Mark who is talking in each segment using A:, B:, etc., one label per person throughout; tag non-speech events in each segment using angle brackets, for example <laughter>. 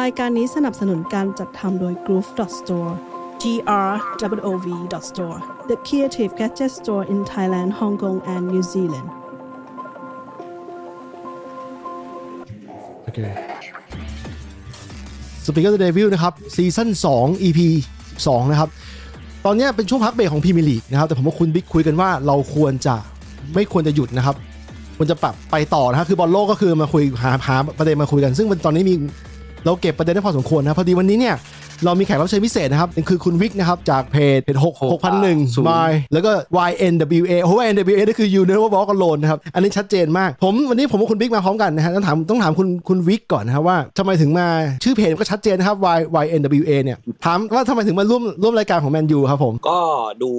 A: รายการนี้สนับสนุนการจัดทำโดย Groove Store grov store the creative gadget store in Thailand Hong Kong and New Zealand
B: โอเคสปีกเกอร์เดวิลนะครับซีซั่น2 EP 2 นะครับ ตอนเนี้ยเป็นช่วงพักเบรกของพรีเมียร์ลีกนะครับ แต่ผมกับคุณบิ๊กคุยกันว่าเราควรจะไม่ควรจะหยุดนะครับ ควรจะปรับไปต่อนะฮะคือบอลโลกก็คือมาคุยหาหาประเด็นมาคุยกัน ซึ่งมันตอนนี้มีเราเก็บประเด็นได้พอสมควรนะครับพอดีวันนี้เนี่ยเรามีแขกรับเชิญพิเศษนะครับคือคุณวิกนะครับจากเพจเพจหกหกพันหนึ่งมายแล้วก็ YNWA โอ้ YNWA นี่คือ You Never Walk Alone นะครับอันนี้ชัดเจนมากผมวันนี้ผมกับคุณบิ๊กมาพร้อมกันนะฮะต้องถามต้องถามคุณคุณวิกก่อนนะครับว่าทำไมถึงมาชื่อเพจก็ชัดเจนนะครับ Y YNWA เนี่ยถามว่าทำไมถึงมาร่วมร่วมรายการของแมนยูครับผม
C: ก็ดู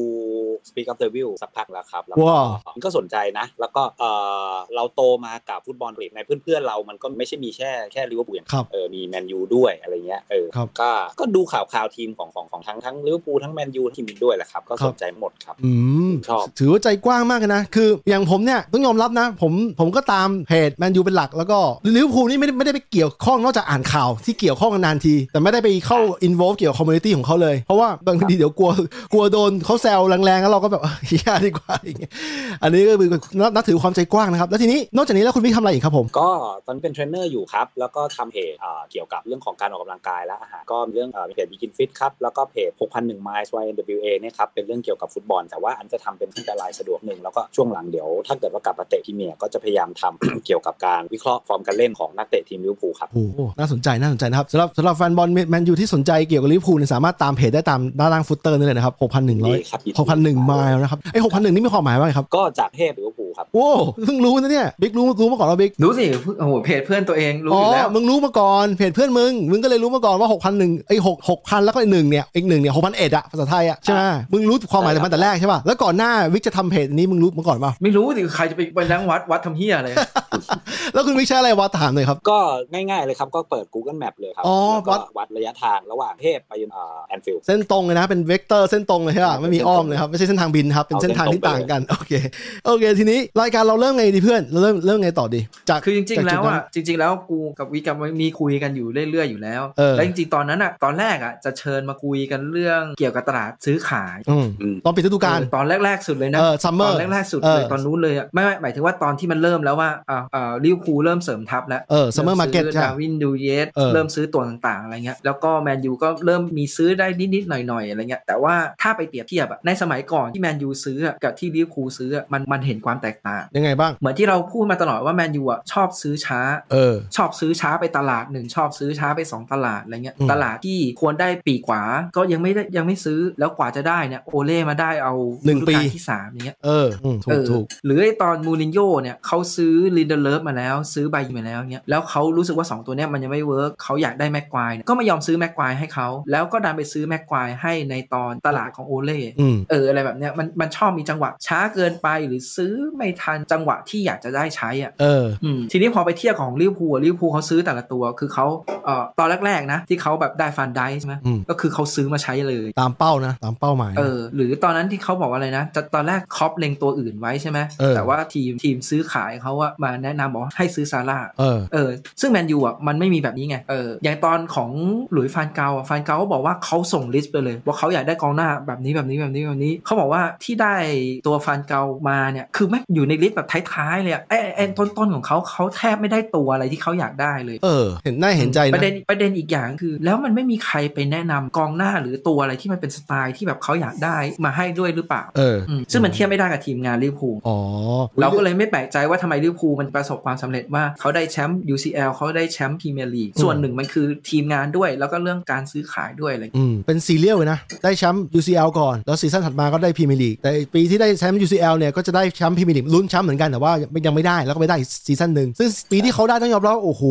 C: Speak of the View สักพักแล้วครับ แล้ว
B: ว้
C: ก็
B: าว
C: มันก็สนใจนะ แล้วก็เออเราโตมากับฟุตบอลอังกรีกในเพื่อนๆเรามันก็ไม่ใช่มีแค่แค่ลิเวอร์พูลอย่างเดีย
B: ค
C: ว
B: รับ
C: เออมีแมนยูด้วยอะไรเงี้ยเออ
B: ครับ
C: ก็ก็ดูข่าวข่าวทีมของของของทั้งทั้งลิเวอร์พูลทั้งแมนยูทีมอื่นด้วยแหละครับ ก็
B: ครั
C: ส
B: บ
C: นใจหมดครับ
B: อืม
C: ชอบ
B: ถือว่าใจกว้างมากเลยนะ คืออย่างผมเนี่ยต้องยอมรับนะ ผมผมก็ตามเพจแมนยูเป็นหลักแล้วก็ลิเวอร์พูลนี่ไม่ได้ไม่ได้ไปเกี่ยวข้องนอกจากอ่านข่าวที่เกี่ยวข้องกันนานที แต่ไม่ได้ไปเข้าอินโวลเกี่ยวกับคอมมูนิตี้ของเขาเลย เพราะว่าบางทีเดี๋ยวกลัวกลัวโดนเขาแซวแรงๆ แล้วเราก็แบบเอ้ย <laughs> เฮียดีกว่าอย่างเงี้ยอันนี้ก็คือนับนับถือความใจกว้างนะครับ แล้วทีนี้นอกจากนี้แล้วคุณพี่ทำอะไรอีกครับผม
C: ก็ตอนนี้เป็นเทรนเนอร์อยู่ครับ แล้วก็ทำเพจเอ่อเกี่ยวกับเรื่องของการออกกำลังกายและอาหารก็มีเรื่องเอ่อมีเพจ Begin Fit ครับ แล้วก็เพจ 6001 miles YNWA เนี่ยครับ เป็นเรื่องเกี่ยวกับฟุตบอล แต่ว่าอันจะทำเป็นที่การไลน์สะดวกหนึ่ง แล้วก็ช่วงหลังเดี๋ยว ถ้าเกิดว่ากลับมาเตะพรี่เมียร์ก็จะพยายามทำ <coughs> เกี่ยวกับการวิเคราะห์ฟอร์มการเล่นของนักเตะทีมลิเวอร์พูลครับ
B: โอ้โหน่าสนใจน่าสนใจนะครับสำหรับสำหรับแฟนบอลแมนยูที่สนใจเกี่ยวกับลิเวอร์พูลเนี่ยสามารถตามเพจได้ตามด้านล่างฟุตเตอร์นี่เลยนะครับ
C: ดีครับยิน
B: 6,100
C: ดี
B: 6,000ไมล์นะครับไอ้6,001นี่มีความหมายว่าไงครับ
C: ก็จากเทพลิเวอร์พูลครับ
B: โอ้เพิ่งรู้นะเนี่ยบิ๊กรู้รู้มาก่อนว่าบิ๊ก
D: รู้สิโอ้โหเพจเพื่อนตัวเองรู้
B: อ๋
D: อ
B: อยู่
D: แล้ว
B: มึงรู้มาก่อนเพจเพื่อนมึง มึงก็เลยรู้มาก่อนว่า6 0 0 1ไอ้6 6 0 0 แล้วก็อีกหนึ่งเนี่ยอีกหนึ่งเนี่ย6 0 0เอ็ดอะภาษาไทยอะใช่ไหมมึงรู้ความหมายแต่มันแต่แรกใช่ป่ะแล้วก่อนหน้าวิกจะทำเพจนี้มึงรู้มาก่อนป่ะ
D: ไม่รู้สิใครจะไปไปล้างวัดวัดทำเฮียอะไร
B: แล้วคุณวิกใช้อะไรวะถามหน่อยครับ
C: ก็ง่ายๆเลยครับก็เปิด Google Map เลยครับ
B: อ๋อ
C: แล้วก็
B: วัด
C: วัดระยะทางระหว่างเทพไปยังแอนฟิลด์
B: เส้นตรงเลยนะเป็นเวกเตอร์เส้นตรงเลยใช่ป่ะไม่มีอ้อมเลยครับไม่ใช่เส้นทางบินครับเป็น
C: เอาเส้
B: เส้น
C: น
B: ทาง
C: ตรง
B: ที่
C: ไปเลย
B: ต่างกันโอเคโอเค ทีนี้รายการเราเริ่มไงดีเพื่อนเราเริ่มเริ่มไงต่อดี จาก
D: คือจริง
B: า
D: ๆ
B: ก
D: แล้
B: จุ
D: ว
B: ด
D: อ่ะ
B: นั้น
D: จริง ๆ แล้วกูกับวิกับมีคุยกันอยู่เรื่อยๆอยู่แล้ว
B: เออ
D: แล้วจริงๆ ตอนนั้นอ่ะตอนแรกอ่ะจะเชิญมาคุยกันเรื่องเกี่ยวกับตลาดซื้อขาย
B: อืมตอนปิดฤดูกาล
D: เออตอนแรก ๆ สุดเลยนะ
B: เออ summer
D: ตอนแรกๆสุด
B: เอ
D: เล
B: อย
D: ตอนนู้นเลยอ่ะไม่ไม่หมายถึงว่าตอนที่มันเริ่มแล้วว่าอ่าอ่าลิเวอร์พูลเริ่มเสริมทัพแล้ว
B: เออ summer market ใช่
D: ดาวินดูเยส
B: เออ
D: เริ่มซื้อตัวต่างๆอะไรเงี้ยแล้วก็แมนยูก็เริ่มมีซื้อได้นิดๆหน่อยๆอะไรเงี้ยแต่ว่าถ้าไปเปรียบเทียบอะในสมัยก่อนที่แมนยูซื้ออะกับที่ลิเวอร์พูลซื้ออะมันมันเห็นความแตกต่าง
B: ยังไงบ้าง
D: เหมือนที่เราพูดมาตลอดว่าแมนยูอ่ะชอบซื้อช้า
B: เออ
D: ชอบซื้อช้าไปตลาดหนึ่งชอบซื้อช้าไป 2 ตลาดอะไรเงี้ย
B: อืม
D: ตลาดที่ควรได้ปีกขวาก็ยังไม่ได้ยังไม่ซื้อแล้วกว่าจะได้เนี่ยโอเล่มาได้เอา
B: หนึ่งปี
D: ฤดูกาลที่3อย่างเงี้ย
B: เอออืมถู
D: เอก อ
B: ถูก
D: หรือไอตอนมูรินโญ่เนี่ยเขาซื้อลินเดเลฟมาแล้วซื้อไบมาแล้วเงี้ยแล้วเขารู้สึกว่า 2 ตัวเนี้ยมันยังไม่เวิร์กเขาอยากได้แม็กควายเนี่ยก็ไม่ยอมซื้อแม็กควายให้เขาแล้วก็ดันไปซื้อแม็กควายให้ในตอนตลาดของโอเล่
B: อืม
D: เอออะไรแบบเนี้ยมันมันชอบมีจังหวะช้าเกินไปหรือซื้อไม่ทันจังหวะที่อยากจะได้ใช้อ่ะ
B: เออ
D: อืมทีนี้พอไปเทียบของลิเวอร์พูลอะลิเวอร์พูลเขาซื้อแต่ละตัวคือเขาเอ่อตอนแรกๆนะที่เขาแบบได้ฟันได้ใช่ไหม
B: อืม
D: ก็คือเขาซื้อมาใช้เลย
B: ตามเป้านะ ตามเป้าหมาย
D: เออหรือตอนนั้นที่เขาบอกว่าอะไรนะจะตอนแรกคอปเล็งตัวอื่นไว้ใช่ไหม
B: เออ
D: แต่ว่าทีมทีมซื้อขายเขาว่ามาแนะนำบอกว่าให้ซื้อซาร่า
B: เออ
D: เออซึ่งแมนยูอ่ะมันไม่มีแบบนี้ไงเอออย่างตอนของหลุยส์ฟานเกาอ่ะฟานเกาก็บอกว่าเขาส่งลิสต์ไปเลย ว่าเขาอยากได้กองหน้าแบบนี้แบบนี้แบบนี้แบบนี้เขาบอกว่าที่ได้ตัวฟานเกามาเนี่ยคือไม่งอยู่ในลิสต์แบบท้ายๆเลยอะไอ้ไอ้ต้นต้นๆของเขาเขาแทบไม่ได้ตัวอะไรที่เขาอยากได้เลย
B: เออ เห็นหน้าเห็นใจ
D: ป
B: นะ
D: ระเด็นประเด็นอีกอย่างคือ แล้วมันไม่มีใครไปแนะนำกองหน้าหรือตัวอะไรที่มันเป็นสไตล์ที่แบบเขาอยากได้มาให้ด้วยหรือเปล่า
B: เออ
D: อืมซึ่งมันเทียบไม่ได้กับทีมงานลิเวอร์พูล
B: อ๋อ
D: เราก็เลยไม่แปลกใจว่าทำไมลิเวอร์พูลมันประสบความสำเร็จว่าเขาได้แชมป์ UCL เขาได้แชมป์พรีเมียร์ลีกส่วนหนึ่งมันคือทีมงานด้วย แล้วก็เรื่องการซื้อขายด้วยอะไรอย่างเงี้ย
B: อืม เป็นซีเรียลเลยนะ ได้แชมป์ UCL ก่อน แล้วซีซั่นถัดมาก็ได้พรีเมียร์ลีก แต่ปีที่ได้แชมป์ UCL เนี่ย ก็จะได้แชมป์พรีเมียร์ลีกลุ้นแชมป์เหมือนกัน แต่ว่ายังไม่ได้ แล้วก็ไม่ได้อีกซีซั่นหนึ่ง ซึ่งปีที่เขาได้ต้องยอมรับว่าโอ้โห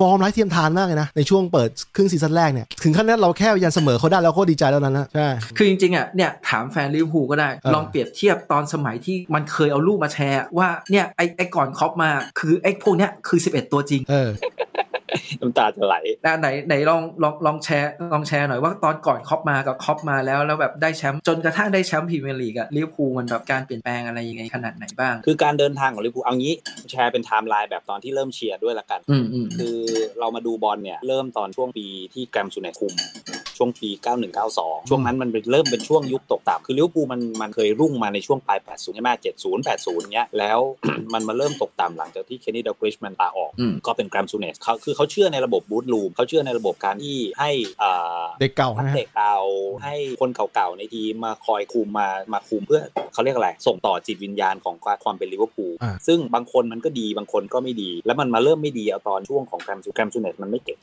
B: ฟอร์มไร้เทียมทานมากเลยนะ ในช่วงเปิดครึ่งซีซั่นแรกเนี่ย ถึงขั้นนั้นเราแค่ยันเสมอเขาได้เราก็ดีใจแล้วนั้นนะ ใช่
D: คือจริงๆอ่ะเนี่ยถามแฟนลิเวอร์พูลก็ได้
B: เออ
D: ลองเปรียบเทียบตอนสมัยที่มันเคยเอาลูกมาแชร์ ว่าเนี่ยไอ้ไอ้ก่อนคล็อปมาคือไอ้พวกเนี้ยคือ 11 ตัวจริง
B: เออ
C: น้ำตาจะไหล
D: อ่ะไหนไหนลองลองลองแชร์ลองแชร์หน่อยว่าตอนก่อนคอปมากับคอปมาแล้วแล้วแบบได้แชมป์จนกระทั่งได้แชมป์พรีเมียร์ลีกอะลิเวอร์พูลมันแบบการเปลี่ยนแปลงอะไรยังไงขนาดไหนบ้าง
C: คือการเดินทางของลิเวอร์พูลเอางี้แชร์เป็นไทม์ไลน์แบบตอนที่เริ่มเชียร์ด้วยละกัน
D: อืมอืม
C: คือเรามาดูบอลเนี่ยเริ่มตอนช่วงปีที่แกรมซูเนตคุม ช่วงปี 9192 ช่วงนั้นมันเป็นเริ่มเป็นช่วงยุคตกต่ำคือลิเวอร์พูลมันมันเคยรุ่งมาในช่วงปลาย 80 ใช่ไหม70 80 เนี้ยแล้ว <coughs> มันมาเริ่มตกต่ำหลังจากที่เคนนี่ดัลกริชมันลาออก
D: อืม
C: ก็เป็นแกรมซูเนตเขาคือเขาเชื่อในระบบบูตลูมเขาเชื่อในระบบการที่ให้อ่า
B: เด็กเก่า
C: นัก
B: นะฮะ
C: เตะเก่าให้คนเก่าๆในทีมมาคอยคุมมามาคุมเพื่อเขาเรียกอะไรส่งต่อจิตวิญญาณของความความเป็นลิเวอร์พูล
B: อ่า
C: ซึ่งบางคนมันก็ดีบางคนก็ไม่ดี แล้วมันมาเริ่มไม่ดีเอาตอนช่วงของแกรมซูแกรมซูเนตมันไม่
B: <laughs>
C: เก่ง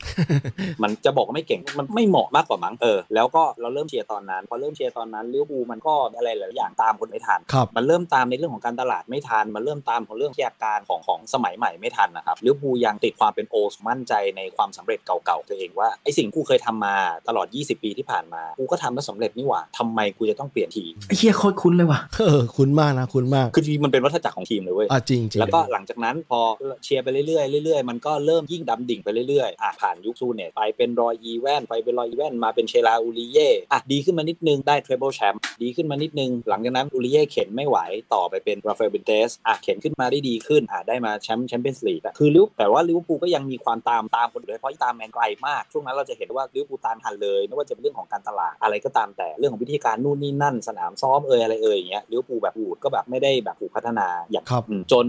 C: มันจะบอกว่าไม่เก่งมันไม่เหมาะมากกว่ามั้งเออแล้วก็เราเริ่มเชียร์ตอนนั้น พอเริ่มเชียร์ตอนนั้นลิเวอร์พูลมันก็อะไรหลายๆอย่างตามคนไม่ทัน
B: ครับ <laughs>
C: มันเริ่มตามในเรื่องของการตลาดไม่ทัน มันเริ่มตามของเรื่องวิทยาการของของสมัยใหม่ไม่ทันนะครับลิเวอร์พูลยังติดความเป็นโอสมั่นใจในความสำเร็จเก่าๆตัวเองว่าไอสิ่งกูเคยทำมาตลอด 20 ปีที่ผ่านมา กูก็ทำแล้วสำเร็จนี่หว่าทำไมกูจะต้องเปลี่ยนทีม
D: ไอ้เฮียโคตรคุ้นเลยว่ะ
B: เออคุ้นมากนะคุ้นมาก
C: คือจริงๆมันเป็นวัฏจักรของทีมเลยเว้ย
B: อ่ะจริงจริง
C: แล้วก็หลังจากนั้นพอเชียร์ไปเรื่อยๆเรื่อยๆ มันก็เริ่มยิ่งดำดิ่งไปเรื่อยๆอ่ะผ่านยุคซูเนตไปเป็นรอยอีแวนไปเป็นรอยอีแวนมาเป็นเชลาอูริเย่อ่ะดีขึ้นมานิดนึงได้เทรเบิลแชมป์ดีขึ้นมานิดนึง หลังจากนั้นอูริเย่เข็นไม่ไหวต่อไปเป็นราฟาเอลเบนเตสอ่ะเข็นขึ้นมาได้ดีขึ้นอ่ะได้มาแชมป์แชมเปี้ยนส์ลีกแต่คือลิเวอร์แต่ว่าลิเวอร์พูลก็ยังมีความตามตามคนอื่นด้วยเพราะตามแมนไกลมากช่วงนั้นเราจะเห็นว่าลิเวอร์พูลตามทันเลยไม่ว่าจะเป็นเรื่องของการตลาดอะไรก็ตามแต่เรื่องของวิธีการนู่นนี่นั่น สนามซ้อมเอ่ยอะไรเอ่ยอย่างเงี้ยลิเวอร์พูลแบบอูดก็แบบไม่ได้แบบถูกพัฒนาอย่าง
B: ครับ
C: อืมจน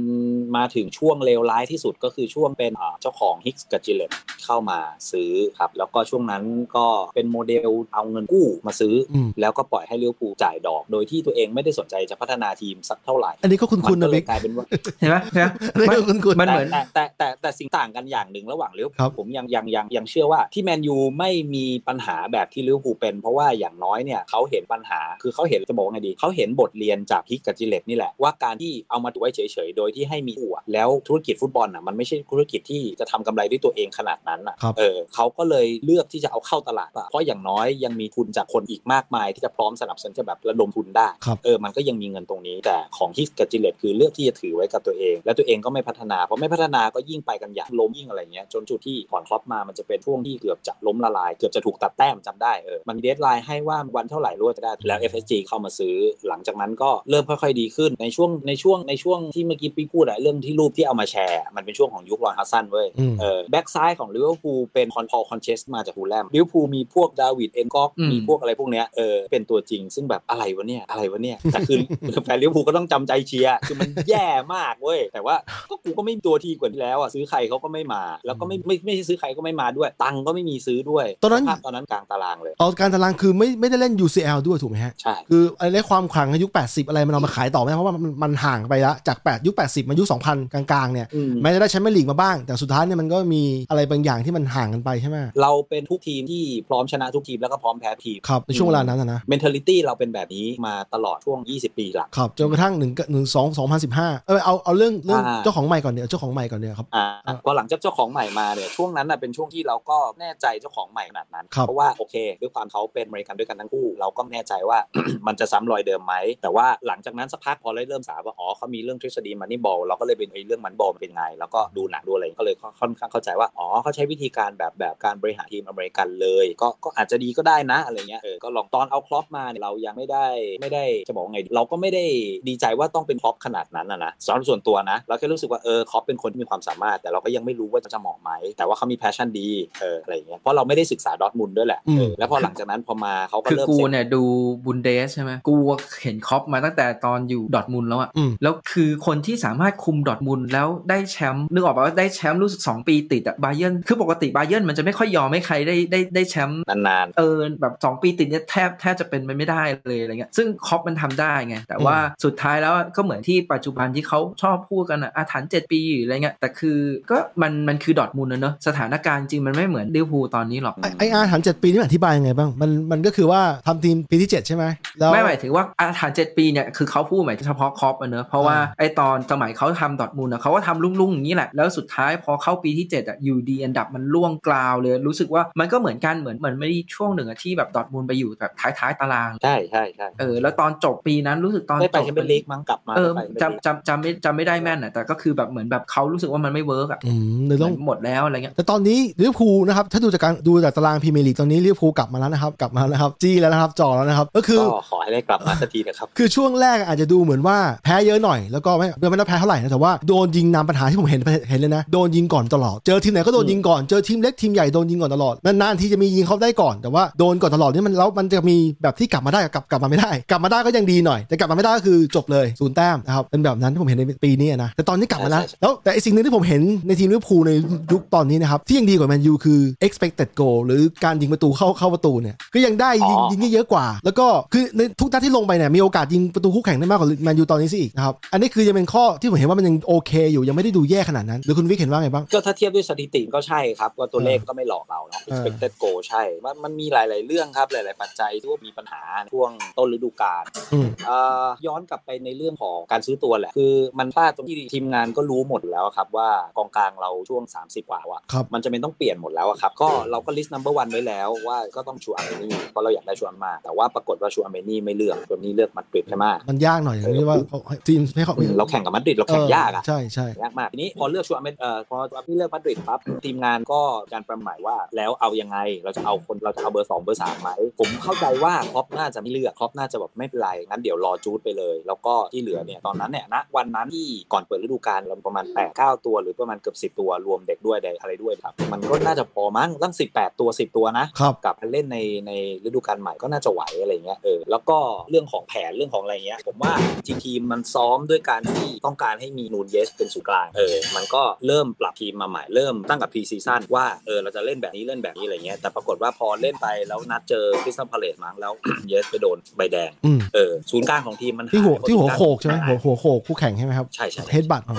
C: มาถึงช่วงเลวร้ายที่สุดก็คือช่วงเป็นอ่าเจ้าของฮิกส์กับจิเลตเข้ามาซื้อครับ แล้วก็ช่วงนั้นก็เป็นโมเดลเอาเงินกู้มาซื้ออ
B: ม
C: แล้วก็ปล่อยให้ลิเวอร์พูลจ่ายดอก โดยที่ตัวเองไม่ได้สนใจจะพัฒนาทีมสักเท่าไหร่
B: อันนี้ก็คุ้นๆ
C: มัก็
B: นะ
C: เล
B: บิ๊
C: ย
B: ก
C: กลายเป็นว่า
D: เห็นไหมเห็นไหม
B: อันนี้ก็คุ้นๆ
D: มันเหมือน
C: แต่แต่แต่แต่แต่สิ่งต่างกันอย่างหนึ่งระหว่างลิเวอ
B: ค
C: ร์พู
B: รั
C: ล
B: บ
C: ผมยังยังยังยังเชื่อว่าที่แมนยูไม่มีปัญหาแบบที่ลิเวอร์พูลเป็น เพราะว่าอย่างน้อยเนี่ยเขาเห็นปัญหาคือเขาเห็นจะบอกว่าไงดีเขาเห็นบทเรียนจากฮิกกับจิเลตนี่แหละว่าการที่เอามาถือไว้เฉยๆ โดยที่ให้มีหัวแล้วธุรกิจฟุตบอลอ่ะมันไม่ใช่ธุรกิจที่จะทำกำไรด้วยตัวเองขนาดนั้นอ่ะ
B: ครับ
C: เออเขาก็เลยเลือกที่จะเอาเข้าตลาดอะเพราะอย่างน้อยยังมีทุนจากคนอีกมากมาย ที่จะพร้อมสนับสนุนจะแบบระดมทุนได้
B: ครับ
C: เออ มันก็ยังมีเงินตรงนี้ แต่ของฮิสกับจิเลตคือเลือกที่จะถือไว้กับตัวเอง และตัวเองก็ไม่พัฒนา เพราะไม่พัฒนาก็ยิ่งไปกันอย่างล้มยิ่งอะไรเงี้ย จนจุดที่ก่อนครอปมา มันจะเป็นช่วงที่เกือบจะล้มละลาย เกือบจะถูกตัดแต้มจำได้ เออ มันมีเดทไลน์ให้ว่าวันเท่าไหร่รู้ว่าจะได้ แล้ว FSG เข้ามาซื้อ หลังจากนั้นก็เริ่มค่อยๆดีขึ้น ในช่วง ในช่วง ในช่วงที่เมื่อกี้พี่พูดอะเรื่องที่รูปที่เอามาแชร์ มันเป็นช่วงของยุครอนฮัสซันเว้ย
B: อืม
C: เออแบ็กซ้ายของลิเวอร์พูลเป็นคอนพอลคอนเชสมาจากฮูแลมลิเวอร์พูลมีพวกดาวิดเอ็นก็อก
D: อืม
C: มีพวกอะไรพวกเนี้ยเออเป็นตัวจริง ซึ่งแบบอะไรวะเนี่ยอะไรวะเนี่ยแต่คือ <laughs> แฟนลิเวอร์พูลก็ต้องจำใจเชียร์คือมันแย่มากเว้ยแต่ว่าก็กูก็ไม่มีตัวทีกว่าที่แล้วอ่ะซื้อใครเขาก็ไม่มา แล้วก็ไม่ไม่ไม่ใช่ซื้อใครก็ไม่มาด้วย ตังค์ก็ไม่มีซื้อด้วย
B: ตอนนั้น
C: สภาพตอนนั้นกลางตารางเลย
B: เอาการตารางคือไม่ไม่ได้เล่น UCL ด้วยถูกไหมฮะ
C: ใช่
B: คืออะไรความขลังในยุค 80 อะไรมันเอามาขายต่อไม่ได้เพราะว่ามันมันห่างไปละจาก 8 ยุค 80 มายุค 2000 กลางๆเนี่ย
C: อืม
B: แม้จะได้แชมเปี้ยนลีกมาบ้าง แต่สุดท้ายเนี่ยมันก็มีอะไรบางอย่างที่มันห่างกันไปใช่ไหม
C: เราเป็นทุกทีมที่พร้อมชนะทุกทีมแล้วก็พร้อมแพ้ทีม
B: ครับในช่วงเวลานั้นนะนะ
C: mentality เราเป็นแบบนี้มาตลอดช่วง 20 ปีหลัง
B: ครับจนกระทั่งหนึ่งหนึ่งสองสองพันสิบห้าเออเอาเอาเรื่องเรื่อง
C: อ่า
B: เจ้าของใหม่ก่อนเนี่ยเอาเจ้าของใหม่ก่อนเนี่ยครับ
C: อ่า
B: อ่า
C: พอหลังจากเจ้าของใหม่มาเนี่ยช่วงนั้นน่ะเป็นช่วงที่เราก็แน่ใจเจ้าของใหม่ขนาดนั้น
B: ครับ
C: เพราะว่าโอเคด้วยความเขาเป็นบริการด้วยกันทั้งคู่ เราก็ไม่แน่ใจว่า มันจะซ้ำรอยเดิมไหม แต่ว่าหลังจากนั้นสักพักพอเริ่มสาบว่าอ๋อเขามีเรื่องทฤษฎีมันนี่บอลเราก็เลยเป็นไอ้เรื่องมันบอลเป็นไง แล้วก็ดูหนังดูอะไรก็เลยค่อนข้างเข้าใจว่าอ๋อเขาใช้วิธีการแบบแบบการบริหารทีมอเมริกันเลย ก็ก็อาจจะดีก็ได้นะอะไรเงี้ยเออก็ลองตอนเอาครอปมาเนี่ยเรายังไม่ได้ไม่ได้จะบอกว่าไงดีเราก็ไม่ได้ดีใจว่าต้องเป็นครอปขนาดนั้นนะนะสำหรับส่วนตัวนะเราแค่รู้สึกว่าเออครอปเป็นคนที่มีความสามารถ แต่เราก็ยังไม่รู้ว่าจะเหมาะไหมแต่ว่าเขามีแพชชั่นดีเอออะไรเงี้ยเพราะเราไม่ได้ศึกษาดอร์ทมุนด์ด้วยแหละ
B: อืม
C: เออแล้วพอหลังจากนั้นพอมาเขาก็
D: คือ
C: เริ่ม
D: กู
C: เซ็ง
D: เนี่ยดูบุนเดสใช่ไหมกูเห็นคอปมาตั้งแต่ตอนอยู่ดอร์ทมุนด์แล้วอะ
B: อืม
D: แล้วคือคนที่สามารถคุมดอร์ทมุนด์แล้วได้แชมป์นึกออกป่ะว่าได้แชมป์รู้สึกสองปีติดอะบาเยร์นคือปกติบาเยร์นมันจะไม่ค่อยยอมให้ใครได้ได้ได้แชมป์
C: นาน
D: เออแบบ 2 ปีติดเนี่ยแทบแทบจะเป็นไปไม่ได้เลยอะไรเงี้ยซึ่งคล็อปมันทำได้ไง แต่ว่าสุดท้ายแล้วก็เหมือนที่ปัจจุบันที่เขาชอบพูดกันอะอาถรรพ์7ปีหรืออะไรเงี้ยแต่คือก็มันมันคือดอร์ทมุนด์นะเนอะสถานการณ์จริงมันไม่เหมือนลิเวอร์พูลตอนนี้หรอก
B: ไอ้ไออาถรรพ์เจ็ดปีนี่มันอธิบายยังไงบ้าง มันมันก็คือว่าทำทีมปีที่เจ็ดใช่ไหมแล้ว
D: ไม่หมายถึงว่าอาถรรพ์เจ็ดปีเนี่ยคือเขาพูดหมายถึงเฉพาะครอปอะเนอะเพราะว่า
B: อ่า
D: ไอตอนสมัยเขาทำดอทมูลนะเขาก็ทำลุ่งๆอย่างนี้แหละ แล้วสุดท้ายพอเข้าปีที่ 7อ่ะอยู่ดีอันดับมันล่วงกลาวเลย รู้สึกว่ามันก็เหมือนกันเหมือนเหมือนไม่ได้ช่วงหนึ่งอะที่แบบดอทมูลไปอยู่แบบท้ายๆตาราง
C: ๆ ใช่ใช่ ช่ใช่
D: เออแล้วตอนจบปีนั้นรู้สึกตอน
C: ได้ไป
D: จบ
C: แชมเปี้ยนลีกมั้งกลับมา
D: เออ
C: ได้ไป Champions
D: จำจำจำไม่จำไม่ได้แม่นอ่ะแต่ก็คือแบบเหมือนแบบเขารู้สึกว่ามันไม่เวิร์กอ่ะ
B: อืมเลยต้อง
D: มันหมดแล้วอะไรเงี้ย
B: แต่ตอนนี้ลิเวอร์พูลนะครับ ถ้าดูจากการดูจากตารางพรีเมียร์ลีกตอนนี้ลิเวอร์พูลกลับมาแล้วนะครับ กลับมาแล้วนะครับ จี้แล้วนะครับ จอแล้วนะครับ ก็คือ
C: ก็ขอให้ได้กลับมาสักทีนะครับ
B: คือช่วงแรกอาจจะดูเหมือนว่าแพ้เยอะหน่อย แล้วก็ไม่ไม่ได้แพ้เท่าไหร่นะแต่ว่าโดนยิงนำปัญหาที่ผมเห็นเห็นเลยนะ โดนยิงก่อนตลอด เจอทีมไหนก็โดนยิงก่อน เจอทีมเล็กทีมใหญ่โดนยิงก่อนตลอด นานๆที่จะมียิงเข้าได้ก่อน แต่ว่าโดนก่อนตลอดนี่มันแล้วมันจะมีแบบที่กลับมาได้กับกลับกลับมาไม่ได้ กลับมาได้ก็ยังดีหน่อย แต่กลับมาไม่ได้ก็คือจบเลยศูนย์แต้มนะครับ เป็นแบบนั้นที่ผมเห็นในปีนี้นะ แต่ตอนนี้กลับมาแล้ว
C: ใช่ใช่
B: แล้วแต่ไอสิ่งหนึ่งที่ผมเห็นในทีมลิเวอร์พูลในยุคตอนนี้นะครับที่ยังดีกว่าแมนยูคือ expected goal หรือการยิงประตูเข้าเข้าประตูเนี่ยก็ยังได้ยิง
C: อ๋อ
B: ยิงได้เยอะกว่า แล้วก็คือในทุกนัดที่ลงไปเนี่ยมีโอกาสยิงประตูคู่แข่งได้มากกว่าแมนยูตอนนี้สิอีกนะครับอันนี้คือยังเป็นข้อที่ผมเห็นว่ามันยังโอเคอยู่ยังไม่ได้ดูแย่ขนาดนั้น หรือคุณวิกเห็นว่าไงบ้าง
C: ก็ถ้าเทียบด้วยสถิติก็ใช่ครับว่าตัวเลขก็ไม่หลอกเราเนาะ
B: เออ
C: expected goal ใช่ มันมันมีหลาย ๆ เรื่องครับ หลาย ๆ ปัจจัยที่ว่ามีปัญหาช่วงต้นฤดูกาล
B: อืม
C: เอ่อย้อนกลับไปในเรื่องของการซื้อตัวแหละ คือมันพลาดตรงที่ทีมงานก็รู้หมดแล้วครับว่ากองกลางเราช่วง 30 กว่าอะ
B: ครับ
C: มันจะเป็นต้องเปลี่ยนหมดแล้วอะครับ ก็เราก็ list number one ไว้แล้วว่าก็ต้องชูอาร์เมนี่เพราะเราอยากได้ชูอาร์มา แต่ว่าปรากฏว่าชูอาร์เมนี่ไม่เลือกชูอาร์เมนี่เลือกมาดริดใช่ไหม
B: มันยากหน่อยอย่างที่ว่าเขาทีมให้เขา
C: อืมเราแข่งกับมาดริดเราแข่งยากอะ
B: เใช่ใช่
C: ยากมากทีนี้พอเลือกชัวร์เมดเอ่อพอพี่เลือกมาดริดปั๊บทีมงานก็การประหมายว่าแล้วเอายังไงเราจะเอาคนเราจะเอาเบอร์สองเบอร์สามไหมผมเข้าใจว่าครอปน่าจะไม่เลือกครอปน่าจะแบบไม่เป็นไรงั้นเดี๋ยวรอจูดไปเลย แล้วก็ที่เหลือเนี่ยตอนนั้นเนี่ยณวันนั้นที่ก่อนเปิดฤดูกาลเราประมาณ8ปดเตัวหรือประมาณเกือบ10 ตัวรวมเด็กด้วยอะไรด้วยครับมันก็น่าจะพอมั้งตั้ง 18 ตัว 10 ตัวนะ
B: ครับ
C: กลับมาเล่นในในฤดูกาลใหม่ก็น่าจะไหวอะไรเงี้ยเออแล้วก็เรื่องของแผนเรื่องของอะไรเงี้ยผมว่าจริงๆทีมมันซ้อมด้วยการที่ต้องการให้มีนูนเยสเป็นศูนย์กลางเออมันก็เริ่มปรับทีมมาใหม่เริ่มตั้งกับพรีซีซั่นว่าเออเราจะเล่นแบบนี้เล่นแบบนี้อะไรเงี้ยแต่ปรากฏว่าพอเล่นไปแล้วนัดเจอคริสตัลพาเลตมั้งแล้ว <coughs> เยสไปโดนใบแดง
B: อืม
C: เออศูนย์กลางของทีมมันาย
B: ที่หัว
C: เพราะ
B: ที่หัวโขก
C: ศู
B: ใช่ไหม
C: นย์ก
B: หั
C: ลาว ง
B: หัวโขกคู่แข่งใช่ไหมครับ
C: ใช่ใช่ใช่
B: เฮดบัตอ๋อ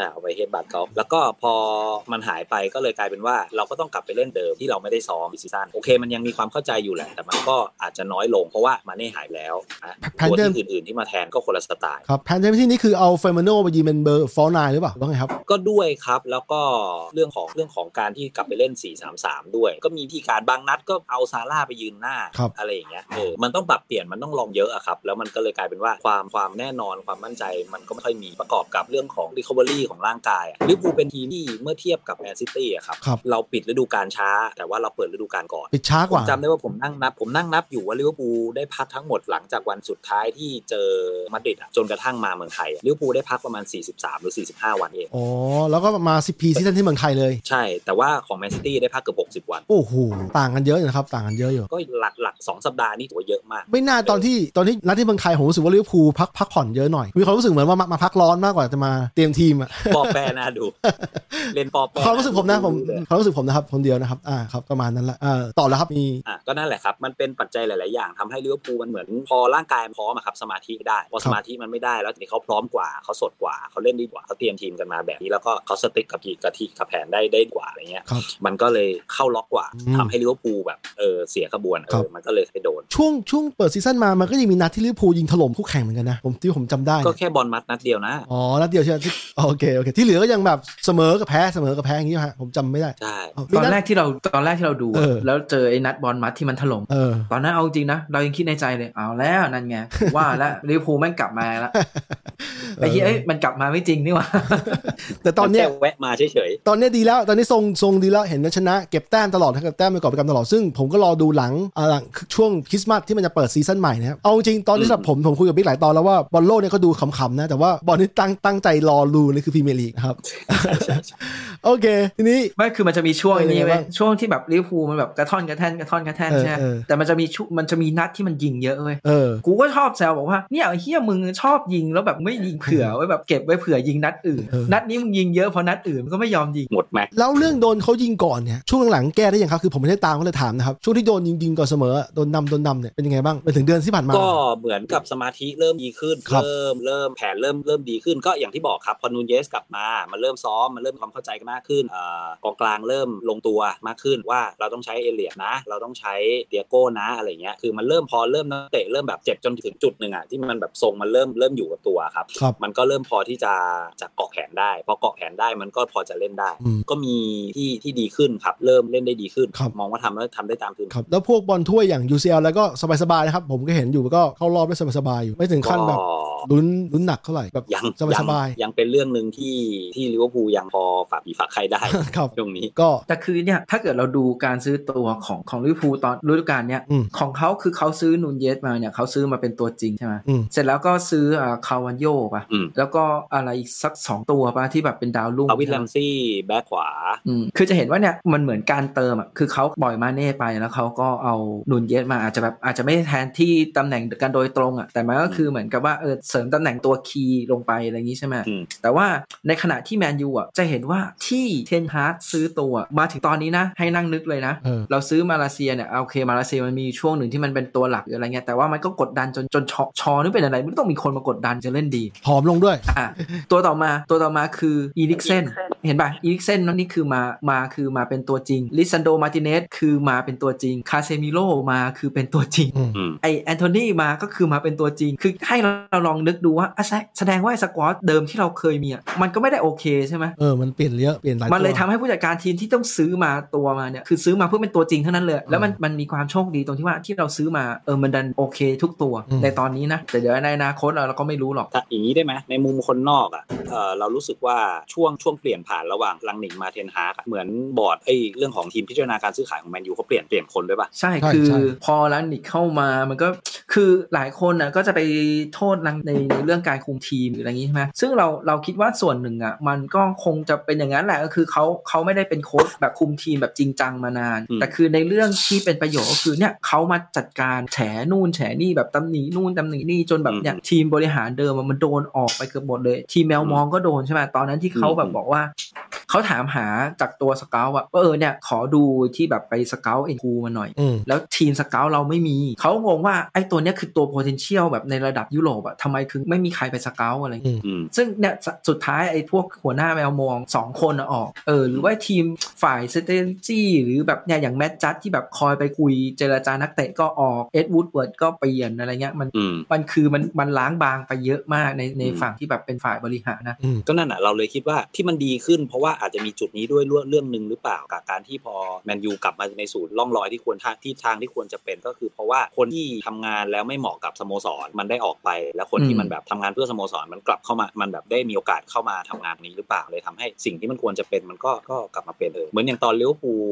C: อ่าเอาไปเฮดบาร์เขาแล้วก็พอมันหายไปก็เลยกลายเป็นว่าเราก็ต้องกลับไปเล่นเดิมที่เราไม่ได้ซ้อมซีซั่นโอเคมันยังมีความเข้าใจอยู่แหละ แต่มันก็อาจจะน้อยลงเพราะว่ามันได้หายแล้วนะ
B: แพน
C: ตัว
B: เดิม
C: ที่อื่นๆที่มาแทนก็คนละสไตล์
B: ครับแผนที่นี่คือเอาเฟอร์มาโนไปยิงเป็นเบอร์ฟอร์ไนหรือเปล่าว่าไงครับ
C: ก็ด้วยครับแล้วก็เรื่องของเรื่องของการที่กลับไปเล่น 4 3 3 ด้วย ก็มีที่การบางนัดก็เอาซาร่าไปยืนหน้า
B: ครับ
C: อะไรอย่างเงี้ยเออมันต้องปรับเปลี่ยนมันต้องลองเยอะอะครับ แล้วมันก็เลยกลายเป็นว่าความความแน่นอนความมั่นใจ มันก็ไม่ค่อยมีประกอบกับเรื่องของ recovery ของร่างกายอะลิเวอร์พูลเป็นทีมที่เมื่อเทียบกับแมนซิตี้อะครับ
B: ครับ
C: เราปิดฤดูกาลช้า แต่ว่าเราเปิดฤดูกาลก่อน
B: ปิดช้า
C: ผ
B: ก
C: ม
B: ว่า
C: จำได้ว่าผมนั่งนับ ผมนั่งนับอยู่ว่าลิเวอร์พูลได้พักทั้งหมดหลังจากวันสุดท้ายที่เจอมาดริดอะจนกระทั่งมาเมืองไทยอะลิเวอร์พูลได้พักประมาณ 43 หรือ 45 วันเอง
B: อ๋อ แล้วก็มา 10ปีซีซั่นที่เมืองไทยเลย
C: ใช่ แต่ว่าของแมนซิตี้ได้พักเกือบ60 วัน
B: โอ้โห ต่างกันเยอะนะครับ ต่างกันเยอะอยู่
C: ก็หลักหลักๆสองสัปดาห์นี่ถือว่าเยอะมาก
B: ไม่น่าตอนที่ตอนที่นัดที่เมืองไทยผมรู้สึกว่าลิเวอร์พูลพักพักผ่อนเยอะหน่อย มีความรู้สึกเหมือนว่ามามาพักร้อนมากกว่าจะมาเตรียมทีมอะ
C: ปอแปรน่าดู <laughs> เล่นปอแปร
B: ความรู้สึกผมนะผม
C: ดูเลย
B: ความรู้สึกผมนะครับคนเดียวนะครับ อ่าครับประมาณนั้นละอ่าต่อแล้วครับมี
C: อ่ะก็นั่นแหละครับ มันเป็นปัจจัยหลาย ๆ อย่างทำให้ลิเวอร์พูลมันเหมือนพอร่างกายพร้อมอะครับสมาธิได้ พอสมาธิมันไม่ได้แล้วทีนี้เขาพร้อมกว่าเขาสดกว่าเขาเล่นดีกว่าเขาเตรียมทีมกันมาแบบนี้แล้วก็เขาสติ๊กกับทีกับทีกับแผนได้ได้กว่าอะไรเงี้ย
B: ครับ
C: มันก็เลยเข้าล็อกกว่า
B: อืม
C: ทำให้ลิเวอร์พูลแบบเออเสียขบวนเอ
B: ครับ
C: อมันก็เลยไปโดน
B: ช่วงช่วงเปิดซีซั่นมามันก็ยังมีนัดที่ลิเวอร์พูลยิงถล่มคู่แข่งเหมือนกันนะผมที่ผมจำได้
C: ก็
B: เนี่ย
C: แค่บอลมัดนัดเดียวนะ
B: อ๋อนัดเดียวใช่ไหมที่โอเคโอเค ที่เหลือก็ยังแบบเสมอกับแพ้เสมอกับแพ้อย่างนี้ฮะผมจำไม่ได้
C: ใช่
B: อ๋อ
D: ต
B: มี
D: อน
B: ด
D: แรกที่เราตอนแรกที่เราดูอะ
B: เออ
D: แล้วเจอไอ้นัดบอลมัดที่มันถล่ม
B: เออ
D: ตอนนั้นเอาจริงนะ เรายังคิดในใจเลยเอาแล้วนั่นไง ว่าแล้วลิเวอร์พูลแม่งกลับมาแล้วไอ้ที่เอ้ยมันกลับมาไม่จริงนี่หว่า
B: แต่ตอนเนี้ย
C: มัแค่แวะมาเฉย ๆ
B: ตอนนี้ดีแล้วตอนนี้ทรงทรงดีแล้วเห็นนัชนะเก็บแต้มตลอดเก็บแต้มไปก่อนไปกำตลอดซึ่งผมก็รอดูหลังอ่าหลังช่วงคริสต์มาสที่มันจะเปิดซีซั่นใหม่นะครับเอาจริงๆตอนนี้
C: อืม
B: สำหรับผมผมคุยกับบิ๊กหลายตอนแล้วว่าบอลโลกเนี่ยก็ดูขำๆนะ แต่ว่าบอลนี่ตั้งตั้งใจรอดูเลยคือพรีเมียร์ลีกนะครับ <laughs> โอเค ทีนี้
D: ไม่คือมันจะมีช่วง
B: เออ
D: นี้
B: ยังไง
D: เว้
B: บ้า
D: ย
B: ง
D: ช่วงที่แบบลิเวอร์พูลมันแบบกระท่อนกระแท่นกระท่อนกระแท่น
B: เออ
D: ใช่ไหม
B: เออ
D: แต่มันจะมีชุมันจะมีนัดที่มันยิงเยอะเว้ย
B: เออ
D: กูก็ชอบแซวบอกว่าเนี่ยไอ้เฮียมึงชอบยิงแล้วแบบไม่ยิงเผื่อไว้แบบเก็บไว้เผื่อยิงนัดอื่น
B: เออ
D: นัดนี้มึงยิงเยอะเพราะนัดอื่นมันก็ไม่ยอมยิง
C: หมดแม็ก
B: แล้วเรื่องโดนเขายิงก่อนเนี่ยช่วงหลังๆแก้ได้ยังครับคือผมไม่ได้ตามก็เลยถามนะครับช่วงที่โดนยิงยิงก่อนเสมอโดนนำโดนนำเนี่ยเป็นยังไงบ้างไปถึงเดือนที่ผ่านมา
C: ก็เหมือนกับสมาธิเริ่มดีขึ้น
B: ครับ
C: เริ่มเริ่มแผนเริ่มเริ่มดีขึ้นก็อย่างที่บอกครับพอนูนเยสกลับมามันเริ่มซ้อมมันเริ่มความเข้าใจกันมากขึ้นเอ่อกองกลางเริ่มลงตัวมากขึ้นว่าเราต้องใช้เอเลียดนะ เราต้องใช้เตียโก้นะอะไรเงี้ยคือมันเริ่มพอเริ่มนักเตะเริ่มแบบเจ็บจนถึงจุดหนึ่งอ่ะที่มันแบบทรงมันเริ่มเริ่มอยู่กับตัวครับ
B: ครับ
C: มันก็เริ่มพอที่จะจะเกาะแขนได้พอเกาะแขนได้มันก็พอจะเล่นได้
B: อืม
C: ก็มีที่ที่ดีขึ้นครับ เริ่มเล่นได้ดีขึ้น
B: ครับ
C: มองว่าทำแล้วทำได้ตามคืน
B: ครับแล้วพวกบอลถ้วยอย่าง UCL แล้วก็สบายๆนะครับ ผมก็เห็นอยู่ก็เข้ารอบได้สบายๆอยู่ ไม่ถึงขั้นแบบลุ้นลุ้นหนักเท่าไหร่แบบ
C: ยัง
B: สบาย
C: ยั
B: สบาย
C: ยังเป็นเรื่องหนึ่งที่ที่ลิเวอร์พูลยังพอฝากผีฝากใครได้
B: ๆ ครับ
C: ช่วงนี้
B: ก็
D: แต่คือเนี่ยถ้าเกิดเราดูการซื้อตัวของของลิเวอร์พูลตอนฤดูกาลเนี่ย
B: อืม
D: ของเขาคือเขาซื้อนูนเยสมาเนี่ยเขาซื้อมาเป็นตัวจริงใช่ไหม
B: อืม
D: เสร็จแล้วก็ซื้อเอ่อคาวันโยป่ะ
C: อืม
D: แล้วก็อะไรอีกสัก 2 ตัวป่ะที่แบบเป็นดาวรุ่ง
C: เอาวิล
D: ใช่
C: แล
D: ไหม
C: มซี่แบ็คขวา
D: อืมคือจะเห็นว่าเนี่ยมันเหมือนการเติมอ่ะคือเขาปล่อยมาเน่ไปแล้วเขาก็เอานูนเยสมาอาจจะแบบอาจจะไม่ได้แทนที่ตำแหน่งกันโดยตรงอ่ะแต่มันก็คือเหมือนกับว่าเออเสริมตำแหน่งตัวคีย์ลงไปอะไรอย่างงี้ใช่ไหม
C: อืม
D: แต่ว่าในขณะที่แมนยูอ่ะจะเห็นว่าที่เทนฮาร์ดซื้อตัวมาถึงตอนนี้นะ ให้นั่งนึกเลยนะ
B: เออ
D: เราซื้อมาเลเซียเนี่ยโอเคมาเลเซียมันมีช่วงหนึ่งที่มันเป็นตัวหลักหรืออะไรเงี้ยแต่ว่ามันก็กดดันจนจนชอชอนึกเป็นอะไรมันต้องมีคนมากดดันจะเล่นดี
B: ผอมลงด้วย
D: อ่ะตัวต่อมาตัวต่อมาคืออีลิกเซนเห็นป่ะอีลิกเซนนั่นนี่คือมามาคือมาเป็นตัวจริงลิซันโดมาติเนสคือมาเป็นตัวจริงคาเซมิโลมาคือเป็นตัวจริง
B: อืม
C: อืม
D: ไอแอนโทนีมาก็คือมาเป็นตัวจริง คือให้เราลองนึกดูว่าอ่ะแสแสดงว่าไอ้สควอตเดิมที่เราเคยมีอ่ะมันก็ไม่ได้โอเคใช่ไหม
B: เออมันเปลี่ยนเยอะเปลี่ยนหลาย
D: มันเลย
B: ตัว
D: ทำให้ผู้จัดการทีมที่ต้องซื้อมาตัวมาเนี่ยคือซื้อมาเพื่อเป็นตัวจริงเท่านั้นเลยแล้วมันมันมีความโชคดีตรงที่ว่าที่เราซื้อมาเออมันดันโอเค ทุกตัว
B: อืม
D: ในตอนนี้นะแต่เดี๋ยวในอนาคตเราเราก็ไม่รู้หรอก
C: ถ้าอย่างนี้ได้ไหมในมุมคนนอกอ่ะเอ่อเรารู้สึกว่าช่วงช่วงเปลี่ยนผ่านระหว่างลังหนิงมาเทนฮาร์กอะเหมือนบอร์ดไอ้เรื่องของทีมพิจารณาการซื้อขายของแมนยูเขาเปลี่ยนเปลี่ยนคนด้วยป่ะ
D: ใช่
B: ใช่
D: คือ
B: ใช่
D: พอลันนิกเข้ามา มันก็ คือหลายคนน่ะก็จะไปโทษลังในในเรื่องการคุมทีมหรืออะไรอย่างนี้ใช่ไหมซึ่งเราเราคิดว่าส่วนหนึ่งอ่ะ มันก็คงจะเป็นอย่างนั้นแหละ ก็คือเขาเขาไม่ได้เป็นโค้ชแบบคุมทีมแบบจริงจังมานาน
C: อืม
D: แต่คือในเรื่องที่เป็นประโยชน์ก็คือเนี่ยเขามาจัดการแฉนู่นแฉนี่แบบตำหนินู่นตำหนินี่จนแบบเนี่ยทีมบริหารเดิมอะมันโดนออกไปเกือบหมดเลย ทีมแมวมองก็โดนใช่ไหมตอนนั้นที่เขาแบบบอกว่า เขาถามหาจากตัวสเกลว่าเออเนี่ยขอดูที่แบบไปสเกลเอ็นคูมาหน่อย
B: อืม
D: แล้วทีมสเกลเราไม่มี เขางงว่าไอ้ตัวเนี้ยคือตัว potential แบบในระดับยุโรปอะทำไมถึงไม่มีใครไปสเกลอะไรอย่างเงี้ย
C: อืม
D: ซึ่งเนี่ยสสุดท้ายไอ้พวกหัวหน้าแมวมองสองคนน่ะออก เออ หรือว่าทีมฝ่าย strategy หรือแบบเนี่ยอย่างแมตจัดที่แบบคอยไปคุยเจรจานักเตะก็ออก เอ็ดวูดเวิร์ดก็เปลี่ยนอะไรเงี้ยมัน
C: อืม
D: มันคือมันมันล้างบางไปเยอะมากในใน
C: อืม
D: ฝั่งที่แบบเป็นฝ่ายบริหารนะ
B: อืม
C: ก็นั่นอ่ะเราเลยคิดว่าที่มันดีขึ้น เพราะว่าอาจจะมีจุดนี้ด้วยเรื่องหนึ่งหรือเปล่ากับการที่พอแมนยูกลับมาในสูตรล่องรอยที่ควรทางที่ทางที่ควรจะเป็นก็คือ เพราะว่าคนที่ทำงานแล้วไม่เหมาะกับสโมสรมันได้ออกไป แล้วคนที่มันแบบทำงานเพื่อสโมสรมันกลับเข้ามามันแบบได้มีโอกาสเข้ามาทำงานนี้หรือเปล่าเลยทำให้สิ่งที่มันควรจะเป็นมันก็ก็กลับมาเป็นเออเหมือนอย่างตอนเลี้ยวปูล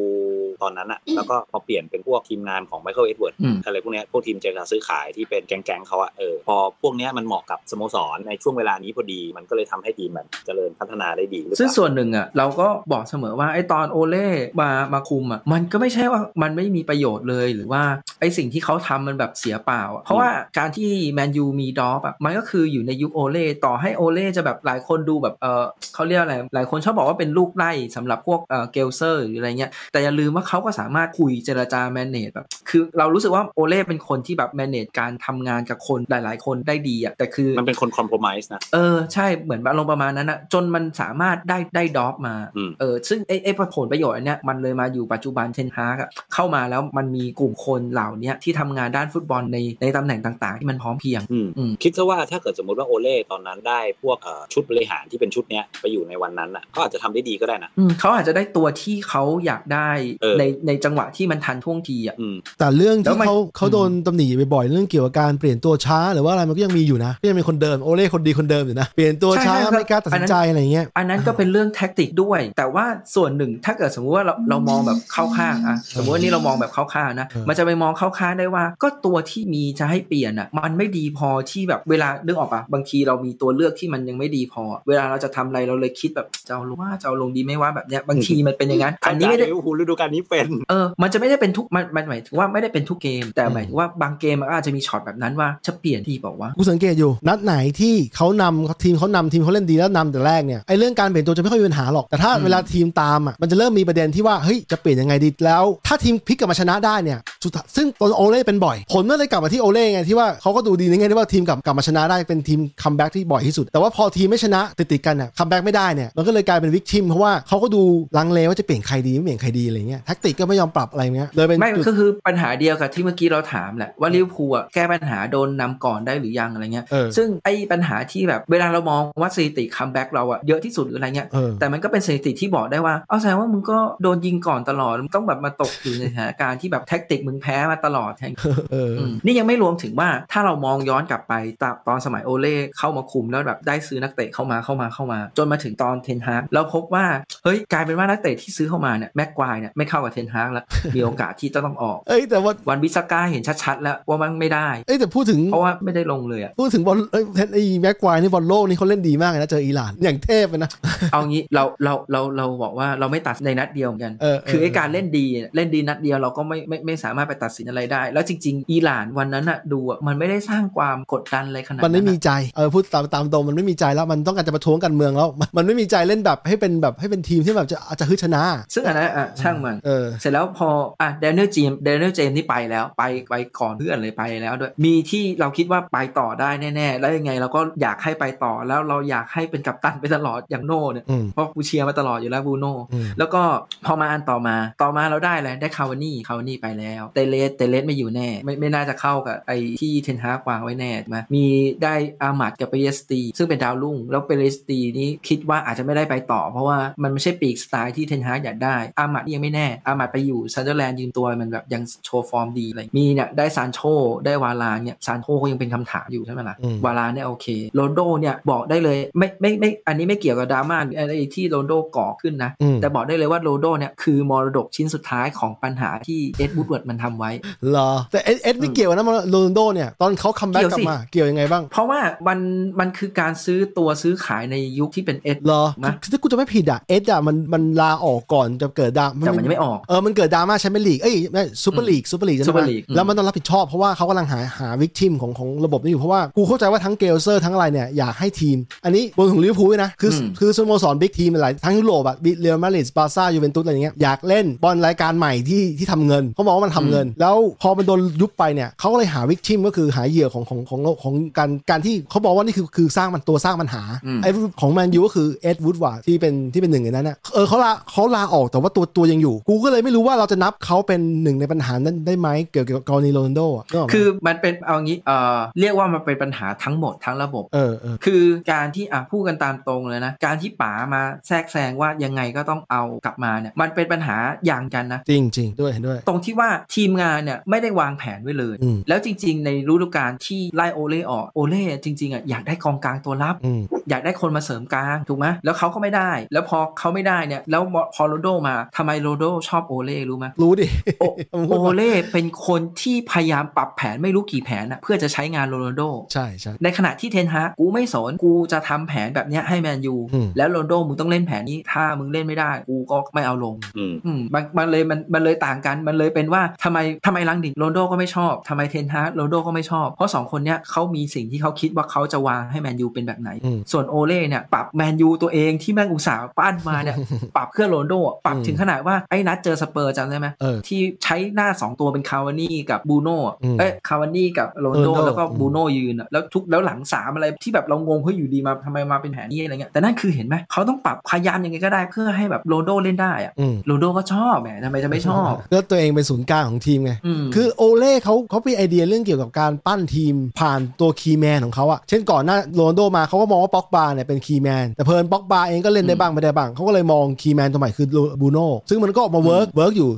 C: ตอนนั้นอ่ะแล้วก็พอเปลี่ยนเป็นพวกทีมงานของไมเคิลเอ็ดเวิร์ด
D: อืม
C: อะไรพวกเนี้ยพวกทีมเจรจาซื้อขายที่เป็นแก๊งๆเขาอะเออพอพวกเนี้ยมันเหมาะกับสโมสรในช่วงเวลานี้พอดี มันก็เลยทำให้ทีมแบบเจริญพัฒนาได้ดีหรือเป
D: ซึ่ง
C: ล่า
D: ส่วนหนึ่งอ่ะเราก็บอกเสมอว่าไอ้ตอนโอเล่มามาคุมอ่ะมันก็ไม่ใช่ว่ามันไม่มีประโยชน์เลยหรือว่าไอ้สิ่งที่เขาทำมันแบบเสียเปล่าอะเพราะว่าการที่แมนยูมีดอฟอ่ะมันก็คืออยู่ในยุคโอเล่ต่อให้โอเล่จะแบบหลายคนดูแบบเออเขาเรียกอะไรหลายคนชอบบอกว่าเป็นลูกไล่สำหรับพวกเออเกลเซอร์หรืออะไรเงี้ยแต่อย่าลืมว่าเขาก็สามารถคุยเจรจาแมเนจแบบคือเรารู้สึกว่าโอเล่เป็นคนที่แบบแมเนจการทำงานกับคนหลาย ๆ คนได้ดีอ่ะแต่คือ
C: มันเป็นคนคอม p พล m i s e นะ
D: เออใช่เหมือนอารมณ์ประมาณนั้นอะจนมันสามารถได้ได้ดอปมา
C: อืม
D: เออซึ่งไอ้ไอ้ผลประโยชน์อันเนี้ยมันเลยมาอยู่ปัจจุบันเทนฮากอะเข้ามาแล้วมันมีกลุ่มคนเหล่าเนี้ยที่ทำงานด้านฟุตบอลในในตำแหน่งต่างๆ ที่มันพร้อมเพรียง
C: อืม
D: อืม
C: คิดซะว่าถ้าเกิดสมมติว่าโอเล่ตอนนั้นได้พวกเอ่อชุดบริหารที่เป็นชุดเนี้ยไปอยู่ในวันนั้นอ่ะก็อาจจะทำได้ดีก็ได้นะ
D: อืมเขาอาจจะได้ตัวที่เขาอยากได้
C: เออ
D: ในในจังหวะที่มันทันท่วงทีอะ
C: อืม
B: แต่เรื่อง
D: แล้
B: ที่
D: วมัน
B: เขาเขา
D: อืม
B: โดนตำหนิบ่อยๆเรื่องเกี่ยวกับการเปลี่ยนตัวช้าหรือว่าอะไรมันก็ยังมีอยู่นะก็ยังมีคนเดิมโอเล่คนดีคนเดิมอยู่นะเปลี่ยนตัวช้า
D: ใช่ใช่
B: ไม่กล้าตัดสินใจอะไรอย่างเงี้ย
D: อันนั้นก็เป็นเรื่องแท็กติกด้วย แต่ว่าส่วนหนึ่งถ้าเกิดสมมุติว่าเราเรามองแบบเข้าข้างอะสมมติว่านี่เรามองแบบเข้าข้างนะ
B: เออ
D: มันจะไปมองเข้าข้างได้ว่า ก็ตัวที่มีจะให้เปลี่ยนอะมันไม่ดีพอที่แบบเวลานึกออกปะบางทีเรามีตัวเลือกที่มันยังไม่ดีพอ เวลาเราจะทำอะไรเราเลยคิดแบบจะเอาลงว่าจะเอาลงดีไหม่ว่าแบบเนี้ยบางทีมันเป็นอย่าง
B: <laughs>
D: นั้นอั
C: อั
D: น
C: น
D: นี้
C: นี้
D: ไม่
C: ไม่
D: ได้
C: ได้ลิเวอร์พูลฤดูกาลนี้เป็น
D: เออ มันจะไม่ได้เป็นทุกมันมันหมายถึงว่าไม่ได้เป็นทุกเกม แต่
B: อืม
D: หมายถึงว่าบางเกมมันก็อาจจะมีช็อตแบบนั้นว่าจะเปลี่ยนทีเปล่าวะ
B: กูสังเกตอยู่ นัดไหนที่เขานำทีมเขานำทีมเขาเล่นดีแล้วนำแต่แรกเนี่ยไอ้เรื่องการเปลี่ยนตัวจะไม่ค่อยมีปัญหาหรอก แต่ถ้า
D: อืม
B: เวลาทีมตามอ่ะมันจะเริ่มมีประเด็นที่ว่าเฮ้ยจะเปลี่ยนยังไงดีแล้ว ถ้าทีมพลิกกลับมาชนะได้เนี่ยสุดท้ายซึ่งตอนโอเล่เป็นบ่อย ผลก็เลยกลับมาที่โอเล่ไงที่ว่าเขาก็ดูดีในแง่ที่ว่าทีมกลับกลับมาชนะได้เป็นทีมคัมแบ็กที่บ่อยที่สุด แต่ว่าพอทีมไม่ชนะติดติดๆกันอ่ะคัมแบ็กไม่ได้เนี่ยมันก็เลยกลายเป็นวิกทิมเพราะว่าเขาก็ดูลังเลว่าจะเปลี่ยนใครดีไม่เปลี่ยนใครดีอะไรเงี้ยแท็กติกก็ไม่ยอมปรับอะไรเงี้ยเลยเป็น
D: ไม่
B: จุด
D: ก็คือปัญหาเดียวกับที่เมื่อกี้เราถามแหละว่าลิเวอร์พูลอะแก้ปัญหาโดนนำก่อนได้หรือยังอะไรเงี้ย
B: เออ
D: ซึ่งไอ้ปัญหาที่แบบเวลาเรามองว่าสถิติคัมแบ็กเราอะเยอะที่สุดหรืออะไรเงี้ย
B: เออ
D: แต่มันก็เป็นสถิติที่บอกได้ว่า เอาแสดงว่ามึงก็โดนยิงก่อนตลอดมึงต้องแบบมาตกอยู่ในสถานการณ์ที่แบบแท็กติกมึงแพ้มาตลอดแทน
B: เออ
D: อืมนี่ยังไม่รวมถึงว่าถ้าเรามองย้อนกลับไปตอนตอนสมัยโอเล่เข้ามาคุมแล้วแบบได้ซื้อนักเตะเข้ามาเข้ามาเข้ามา จนมาถึงตอนเทนฮากเราพบว่าเฮ้ยกลายเป็นว่านักเตะที่ซื้อเข้ามาเนี่ยแม็กควายเนี่ยไม่เข้ากับเทนฮากแล้ว มีโอกาสที่จะต้องออก
B: เอ้ยแต่ว่า
D: วันบิสก้าเห็นชัดๆ แล้วว่ามันไม่ได้
B: เอ้ยแต่พูดถึง
D: เพราะว่าไม่ได้ลงเลยอะ
B: พูดถึงบอลเอ้ยเทนไอ้แม็กควายนี่บอลโลกนี่เขาเล่นดีมากเลยนะ เจออิหร่านอย่างเทพเลยนะ
D: เอางี้เราเราเราเราบอกว่าเราไม่ตัดในนัดเดียวกัน
B: เออเออ
D: คือไอ้
B: เออ
D: การเล่นดีเนี่ยเล่นดีนัดเดียวเราก็ไม่ไม่ไม่สามารถไปตัดสินอะไรได้ แล้วจริง ๆ อิหร่านวันนั้นอะดูอะมันไม่ได้สร้างความกดดันอะไรขนาด
B: มันไม่
D: อะ
B: มีใจเออพูดตามตามตรงมันไม่มีใจแล้วมันต้องการจะประท้วงกันเมืองแล้วมันมันไม่มีใจเล่นแบบให้เป็นแบบให้เป็นทีมที่แบบจะอาจจะฮึดชนะ
D: ซึ่งอันนั้นอ่ะช่างมัน
B: เออ
D: เสร็จแล้วพออ่ะเดนเนลจีมเดนเนลเจมนี่ไปแล้วไปไปก่อนเพื่อนเลยไปแล้วด้วย มีที่เราคิดว่าไปต่อได้แน่ๆ แล้วยังไงเราก็อยากให้ไปต่อแล้วเราอยากให้เป็นกัปตันไปตลอดอย่างโน่เนี่ย
B: อืม
D: เพราะกูเชียร์มาตลอดอยู่แล้วบรูโน่
B: อืม
D: แล้วก็พอมาอันต่อมาต่อมาเราได้แล้วได้คาวานี่คาวานี่ไปแล้วเตเลสเตเลสไม่อยู่แน่ไม่ไม่น่าจะเข้ากับไอ้ที่เทนฮากวางไว้แน่ใช่ไหมมีได้อามัดกับเปเยสตีซึ่งเป็นดาวรุ่งแล้วเปเยสตีนี้คิดว่าอาจจะไม่ได้ไปต่อ เพราะว่ามันไม่ใช่ปีกสไตล์ที่เทนฮากอยากได้อามัดยังไม่แน่อามัดไปอยู่ซันเดอร์แลนด์ยืนตัวมันแบบยังโชว์ฟอร์มดีอะไรมีเนี่ยได้ซานโชได้วาลานเนี่ยซานโชก็ยังเป็นคำถามอยู่ใช่ไหมล่ะ
B: อืม
D: วาลาเนี่ยโอเคโรนโดเนี่ยบอกได้เลยไม่ไม่ไม่อันนี้ไม่เกี่ยวกับดราม่าหรืออะไรที่โรนโดก่อขึ้นนะ
B: อืม
D: แต่บอกได้เลยว่าโรนโดเนี่ยคือมรดกชิ้นสุดท้ายของปัญหาที่เอ็ดวูดเวิร์ดมันทำไว้
B: เหรอ แต่เอ็ดเอ็ดนี่เกี่ยวนะโรนัลโดเนี่ย ตอนเขาคัมแบ็ก
D: เกี่ยว
B: กลั
D: สิ
B: บมาเกี่ยวยังไงบ้าง
D: เพราะว่ามันมันคือการซื้อตัวซื้อขายในยุคที่เป็นเอ็ด
B: เหรอ
D: นะ
B: คือถ้ากูจะไม่ผิดอ่ะเอ็ดอ่ะมันมันลาออกก่อนจะเกิดดรา
D: แต่มันยังไม่ออก
B: เออมันเกิดดราม่าแชมเปี้ยนลีกเอ้ยไม่ซูเปอร์ลีกซูเปอร์ลีกใช่ไหม
D: Super League อืม
B: แล้วมันต้องรับผิดชอบเพราะว่าเขากำลังหาหาวิกทิมของของระบบนี้อยู่ เพราะว่ากูเข้าใจว่าทั้งเกลเซอร์ทั้งอะไรเนี่ย อยากให้ทีม อันนี้บนถึงลิเวอร์พูลด้วยนะ คืออ
D: ม
B: คือสโมสรบิ๊กทีมหลายทั้งยุโรปอะเรอัลมาดริดบาร์ซ่ายูเวนตุสอะไรอย่างเงี้ยอยากเล่นบอลรายการใหม่ที่ที่ทำเงินเขามองว่ามันทำเงิน แล้วพอมันโดนยุบไปเนี่ยเขาก็เลยหาวิกทิมก็คือหาเหยื่อของของของของของการการที่เขาบอกว่านี่คือคือสร้างมันตัวสร้างปัญหา
D: อืม
B: ไอ้ของแมนยูก็คือเอ็ดวูดวาร์ดที่เป็นที่เป็นหนึ่งในนั้นนะเออเขาลาเขาลาออกแต่ว่าตัวตัวยังอยู่ กูก็เลยไม่รู้ว่าเราจะนับเขาเป็นหนึ่งในปัญหานั้นได้ไหมเกี่ยวกับกรณีโรนัลโดอะนึกกไหม
D: คือมันเป็นเอางี้เอ่อเรียกว่ามันเป็นปัญหาทั้งหมดทั้งระบบ
B: เออเออ
D: คือการที่อ่ะพูดกันตามตรงเลยนะ การที่ป๋ามาแทรกแซงว่ายังไงก็ต้องเอากลับมาเนี่ยมันเป็นปัญหาอย่างกันนะ
B: จริงจริงด้วยเห็นด้วย
D: ตรงที่ว่าทีมงานเนี่ยไม่ได้วางแผนไว้เลย
B: อืม
D: แล้วจริง ๆ ในฤดูกาลที่ไล่โอเล่ออกโอเล่จริงๆอ่ะอยากได้กองกลางตัวรับ
B: อืม
D: อยากได้คนมาเสริมกลางถูกไหมแล้วเขาก็ไม่ได้ แล้วพอเขาไม่ได้เนี่ยแล้วพอโรนลโดมาทำไมโรนลโดชอบโอเล่รู้ไหม
B: รู้ดิ <laughs>
D: โอ
B: มันพู
D: โอ
B: ดว่า
D: เล่เป็นคนที่พยายามปรับแผนไม่รู้กี่แผนนะเพื่อจะใช้งานโรนลโด
B: ใช่ใช่
D: ในขณะที่เทนฮากกูไม่สนกูจะทำแผนแบบเนี้ยให้แมนยู
B: อืม
D: แล้วโรนลโดมึงต้องเล่นแผนนี้ถ้ามึงเล่นไม่ได้กูก็ไม่เอาลง
C: อืม
D: อืมมันมันเลยมันมันเลยต่างกันมันเลยเป็นว่าทำไมทำไมลังดิกโรนลโดก็ไม่ชอบทำไมเทนฮาร์ดโรนลโดก็ไม่ชอบ เพราะสองคนเนี้ยเขามีสิ่งที่เขาคิดว่าเขาจะวางให้แมนยูเป็นแบบไหน
B: อืม
D: ส่วนโอเล่เนี่ยปรับแมนยูตัวเองที่แม่งอุตส่าห์ปั้นมาเนี่ย
B: <laughs>
D: ปรับเพื่อโรนลโดอะปรับ
B: อืม
D: ถึงขนาดว่าไอ้นัดเจอสเปอร์จำได้ไหม
B: เออ
D: ที่ใช้หน้า 2 ตัวเป็นคาวานี่กับบรูโน่อะ
B: อืม
D: เอ้ยคาวานี่กับโรนลโด
B: โรนลโด
D: แล้วก็
B: อืม
D: บรูโน่ยืนอะแล้วทุกแล้วหลังสามอะไรที่แบบเรางงเฮ้ยอยู่ดีมาทำไมมาเป็นแผนนี้อะไรเงี้ยแต่นั่นคือเห็นไหมเขาต้องปรับพยายามยังไงก็ได้เพื่อให้แบบโรนลโดเล่นได้อะ
B: อืม
D: โรนลโดก็ชอบแหมทำไมจะไม่ช
B: <laughs>
D: อบ
B: แล้วตัวเองเป็นศูนย์กลางของทีมไง
D: ม
B: คือโอเล่เขาเขามีไอเดียเรื่องเกี่ยวกับการปั้นทีมผ่านตัวคีย์แมนของเขาอะเช่นก่อนหน้าโรนลโดมาเขาก็มองว่าป็อกบาเนี่ยเป็นคีย์แมนแต่เพลินป็อกบาเองก็เล่นได้บ้างไม่ได้บ้างเขาก็เลยมองคีย์แมนตัวใหม่คือบูโน่ซึ่งมันก็ออกมาเวิร์กเวิร์กอยู่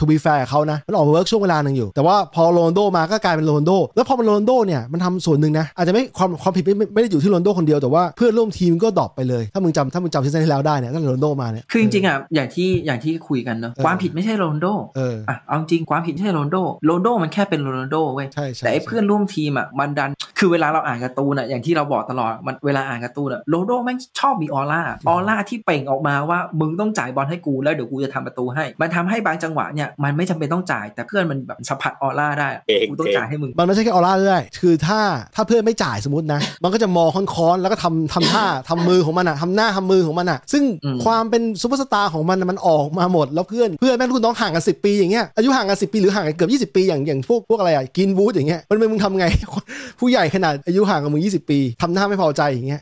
B: ทูบีแฟร์เขานะ มันออกมาเวิร์กช่วงเวลาหนึ่งอยู่ แต่ว่าพอโรนลโดมาก็กลายเป็นโรนลโดแล้วพอมันโรนลโดเนี่ยมันทำส่วนหนึ่งนะ อาจจะไม่ความความผิดไม่ไม่ไม่ได้อยู่ที่โรนลโดคนเดียวแต่ว่าเพื่อนร่วมทีมก็ดรอปไปเลยถ้ามึงจำถ้ามึงจำซีซั่นที่แล้วได้เนี่ยตั้งแต่โรนลโดมาเนี่ย
D: คือจริงๆอ่ะอย่างที่อย่างที่คุยกันเนอะ
B: เออ
D: ความผิดไม่ใช่โรนลโด
B: เออ
D: อ่ะเอาจริงความผิดไม่ใช่โรนลโดโรนลโดมันแค่เป็นโรนลโดเว้ย
B: ใช่ใช่
D: แต่ไอ้เพื่อนร่วมทีมอ่ะมันดันคือเวลาเราอ่านการ์ตูนอ่ะอย่างที่เราบอกตลอดมันเวลาอ่านการ์ตูนอ่ะโรนลโดแม่งชอบมีออร่าออร่าที่เปล่งออกมาว่ามึงต้องจ่ายบอลให้กูแล้วเดี๋ยวกูจะทำประตูให้ มันทำให้บางจังหวะเนี่ยมันไม่จำเป็นต้องจ่าย แต่เพื่อนมันแบบสัมผัสออร่าได้อะ
C: เก่ง
D: กูต้องจ่ายให้มึง
B: มันไม่ใช่แค่ออร่าด้วยคือถ้าถ้าเพื่อนไม่จ่ายสมมตินะ มันก็จะมองค้อนๆแล้วก็ทำทำท่าทำมือของมันอะทำหน้าทำมือของมันอะซึ่ง ซึ่ง
D: อืม
B: ความเป็นซูเปอร์สตาร์ของมันน่ะมันออกมาหมดแล้วเพื่อนเพื่อนแม่งรุ่นน้องห่างกันสิปีอย่างเงี้ยอายุห่างกันสิปีหรือห่างกันเกือบ20 ปีอย่างอย่างพวกพวกอะไรอ่ะกินบูธอย่างเงี้ยมันเป็นมึงทำ <laughs> ไง ผู้ใหญ่ขนาดอายุห่างกับมึง20 ปีทำหน้าไม่พอใจอย่างเงี้ย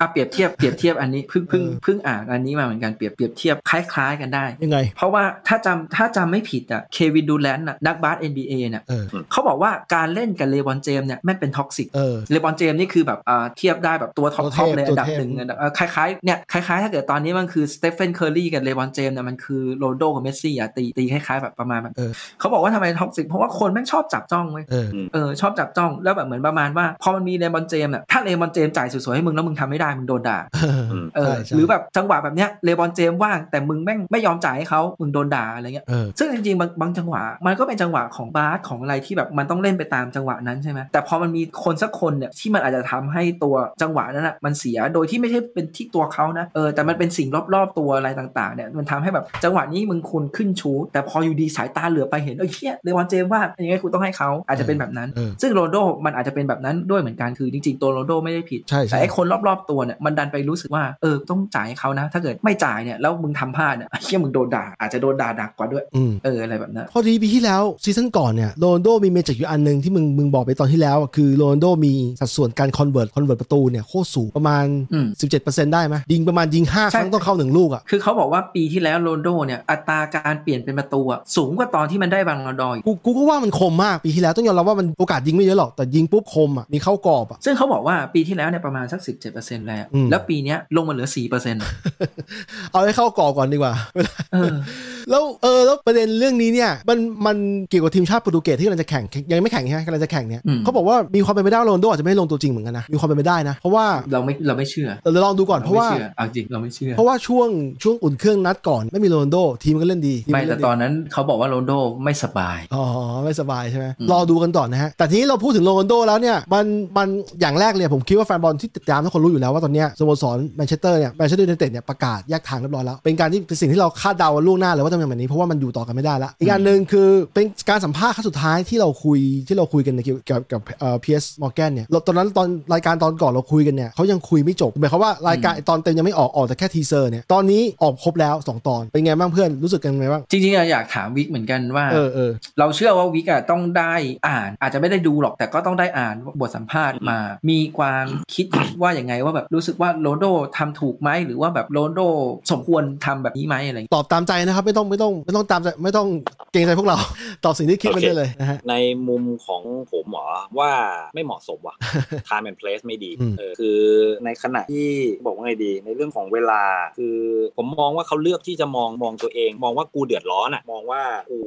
D: อ่ะเปรียบเทียบเปรียบเทียบอันนี้เพิ่งเพิ่ง
B: เออ
D: เพิ่งอ่านอันนี้มาเหมือนกันเปรียบเปรียบเทียบคล้ายๆกันได้
B: ยังไง
D: เพราะว่าถ้าจำถ้าจำไม่ผิดอ่ะเควินดูแลนด์น่ะนักบาส NBA เนี่ย
B: เออ
D: เขาบอกว่าการเล่นกับเลบอนเจมส์เนี่ยแม่งเป็นท็อกซิก
B: เออ
D: เลบอนเจมส์นี่คือแบบอ่าเทียบได้แบบตัวท็อป
B: ตัวเท
D: ท็อป
B: พ
D: เลยอันดับ
B: ตัวเทพ
D: หนึ่งอันดับเอ่อคล้ายๆเนี่ยคล้ายๆ ถ้าเกิดตอนนี้มันคือสเตฟเฟนเคอร์รีกับเลบอนเจมส์เนี่ยมันคือโรนัลโดกับเมสซี่อ่ะตีตีคล้ายๆแบบประมาณแบบ
B: เออ
D: เขาบอกว่าทำไมท็อกซิกเพราะว่าคนแม่งชอบจับจ้องเว้ย
B: เออ
D: เออชอบจับจ้องแล้วแบบเหมือนประมาณว่าพอมันมีเลบอนเจมส์เนี่ยถ้าเลบอนเจมส์จ่ายสวยๆให้มึงแล้วมึงทำไม่ได้มึงโดนด่า
C: อืม
D: เออ
B: ใช่ใช่
D: หรือแบบจังหวะแบบเนี้ยเลบอนเจมส์ว่างแต่มึงแม่งไม่ยอมจ่ายให้เขามึงโดนด่าอะไรเงี้ย
B: เออ
D: ซึ่งจริงๆบางบางจังหวะ มันก็เป็นจังหวะของบาสของอะไรที่แบบมันต้องเล่นไปตามจังหวะนั้นใช่ไหมแต่พอมันมีคนสักคนเนี่ยที่มันอาจจะทำให้ตัวจังหวะนั้นอ่ะมันเสียโดยที่ไม่ใช่เป็นที่ตัวเขานะเออแต่มันเป็นสิ่งรอบๆตัวอะไรต่างๆเนี่ยมันทำให้แบบจังหวะนี้มึงควรขึ้นชู แต่พออยู่ดีสายตาเหลือไปเห็นเอ้ยเฮียเลบอนเจมส์ว่าอย่างไงกูต้องให้เขาอาจจะเป็นแบบนั้น
B: เออ
D: ซึ่งโรนลโดมันอาจจะเป็นแบบนั้นด้วยเหมือนกันคือจริงๆตัวโรนลโดไม่ได้ผิด
B: ใช่
D: แต่
B: ใช่
D: ไอ้คนรอบๆตัวเนี่ยมันดันไปรู้สึกว่าเออต้องจ่ายให้เขานะ ถ้าเกิดไม่จ่ายเนี่ยแล้วมึงทำพลาดเนี่ยไอ้เฮียมึงโดนด่าอาจจะโดนด่าหนักกว่าด้วย
B: อืม
D: เอออะไรแบบนั้น
B: พอดีปีที่แล้วซีซั่นก่อนเนี่ยโรนลโดมีเมจิกอยู่อันหนึ่งที่มึงมึงบอกไปตอนที่แล้วอะคือโรนลโดมีสัดส่วนการคอนเวิร์ตคอนเวิร์ตประตูเนี่ยโคตรสูงประมาณ
D: อืม
B: 17%ได้ไหมยิงประมาณยิง 5
D: ใช่
B: ครั้งต้องเข้า 1 ลูกอ่ะ
D: คือเขาบอกว่าปีที่แล้วโรนลโดเนี่ยอัตราการเปลี่ยนเป็นประตูอะสูงกว่าตอนที่มันได้บางระดอย
B: กูกูก็ว่ามันคมมากปีที่แล้วต้องยอมรับว่ามันโอกาสยิงไม่เยอะหรอก แต่ยิงปุ๊บคมอ่ะมีเข้ากรอบอ่ะ
D: ซึ่งเขาบอกว่าปีที่แล้วเนี่ยประมาณสัก 17%แล้ว
B: อืม
D: แล้วปีเนี้ยลงมาเหลือ 4%
B: เอาให้เข้ากรอบก่อนดีกว่า <laughs>
D: เออ
B: แล้วเออแล้วประเด็นเรื่องนี้เนี่ยมันมันเกี่ยวกับทีมชาติโปรตุเกสที่กำลังจะแข่งยังไม่แข่งใช่ไหมกำลังจะแข่งเนี่ย
D: อืม
B: เขาบอกว่ามีความเป็นไปได้ว่าโรนลโดอาจจะไม่ลงตัวจริงเหมือนกันนะมีความเป็นไปได้นะเพราะว่า
D: เราไม่เราไม่เชื่อ
B: เออเดี๋ยวลองดูก่อนเพราะว่า
D: ไม่ชื่อเอาจริงเราไม่เชื่อ
B: เพราะว่าช่วงช่วงอุ่นเครื่องนัดก่อนไม่มีโรนลโดทีมก็เล่นดี
D: ไม่
B: ก็เล่
D: แต่
B: นดี
D: ตอนนั้นเขาบอกว่าโรนลโดไม่สบาย
B: อ๋อไม่สบายใช่ไหม
D: อืม
B: รอดูกันต่อนะฮะ แต่ทีนี้เราพูดถึงโรนลโดแล้วเนี่ย มันมันอย่างแรกเลยผมคิดว่าแฟนบอลที่ติดตามทุกคนรู้อยู่แล้วว่าตอนเนี้ยสโมสรแมนเชสเตอร์เนี่ยแมนเชสเตอร์ยูไนเต็ดเนี่ยประกาศแยกทางเรียบร้อยแล้ว เป็นการที่เป็นสิ่งที่เราคาดเดาล่วงหน้าเลยว่าจะเป็นแบบนี้เพราะว่ามันอยู่ต่อกันไม่ได้ละอีกอันหนึ่งคือเป็นการสัมภาษณ์ครั้งสุดท้ายที่เราคุยที่เราคุยกันในเกี่ยวกับกับเอ่อพีเอสมอร์แกนเนี่ยเราตอนนั้นตอนรายการตอนก่อนเราคุยกันเนี่ยเขายังคุยไม่จบหมายความว่ารายการตอนเต็มยังไม่ออกออกแต่แค่ทีเซอร์เนี่ยตอนนี้ออกครบแล้วสองตอนเป็นไงบ้างเพื่อนรู้สึกกันไงบ้าง
D: จริงๆอะอยากถามวิกเหมือนกันว่า
B: เออเออ
D: เราเชื่อว่าวิกอะต้องได้อ่าน อาจจะไม่ได้ดูหรอกแต่ก็ต้องได้อ่านบทสัมภาษณ์มา มีความคิด ว่าอย่างไงว่าแบบรู้สึกว่าโรนลโดทำถูกไหมหรือว่าแบบโรนลโดสมควรทำแบบนี้ไหมอะไรอย่างเงี้ย
B: ตอบตามใจนะครับไม่ต้องไม่ต้องไม่ต้องตามใจไม่ต้องเกรงใจพวกเรา <laughs> ตอบสิ่งที่คิดมันได้เลยนะฮะ
C: ในมุมของผมเหรอว่าไม่เหมาะสม
B: <laughs>
C: ว่ะ time and place ไม่ดี
B: อืม
C: เออคือในขณะที่บอกว่าไงดี ในเรื่องของเวลา คือผมมองว่าเขาเลือกที่จะมองมองตัวเอง มองว่ากูเดือดร้อนอะมองว่ากู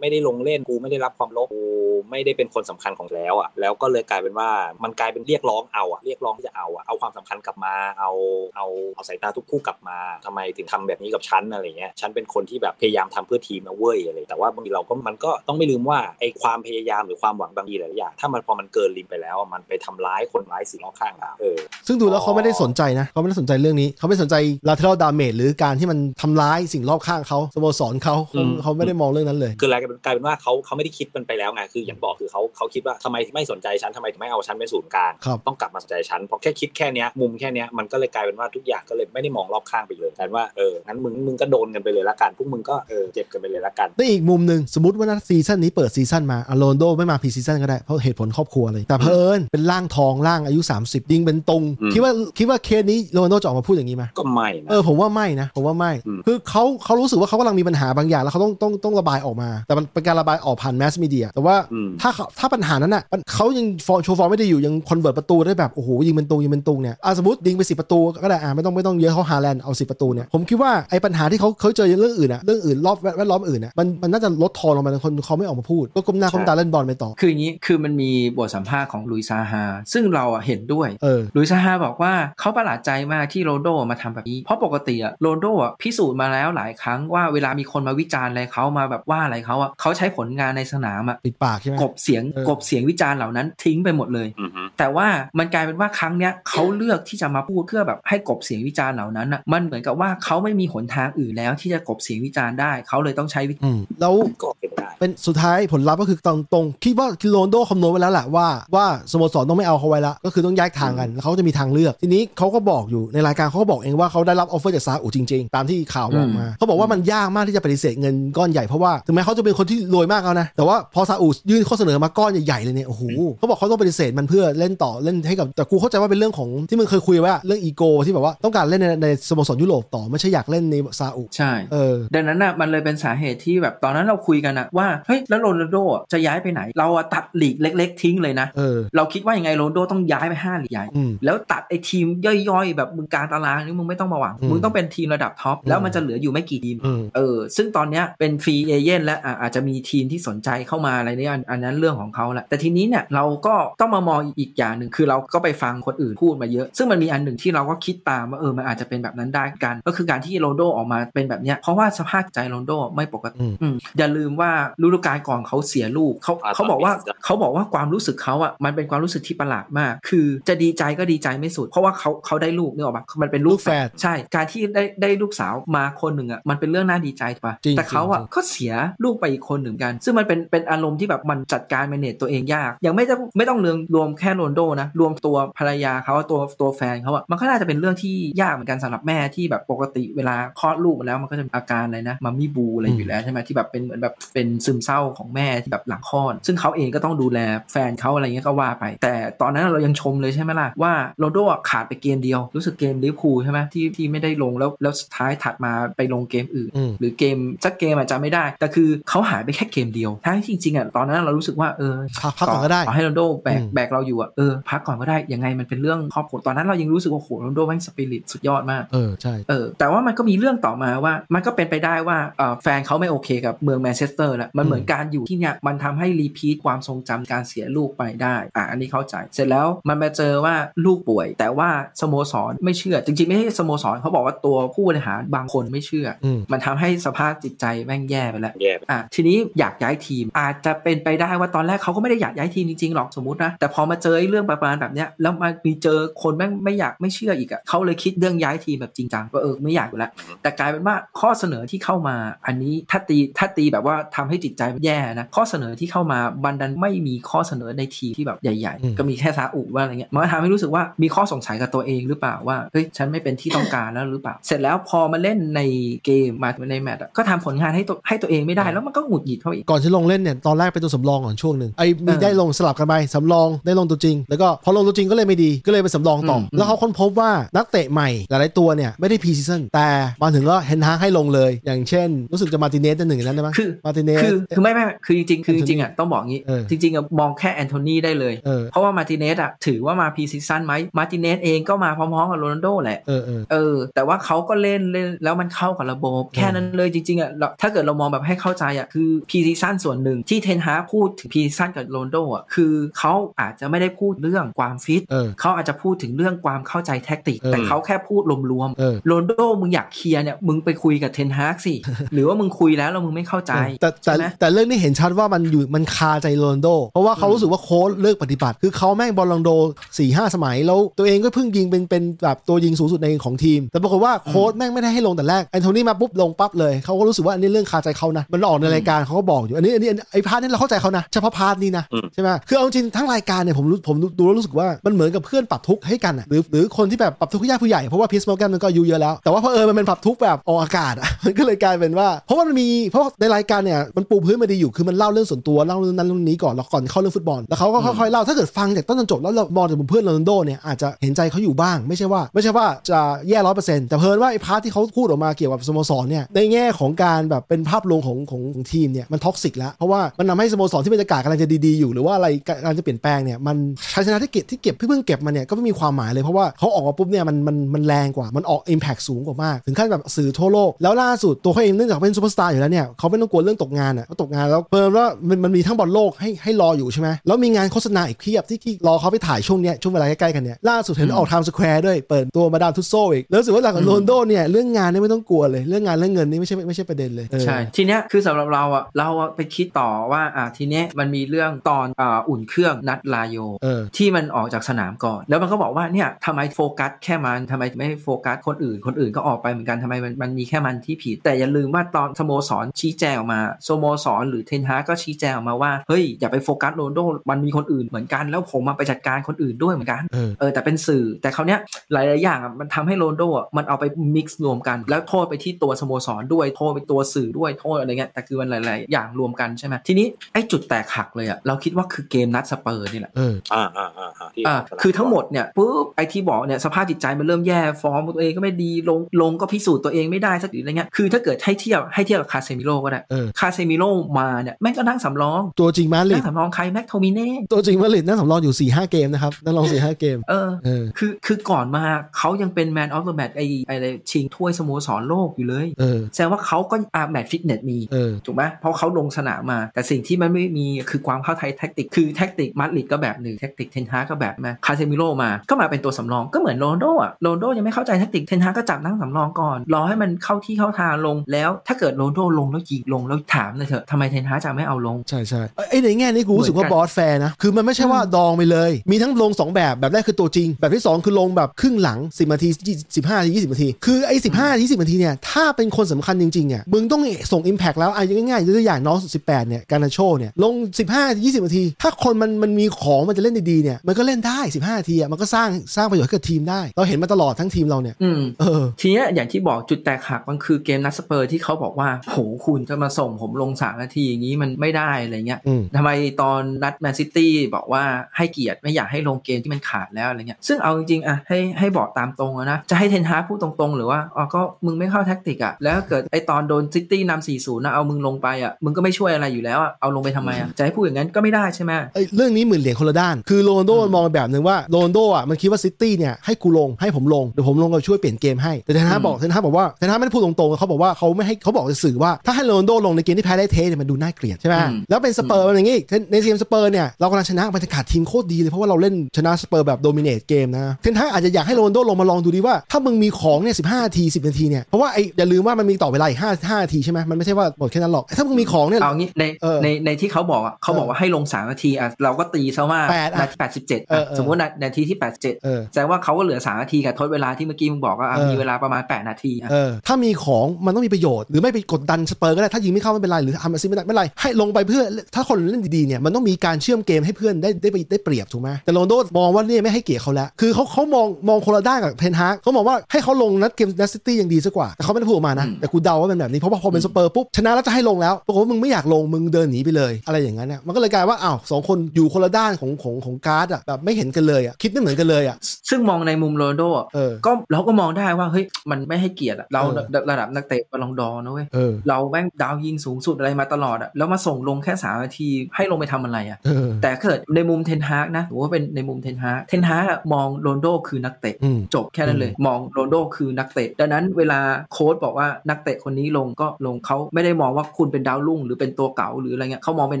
C: ไม่ได้ลงเล่นกูไม่ได้รับความรบกูไม่ได้เป็นคนสำคัญของแล้วอะแล้วก็เลยกลายเป็นว่ามันกลายเป็นเรียกร้องเอาอะเรียกร้องที่จะเอาอะเอาความสำคัญกลับมาเอาเอาเอาสายตาทุกคู่กลับมาทำไมถึงทำแบบนี้กับฉันอะไรเงี้ยฉันเป็นคนที่แบบพยายามทำเพื่อทีมนะเว้ยอะไรแต่ว่าบางทีเราก็มันก็ต้องไม่ลืมว่าไอ้ความพยายามหรือความหวังบางทีหลายๆอย่างถ้ามันพอมันเกินลิมไปแล้วอะมันไปทำร้ายคนร้ายสิ่งรอบข้างเราเออ
B: ซึ่งดูแล้วเขาไม่ได้สนใจนะเขาไม่ได้สนใจเรื่องนี้เขาไม่สนใจ lateral damage หรือการที่มันทำร้ายสิ่งรอบข้างเขาสโมสรเขาเขา
C: อืม
B: เขาไม่ได้มองเรื่องนั้นเลย
C: คืออะไรกลายเป็นกลายเป็นว่าเขาเขาไม่ได้คิดมันไปแล้วไงคืออย่างบอกคือเขาเขาคิดว่าทำไมไม่สนใจฉันทำไมถึงไม่เอาฉันเป็นศูนย์กลาง
B: ครับ
C: ต้องกลับมาสนใจฉันพอแค่คิดแค่เนี้ยมุมแค่เนี้ยมันก็เลยกลายเป็นว่าทุกอย่างก็เลยไม่ได้มองรอบข้างไปเลยกลายเป็นว่าเอองั้นมึงมึงก็โดนกันไปเลยละกันพวกมึงก็เออเจ็บกันไปเลยละกัน
B: ในอีกมุมหนึ่งสมมติว่านัดซีซั่นนี้เปิดซีซั่นมาอโรนโดไม่มาพรีซีซั่นก็ได้เพราะเหตุผลครอบครัวเลย แต่เพอิญเป็นร่างทองร่างอายุ 30 ยิงเป็นตรง
C: อืม
B: คิดว่าคิดว่าเคสนี้โรนลโดจะออกมาพูดอย่างนี้ไหม
C: ก็ไม่นะ
B: เออผมว่าไม่นะผมว่าไม่
C: อืม
B: คือเขาเขารู้สึกว่าเขากำลังมีปัญหาบางอย่างแล้วเขาต้องต้องต้องระบายออกมา แต่มันเป็นการระบายออกผ่านแมสมีเดียแต่ว่า
C: อ
B: ถ้าเขาถ้าปัญหานั้นอ่ะมันเขายังฟอร์มโชว์ฟอร์มไม่ได้อยู่ยังคอนเวิร์ตประตูได้แบบ โอ้โห ยิงเป็นตูยิงเป็นตูเนี่ยอ่ะสมมติยิงไปสิประตูก็ได้อ่ะไม่ต้องไม่ต้องเยอะเขาฮาแลนด์เอาสิประตูเนี่ยผมคิดว่าไอ้ปัญหาที่เขาเขาเจอเรื่องอื่นอ่ะเรื่องอื่นรอบแวดแวดล้อมอื่นอ่ะมันมันน่าจะลดทอนลงมาคนเขาไม่ออกมาพูด ก็ก้มหน้า
C: ใช่
B: ก้มตาเล่นบอลไปต่อ
D: คืออย่างนี้คือมันมีบทสัมภาษณ์ของลุยซาฮาซึ่งเราอะเห็นด้วย
B: เออ
D: ลุยซาฮาบอกว่าเขาประหลาดใจมากที่โรนลโดมาทำแบบนี้ เพราะปกติอะโรนลโดอะพิสูจน์มาแล้วหลายครั้งว่าเวลามีคนมาวิจารณ์อะไรเขามาแบบว่าอะไรเขาอะเขาใช้ผลงานในสนามอะ
B: ปิดปากใช่ ใช่ไหม
D: กลบเสียง
B: เออ
D: กลบเสียงวิจารณ์เหล่านั้นทิ้งไปหมดเลย
C: อือฮึ
D: แต่ว่ามันกลายเป็นว่าครั้งเนี้ยเขาเลือกที่จะมาพูดเพื่อแบบให้กลบเสียงวิจารณ์เหล่านั้นอ่ะมันเหมือนกับว่าเขาไม่มีหนทางอื่นแล้วที่จะกลบเสียงวิจารณ์ได้เขาเลยต้องใช้วิธี
B: อืมแล้ว
C: ก็เป็นได้
B: เป็นสุดท้ายผลลัพธ์ก็คือตรงตรงคิดว่าโรนลโดคำนวณไว้แล้วแหละว่าว่าสโมสรต้องไม่เอาเขาไว้ละก็คือต้องแยกทางกันแล้วเขาจะมีทางเลือก ทีนี้เขาก็บอกอยู่ในรายการเขาก็บอกเองว่าเขาได้รับออฟเฟอร์จากซาอุจริงๆ ตามที่ข่าวบอกมาเขาบอกว่ามันยากมากที่จะปฏิเสธเงินก้อนใหญ่เพราะว่าถึงแม้เขาจะเป็นคนที่รวยมากแล้วนะแต่ว่าพอซาอุยื่นข้อเสนอมาก้อนใหญ่ๆเลยเนี่ยโอ้โหเขาบอกเขาต้องปฏิเสธมันเพื่อเล่นต่อเล่นให้กับแต่กูเข้าใจว่าเป็นเรื่องของที่มึงเคยคุยว่าเรื่องอีโก้ที่แบบว่าต้องการเล่นในในสโมสรยุโรปต่อไม่ใช่อยากเล่นในซาอุ
D: ใช่
B: เออ
D: ดังนั้นน่ะมันเลยเป็นสาเหตุที่แบบตอนนั้นเราคุยกันนะว่าเฮ้ยแล้วโรนัลโดอ่ะจะย้ายไปไหน เราอ่ะตัดหลีกเล็ก ๆ ทิ้งเลยนะ
B: เออ
D: เราคิดว่ายังไงโรนลโดต้องย้ายไปห้าหลีกใหญ่
B: อืม
D: แล้วตัดไอ้ทีมย่อยๆ แบบมึงกลารตารางนี่มึงไม่ต้องมาหวัง
B: อืม
D: มึงต้องเป็นทีมระดับท็อป
B: อืม
D: แล้วมันจะเหลืออยู่ไม่กี่ทีม
B: อืม
D: เออซึ่งตอนเนี้ยเป็นฟรีเอเย่นและอ่ะอาจจะมีทีมที่สนใจเข้ามาอะไรเนี่ยอันอันนั้นเรื่องของเขาแหละแต่ทีนี้เนี่ยเราก็ต้องมามองอีกอย่างหนึ่งคือเราก็ไปฟังคนอื่นพูดมาเยอะ ซึ่งมันมีอันหนึ่งที่เราก็คิดตามว่าเออมันอาจจะเป็นแบบนั้นได้กัน ก็คือการที่โรนลโดออกมาเป็นแบบเนี้ยเพราะว่าสภาพใจโรนลโดไม่ปกติ
B: อืม
D: อืมอย่าลืมว่าฤดูกาลก่อนเขาเสียลูกเขา
C: อ่า
D: เขาบอกว่า
C: ตอนนี้
D: เขาบอกว่าความรู้สึกเขาอ่ะมันเป็นความรู้สึกที่ประหลาดมาก คือจะดีใจก็ดีใจไม่สุด เพราะว่าเขาเขาได้ลูกเนี่ยออกมามันเป็นลู
B: ลู
D: ก
B: ก
D: แฝ
B: แฝ
D: ด
B: ด
D: ใช่ การที่ได้ได้ลูกสาวมาคนหนึ่งอ่ะมันเป็นเรื่องน่าดีใจถูกปะ
B: จริง
D: แต่เขาอ่ะ
B: จริง
D: ก็เสียลูกไปอีกคนหนึ่งเหมือนกัน ซึ่งมันเป็นเป็นอารมณ์ที่แบบมันจัดการแมเนจตัวเองยาก ยังไม่ต้องไม่ต้องเรื่องรวมแค่โรนลโดนะ รวมตัวภรรยาเขาตัวตัวแฟนเขาอ่ะมันก็น่าจะเป็นเรื่องที่ยากเหมือนกันสำหรับแม่ที่แบบปกติเวลาคลอดลูกมาแล้วมันก็จะมีอาการอะไรนะมัมมี่บูอะไรอยู่แล้วใช่ไหมที่แบบเป็นเหมือนแบบเป็นซึมเศร้าของแม่ที่แบบหลังคลอดซึ่งเขาเองก็ต้องดูแลแฟนเขาอะไรเงี้ยก็ว่าไป แต่ตอนนั้นเรายังชมเลยใช่ไหมล่ะว่าโรนลโดอ่ะขาดไปเกมเดียวรู้สึกเกมลิเวอร์พูลใช่ไหมที่ที่ไม่ได้ลงแล้วแล้วสุดท้ายถัดมาไปลงเกมอื่น
B: อืม
D: หรือเกมสักเกมอาจจะไม่ได้ แต่คือเขาหายไปแค่เกมเดียวทั้งที่จริงๆอ่ะตอนนั้นเรารู้สึกว่าเออ
B: พักพักก่อนก็ได้
D: ต่ให้โรนลโดแบก
B: อืม
D: แบกเราอยู่อ่ะเออพักก่อนก็ได้ยังไงมันเป็นเรื่องครอบครัวตอนนั้นเรายังรู้สึกว่าโอ้โหโรนลโดแม่งสปิริตสุดยอดมาก
B: เออ ใช่
D: เออแต่ว่ามันก็มีเรื่องต่อมาว่ามันก็เป็นไปได้ว่าเอ่อแฟนเขาไม่โอเคกับเมืองแมนเชสเตอร์แล้วมันเหมือนการอยู่ที่เนี่ยมันทำให้รีพีทความทรงจำการเสียลูกไปได้อ่ะอันนี้เข้าใจ เสร็จแล้วมันมาเจอว่าลูกป่วย แต่ว่าสโมสรไม่เชื่อ จริงๆ ไม่ใช่สโมสรเขาบอกว่าตัวผู้บริหารบางคนไม่เชื่อ
B: อืม
D: มันทำให้สภาพจิตใจแม่งแย่ไปแล้ว
C: แย่ไป
D: อ่ะทีนี้อยากย้ายทีมอาจจะเป็นไปได้ว่าตอนแรกเขาก็ไม่ได้อยากย้ายทีมจริงๆหรอกสมมตินะแต่พอมาเจอไอ้เรื่องประมาณแบบเนี้ยแล้วมามีเจอคนแม่งไม่อยากไม่เชื่ออีกอะ่ะเขาเลยคิดเรื่องย้ายทีมแบบจริงจังว่าเออไม่อยากอยู่แล้วแต่กลายเป็นว่าข้อเสนอที่เข้ามาอันนี้ถ้าตีถ้าตีแบบว่าทำให้จิตใจมันแย่นะข้อเสนอที่เข้ามาบันดันไม่มีข้อเสนอในทีมที่แบบใหญ่
B: อืม
D: ๆ ก็มีแค่ซาอุว่าอะไรเงี้ยมันก็ทำให้รู้สึกว่ามีข้อสงสัยกับตัวเองหรือเปล่าว่าเฮ้ยฉันไม่เป็นที่ต้องการแล้วหรือเปล่า เสร็จแล้วพอมาเล่นในเกมมาในแมตช์อะก็ทำผลงานให้ตัวให้ตัวเองไม่ได้แล้วมันก็หงุดหงิดเขาอีก
B: ก่อนจะลงเล่นเนี่ย ตอนแรกเป็นตัวสำรองก่อนช่วงหนึ่งไอ้มี
D: เออ
B: ได้ลงสลับกันไปสำรองได้ลงตัวจริง แล้วก็พอลงตัวจริงก็เลยไม่ดีก็เลยเป็นสำรองต่ออ
D: ม
B: แล้วเขาค้นพบว่านักเตะใหม่หลายๆตัวเนี่ย ไม่ได้พีซีซั o นแต่มาถึงก็เฮนฮางให้ลงเลย อย่างเช่น รู้สึกจะมาร์ติเนสจะหนึ่งในนั้นได้ไหม
D: คือ
B: มาร์ติเนส
D: คือคือไม่ไม่ไม่คือจริงๆคือจริงๆอ่ะต้องบอกงี้
B: เออ
D: จริงๆอ่ะมองแค่แอนโทนีได้เลย
B: เออ
D: เพราะว่ามาร์ติเนสอ่ะถือว่ามาพรีซีซั่นไหมมาร์ติเนสเองก็มาพร้อมๆกับโรนัลโดแหละ
B: เออเออ
D: เออ แต่ว่าเขาก็เล่นเล่นแล้วมันเข้ากับระบบ แค่นั้นเลยจริงๆอ่ะเราถ้าเกิดเรามองแบบให้เข้าใจอ่ะคือพรีซีซั่นส่วนหนึ่งที่เทนฮาร์กพูดถึงพรีซีซั่นกับโรนัลโดอ่ะคือเขาอาจจะไม่ได้พูดเรื่องความฟิต
B: เออ
D: เขาอาจจะพูดถึงเรื่องความเข้าใจแท็กติก
B: เออ
D: แต่เขาแค่พูดรวมๆ
B: เออ
D: โรนลโดมึงอยากเคลียร์เนี่ยมึงไปคุยกับเทนฮากสิ
B: <laughs>
D: หรือว่ามึงคุยแล้วแล้วมึงไม่เข้าใจ
B: แต่แต่
D: ใช่ไหม
B: แต่เรื่องนี้เห็นชัดว่ามันอยู่มันคาใจโรนลโด เพราะว่าเขา
D: อืม
B: รู้สึกว่าโค้ชเลิกปฏิบัติ คือเขาแม่งบอลลองโดสี่ห้าสมัยแล้วตัวเองก็เพิ่งยิงเป็นเป็นแบบตัวยิงสูงสุดในของทีม แต่ปรากฏว่าโค้ชแม่งไม่ได้ให้ลงแต่แรกแอนโทนีมาปุ๊บลงปั๊บเลยเขาก็รู้สึกว่าอันนี้เรื่องคาใจเขานะ มันออกในรายการเขาก็บอกอยู่อันนี้อันนี้อันนี้ไอ้พาร์ทนี้เราเข้าใจเขานะเฉพาะพาร์ทนี้นะ ใช่ไหมคือเอาจริงทั้งรายการเนี่ยผมรู้ผมดูแล้วรู้สึกว่ามันเหมือนกับเพื่อนปรับทุกข์ให้กันอะหรือหรือคนที่แบบปรับทุกข์ให้ญาติผู้ใหญ่เพราะว่าพีซมอร์แกนมันก็อายุเยอะแล้ว แต่ว่าเพอเออมันเป็นปรับทุกข์แบบออกอากาศ <laughs> อะ มันก็เลยกลายเป็นว่า เพราะว่ามันมีเพราะในรายการเนี่ยมันปูพื้นมาดีอยู่คือมันเล่าเรื่องส่วนตัวเล่าเรื่องนั้นเรื่องนี้ก่อนแล้วก่อนเข้าเรื่องฟุตบอลแล้วเขาก็ค่อยๆเล่าถ้าเกิดฟังจากต้นจนจบแล้วเรามองจากมุมเพื่อนโรนัลโดเนี่ยอาจจะเห็นใจเขาอยู่บ้างไม่ใช่ว่า ไม่ใช่ว่าจะแย่ร้อยเปอร์เซ็นต์แต่เพลินว่าไอ้พาร์ทที่เขาพูดออกมาเกี่ยวกับสโมสรเนี่ยในแง่ของการแบบเป็นภาพลวงของของของทีมเนี่ยมันท็อกซิกแล้วเพราะว่ามันทำให้สโมสรที่บรรยากาศกำลังจะดีๆอยู่หรือว่าอะไรกำลังจะเปลี่ยนแปลงเนี่ยมันชัยชนะที่เก็บที่เก็บที่เพิ่งเก็บมาเนี่ยก็ไม่มีความหมายเลยเพราะว่าเขาออกมาปุ๊บเนี่ยมันมันมันแรงกว่ามันออก Impact สูงกว่ามาก ถึงขั้นแบบสื่อทั่วโลกแล้วล่าสุดตัวเขาเองเนื่องจากเป็นซูเปอร์สตาร์อยู่แล้วเนี่ยเขาไม่ต้องกลัวเรื่องตกงานอ่ะเขาตกงานแล้วเพิ่มว่ามันมันมีทั้งบอลโลกให้ให้รออยู่ใช่ไหมแล้วมีงานโฆษณาอีกเพียบที่ที่รอเขาไปถ่ายช่วงเนี้ยช่วงเวลาใกล้ๆกันเนี่ยล่าสุดเห็นออกไทม์สแควร์ด้วยเปิดตัวมาดามทุสโซอีกแล้วรู้สึกว่าหลังจากโรนลโดเนี่ยเรื่องงานเนี่ยไม่ต้องกลัวเลยเรื่องงานเรื่องเงินนี่ไม่ใช่ไม่ใช่ประเด็นเลยเออ
D: ใช่ ทีเนี้ยคือสำหรับเราอ่ะเราอะไปคิดต่อว่าอ่าท ทีเนี้ยมันมีเรื่องตอนอ่าอุ่นเครื่องนัดลาโย
B: เออ
D: ที่มันออกจากสนามก่อน แล้วมันก็บอกว่าเนี่ยทำไมโฟกัสแค่มันทำไมไม่โฟกัสคนอื่น คนอื่นก็ออกไปเหมือนกันทำไมมันมันมีแค่มันที่ผิด แต่อย่าลืมว่าตอนสโมสรชี้แจงออกมาสโมสรหรือเทนฮากก็ชี้แจงออกมาว่าเฮ้ยอย่าไปโฟกัสโรนลโดมันมีคนอื่นเหมือนกัน แล้วผมมาไปจัดการคนอื่นด้วยเหมือนกัน
B: เออ
D: เออแต่เป็นสื่อแต่เขาวเนี้ยหลาย ๆ อย่างอะมันทำให้โรนลโดอะมันเอาไปมิกซ์รวมกัน แล้วโทษไปที่ตัวสโมสรด้วยโทษไปตัวสื่อด้วยโทษอะไรเงี้ยแต่คือมันหลาย ๆ อย่างรวมกันใช่ไหมทีนี้ไอ้จุดแตกหักเลยอะเราคิดว่าคือเกมนัดสเปอร์นี่แหละ
B: เออ
C: อ่าอ่าอ่าอ่าที่
D: อ่าคือทั้งหมดเนี่ยปุ๊บไอ้ที่บอกเนี่ยสภาพจิตใจมันเริ่มแย่ฟอร์มตัวเองก็ไม่ดีลงลงก็พิสูจน์ตัวเองไม่ได้สักทีอะไรเงี้ยคือถ้าเกิดให้เทียบให้เทียบกับคาเซมิโร่ก็ได้
B: เออ
D: คาเซมิโร่มาเนี่ยแม่งก็นั่งสำรอง
B: ตัวจริงมาดริ
D: นั่
B: ด
D: งสำรองใครแม็กโทมิเน่
B: ตัวจริงมาดริดนั่งสำรองอยู่4ี่ห้าเกมนะครับนั่งลอง4ี่ห้าเกม
D: เออ
B: เออ
D: คือคือก่อนมาเขายังเป็นแมนออฟเดอะแมตไอไออะไรชิงถ้วยสโมสรโลกอยู่เลย
B: เออ
D: แสดงว่าเขาก็อาแมตฟิตเนสมี
B: เออ
D: ถูกไหมเพราะเขาลงสนามมา แต่สิ่งที่มันไม่มีคือความเข้าใจแท็กติก คือแท็กติกมาดริดก็แบบหนึ่งแท็กติกเทนฮาก็แบบมาคาเซมิโร่มา ก็มาเป็นตัวสำรองก็เหมือนโรนลโดอะโรนลโดยังไม่เข้าใจแท็กติกเทนฮาก็จับนั่งสำรองก่อน รอให้มันเข้าที่เข้าทางลง แล้วถ้าเกิดโรนลโดลงแล้วยิงลงแล้วถามหนะเถอะทำไมเทนฮาจะไม่เอาลง
B: ใช่ใช่เอ้ยไอ้ในแง่นี้กูรู้สึกว่า
D: เหมือน
B: บ
D: กั
B: อ
D: น
B: สแฟร์นะ คือมันไม่ใช่ว่า
D: อืม
B: ดองไปเลย มีทั้งลง 2 แบบแบบแรกคือตัวจริง แบบที่ 2 คือลงแบบครึ่งหลัง 10นาที20 15นาที20นาที คือไอ้15นาที20นาทีเนี่ย ถ้าเป็นคนสำคัญจริงๆอ่ะมึงต้องส่ง Impact แล้วอ่ะง่ายๆยกตัวอย่างน้องสุด18เนี่ยการนาโชเนี่ยลง 15นาที20นาที ถ้าคนมันมันมีของมันจะเล่นดีๆเนี่ยมันก็เล่นได้ 15นาทีอ่ะมันก็สร้างสร้างประโยชน์ให้กับทีมได้ เราเห็นมาตลอดทั้งทีมเราเนี่ย
D: อืม
B: เออ
D: ทีเนี้ยอย่างที่บอกจุดแตกหักมันคือเกมนัดสเปอร์ที่เขาบอกว่าโหคุณจะมาส่งผมลงสามนาทีอย่างนี้มันไม่ได้อะไรเงี้ย
B: อืม
D: ทำไมตอนนัดแมนซิตี้บอกว่าให้เกียรติไม่อยากให้ลงเกมที่มันขาดแล้วอะไรเงี้ยซึ่งเอาจริงๆอ่ะให้ให้บอกตามตรงอะนะ จะให้เทนฮาร์กพูดตรงๆ หรือว่าอ๋อก็มึงไม่เข้าแท็กติกอ่ะแล้วเกิดไอตอนโดนซิตี้นำสี่ศูนย์นะเอามึงลงไปอ่ะมึงก็ไม่ช่วยอะไรอยู่แล้วอะเอาลงไปทำไมอ่ะจะให้พูดอย่างนั้นก็ไม่ได้ใช่ไหม
B: เอ้ยเรื่องนี้หมื่นเหรียญคนละด้าน คือโรนลโดมองแบบหนึ่งว่าโรนลโดอ่ะมันคิดว่าซิตี้เนี่ยให้กูลงให้ผมลงเดี๋ยวผมลงก็ช่วยเปลี่ยนเกมให้ แต่เทนฮา
D: อืม
B: บอกเทนฮาบอกว่าเทนฮาไม่ได้พูดตรงๆเขาบอกว่าเขาไม่ให้เขาบอกสื่อว่าถ้าให้โรนลโดลงในเกมที่แพ้ได้เทสเนี่ยมันดูน่าเกลียดใช่ไหมแล้วเป็นสเปอร์มันอย่างงี้เทนในเกมสเปอร์เนี่ยเรากำลังชนะบรรยากาศทีมโคตรดีเลยเพราะว่าเราเล่นชนะสเปอร์แบบโดมิเนตเกมนะเทนฮาอาจจะอยากให้โรนลโดลงมาลองดูดีว่าถ้ามึงมีของเนี่ยสิบห้าทีสิบนาทีเนี่ยเพราะว่าไอ้อย่าลืมว่ามันมีต่อเวลาอีกห้าห้าทีใช่ไหมมันไม่ใช่ว่าหมดแค่นั้นหรอกถ้ามึงมีของเนี่ย
D: <laughs> เอางี้ใน
B: เออ
D: ในในที่เขาบอกอะเขาบอกว่าให้ลงสามนาทีอ่ะเราก็ตีซะว่า
B: แปดอะ
D: นาทีแปดสิบเจ็ด
B: เออเออ
D: สมมตินานาทีที่แปดเจ็ด
B: เออ
D: แสดงว่าเขาก็เหลือสามนาทีกับทดเวลาที่เมื่อกี้มึงบอกว่าอ่ะ
B: เออ
D: มีเวลาประมาณแปดนาทีอะ
B: เออถ้ามีของมันต้องมีประโยชน์หรือไม่ไปกดดันสเปอร์ก็ได้ ถ้ายิงไม่เข้าไม่เป็นไร หรือทำอะไรไม่ได้ไม่เป็นไร ให้ลงไปเพื่อถ้าคนเล่นดีๆเนี่ยมันต้องมีการเชื่อมเกมให้เพื่อนได้ได้ไปได้เปรียบถูกไหมแต่โรนลโดมองว่าเนี่ยไม่ให้เกียรติเขาแล้ว คือเขาเขามองมองคนละด้านกับเพนฮากเขามองว่าให้เขาลงนัดเกมนัดซิตี้ยังดีซะกว่า แต่เขาไม่ได้พูดออกมานะ แต่กูเดาว่าเป็นแบบนี้เพราะว่าพอเป็นสเปอร์ปุ๊บชนะแล้วจะให้ลงแล้วปรากฏว่ามึงไม่อยากลงมึงเดินหนีไปเลย อะไรอย่างนั้นน่ะมันก็เลยกลายว่าอ้าวสองคนอยู่คนละด้านของของของการ์ดอะแบบไม่เห็นกันเลยอะคิดไม่เหมือนกันเลยอะ
D: ซึ่งมองในมุมโรนลโดอะ
B: เออ
D: ก็เราก็มองได้ว่าเฮ้ยมันไม่ให้เกียรติอะเรา
B: เออ
D: ระระดับนักเตะบอลลงดอร์นะเว้ย
B: เออ
D: เราแม่งดาวยิงสูงสุดอะไรมาตลอดอะแล้วมาส่งลงแค่สามนาทีให้ลงไปทำอะไรอะ
B: เออ
D: แต่เกิดในมุมเทนฮากนะถือว่าเป็นในมุมเทนฮากเทนฮากอะมองโรนลโดคือนักเตะ
B: อืม
D: จบแค่นั้นเลย มองโรนลโดคือนักเตะ ดังนั้นเวลาโค้ชบอกว่านักเตะคนนี้ลงก็ลงเขาไม่ได้มองว่าคุณเป็นดาวรุ่งหรือเป็นตัวเก๋าหรืออะไรเงี้ยเขามองเป็น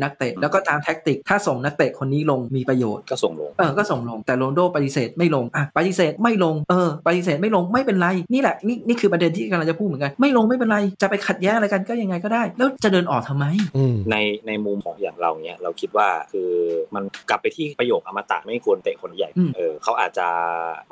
D: นักเตะ แล้วก็ตามแท็กติก ถ้าส่งนักเตะคนนี้ลงมีประโยชน์
C: ก็ส่งลง
D: เออ ก็ส่งลง แต่โรนลโดปฏิเสธไม่ลง อ่ะ ปฏิเสธไม่ลง เออ ปฏิเสธไม่ลง ไม่เป็นไร นี่แหละ นี่นี่คือประเด็นที่กำลังจะพูดเหมือนกัน ไม่ลงไม่เป็นไร จะไปขัดแย้งอะไรกันก็ยังไงก็ได้ แล้วจะเดินออกทำไม
B: อืม
C: ในในมุมของอย่างเราเนี้ยเราคิดว่าคือมันกลับไปที่ประโยคอมตะไม่ควรเตะคนใหญ่
D: อืม
C: เออเขาอาจจะ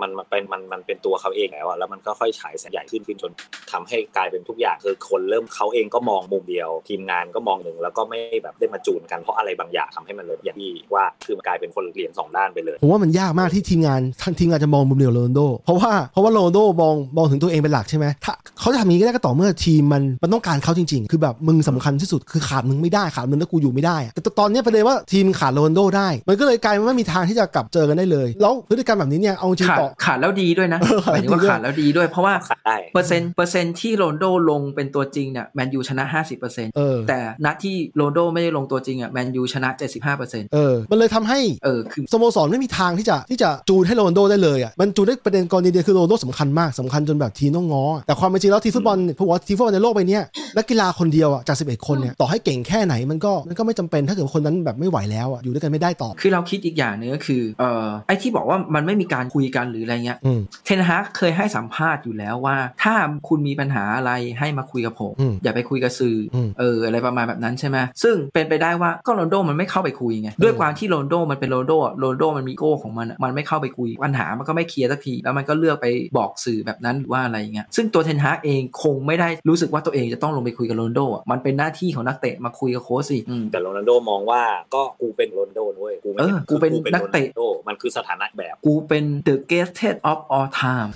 C: มันมันเป็นมันมันเป็นตัวเขาเองแล้วอะแล้วมันก็ค่อยฉายแสงใหญ่ขึ้นขึ้นจนทำให้กลายเป็นทุกอย่างคือคนเริ่มเขาเองก็มองมุมเดียว ทีมงานก็มองหนึ่งแล้วก็ไม่แบบได้มาจูนกันเพราะอะไรบางอย่างทำให้มันเลยอย่างที่ว่าคือมันกลายเป็นคนเหรียญสองด้านไปเลย
B: ผมว่ามันยากมากที่ทีมงานทางทีมงานจะมองมุมเดียวโรนลโด เพราะว่าเพราะว่าโรนลโดมองมองถึงตัวเองเป็นหลักใช่ไหมถ้าเขาจะทำอย่างนี้ก็ได้ก็ต่อเมื่อทีมมันมันต้องการเขาจริง ๆ คือแบบมึงสำคัญที่สุดคือขาดมึงไม่ได้ขาดมึงแล้วกูอยู่ไม่ได้อะแต่ตอนเนี้ยประเด็นว่าทีมขาดโรนลโดได้ มันก็เลยกลายเป็นว่าไม่มีทางที่จะกลับเจอกันได้เลย แล้วพฤติกรรมแบบนี้เนี่ยเอาจริง
D: ขาด
B: ต่อ
D: ขาดแล้วดีด้วยนะ
B: เออ
D: ห
B: ขาด
D: มายถึงว่า
B: ดีด้วย
D: ขาดแล้วดีด้วย เพราะว่า
C: ขาดได้
D: เปอร์เซ็นต์เปอร์เซ็นต์ที่โรนลโดลงเป็นตัวจริงเนี่ยแมนยูชนะ 50%
B: เออ
D: แต่นัดที่โรนลโดไม่ได้ลงตัวจริงอ่ะแมนยูชนะ 75%เ
B: เออ มันเลยทำให้
D: ออคือ
B: สโมสรไม่มีทางที่จะที่จะจูนให้โรนลโดได้เลยอ่ะมันจูนได้ประเด็นกรณีเดียวคือโรนลโดสำคัญมากสำคัญจนแบบทีมต้องง้ออะแต่ความเป็นจริงแล้วทีมฟุตบอลผมว่าทีมฟุตบอลในโลกใบเนี้ยนักกีฬาคนเดียวอ่ะจาก 11 คนเนี่ยต่อให้เก่งแค่ไหนมันก็มันก็ไม่จำเป็นถ้าเกิดคนนั้นแบบไม่ไหวแล้วอ่ะอยู่ด้วยกันไม่ได้ต่อ
D: คือเราคิดอีกอย่างหนึงก็คือเอ่อไอ้ที่บอกว่ามันไม่มีการคุยกันหรืออะไรเงี้ย
B: อืม
D: เทนฮากเคยให้สัมภาษณ์อยู่แล้วว่า ถ้าคุณมีปัญหาอะไรให้มาคุยกับผม
B: อืม
D: อย่าไปคุยกับสื่ออ
B: ม
D: เอออะไรประมาณแบบนั้นใช่ไหมซึ่งเป็น ไปได้ว่าก็โรนลโดมันไม่เข้าไปคุยไงด้วยความที่โรนลโดมันเป็นโรนลโดอะโรนลโดมันมีโก้ของมันอะมันไม่เข้าไปคุยปัญหามันก็ไม่เคลียร์สักทีแล้วมันก็เลือกไปบอกสื่อแบบนั้นหรือว่าอะไรอย่างเงี้ยซึ่งตัวเทนฮากเองคงไม่ได้รู้สึกว่าตัวเองจะต้องลงไปคุยกับโรนลโดอะมันเป็นหน้าที่ของนักเตะมาคุยกับโค้ชสิอืม
C: แต่โรนัลโดมองว่าก็กูเป็นโรนัลโดนะเว้ยกูไม่
D: เออกูเป็น
C: กูเป็น
D: นักเตะ
C: โรลโดมันคือสถานะแบบ
D: กูเป็น the greatest of all time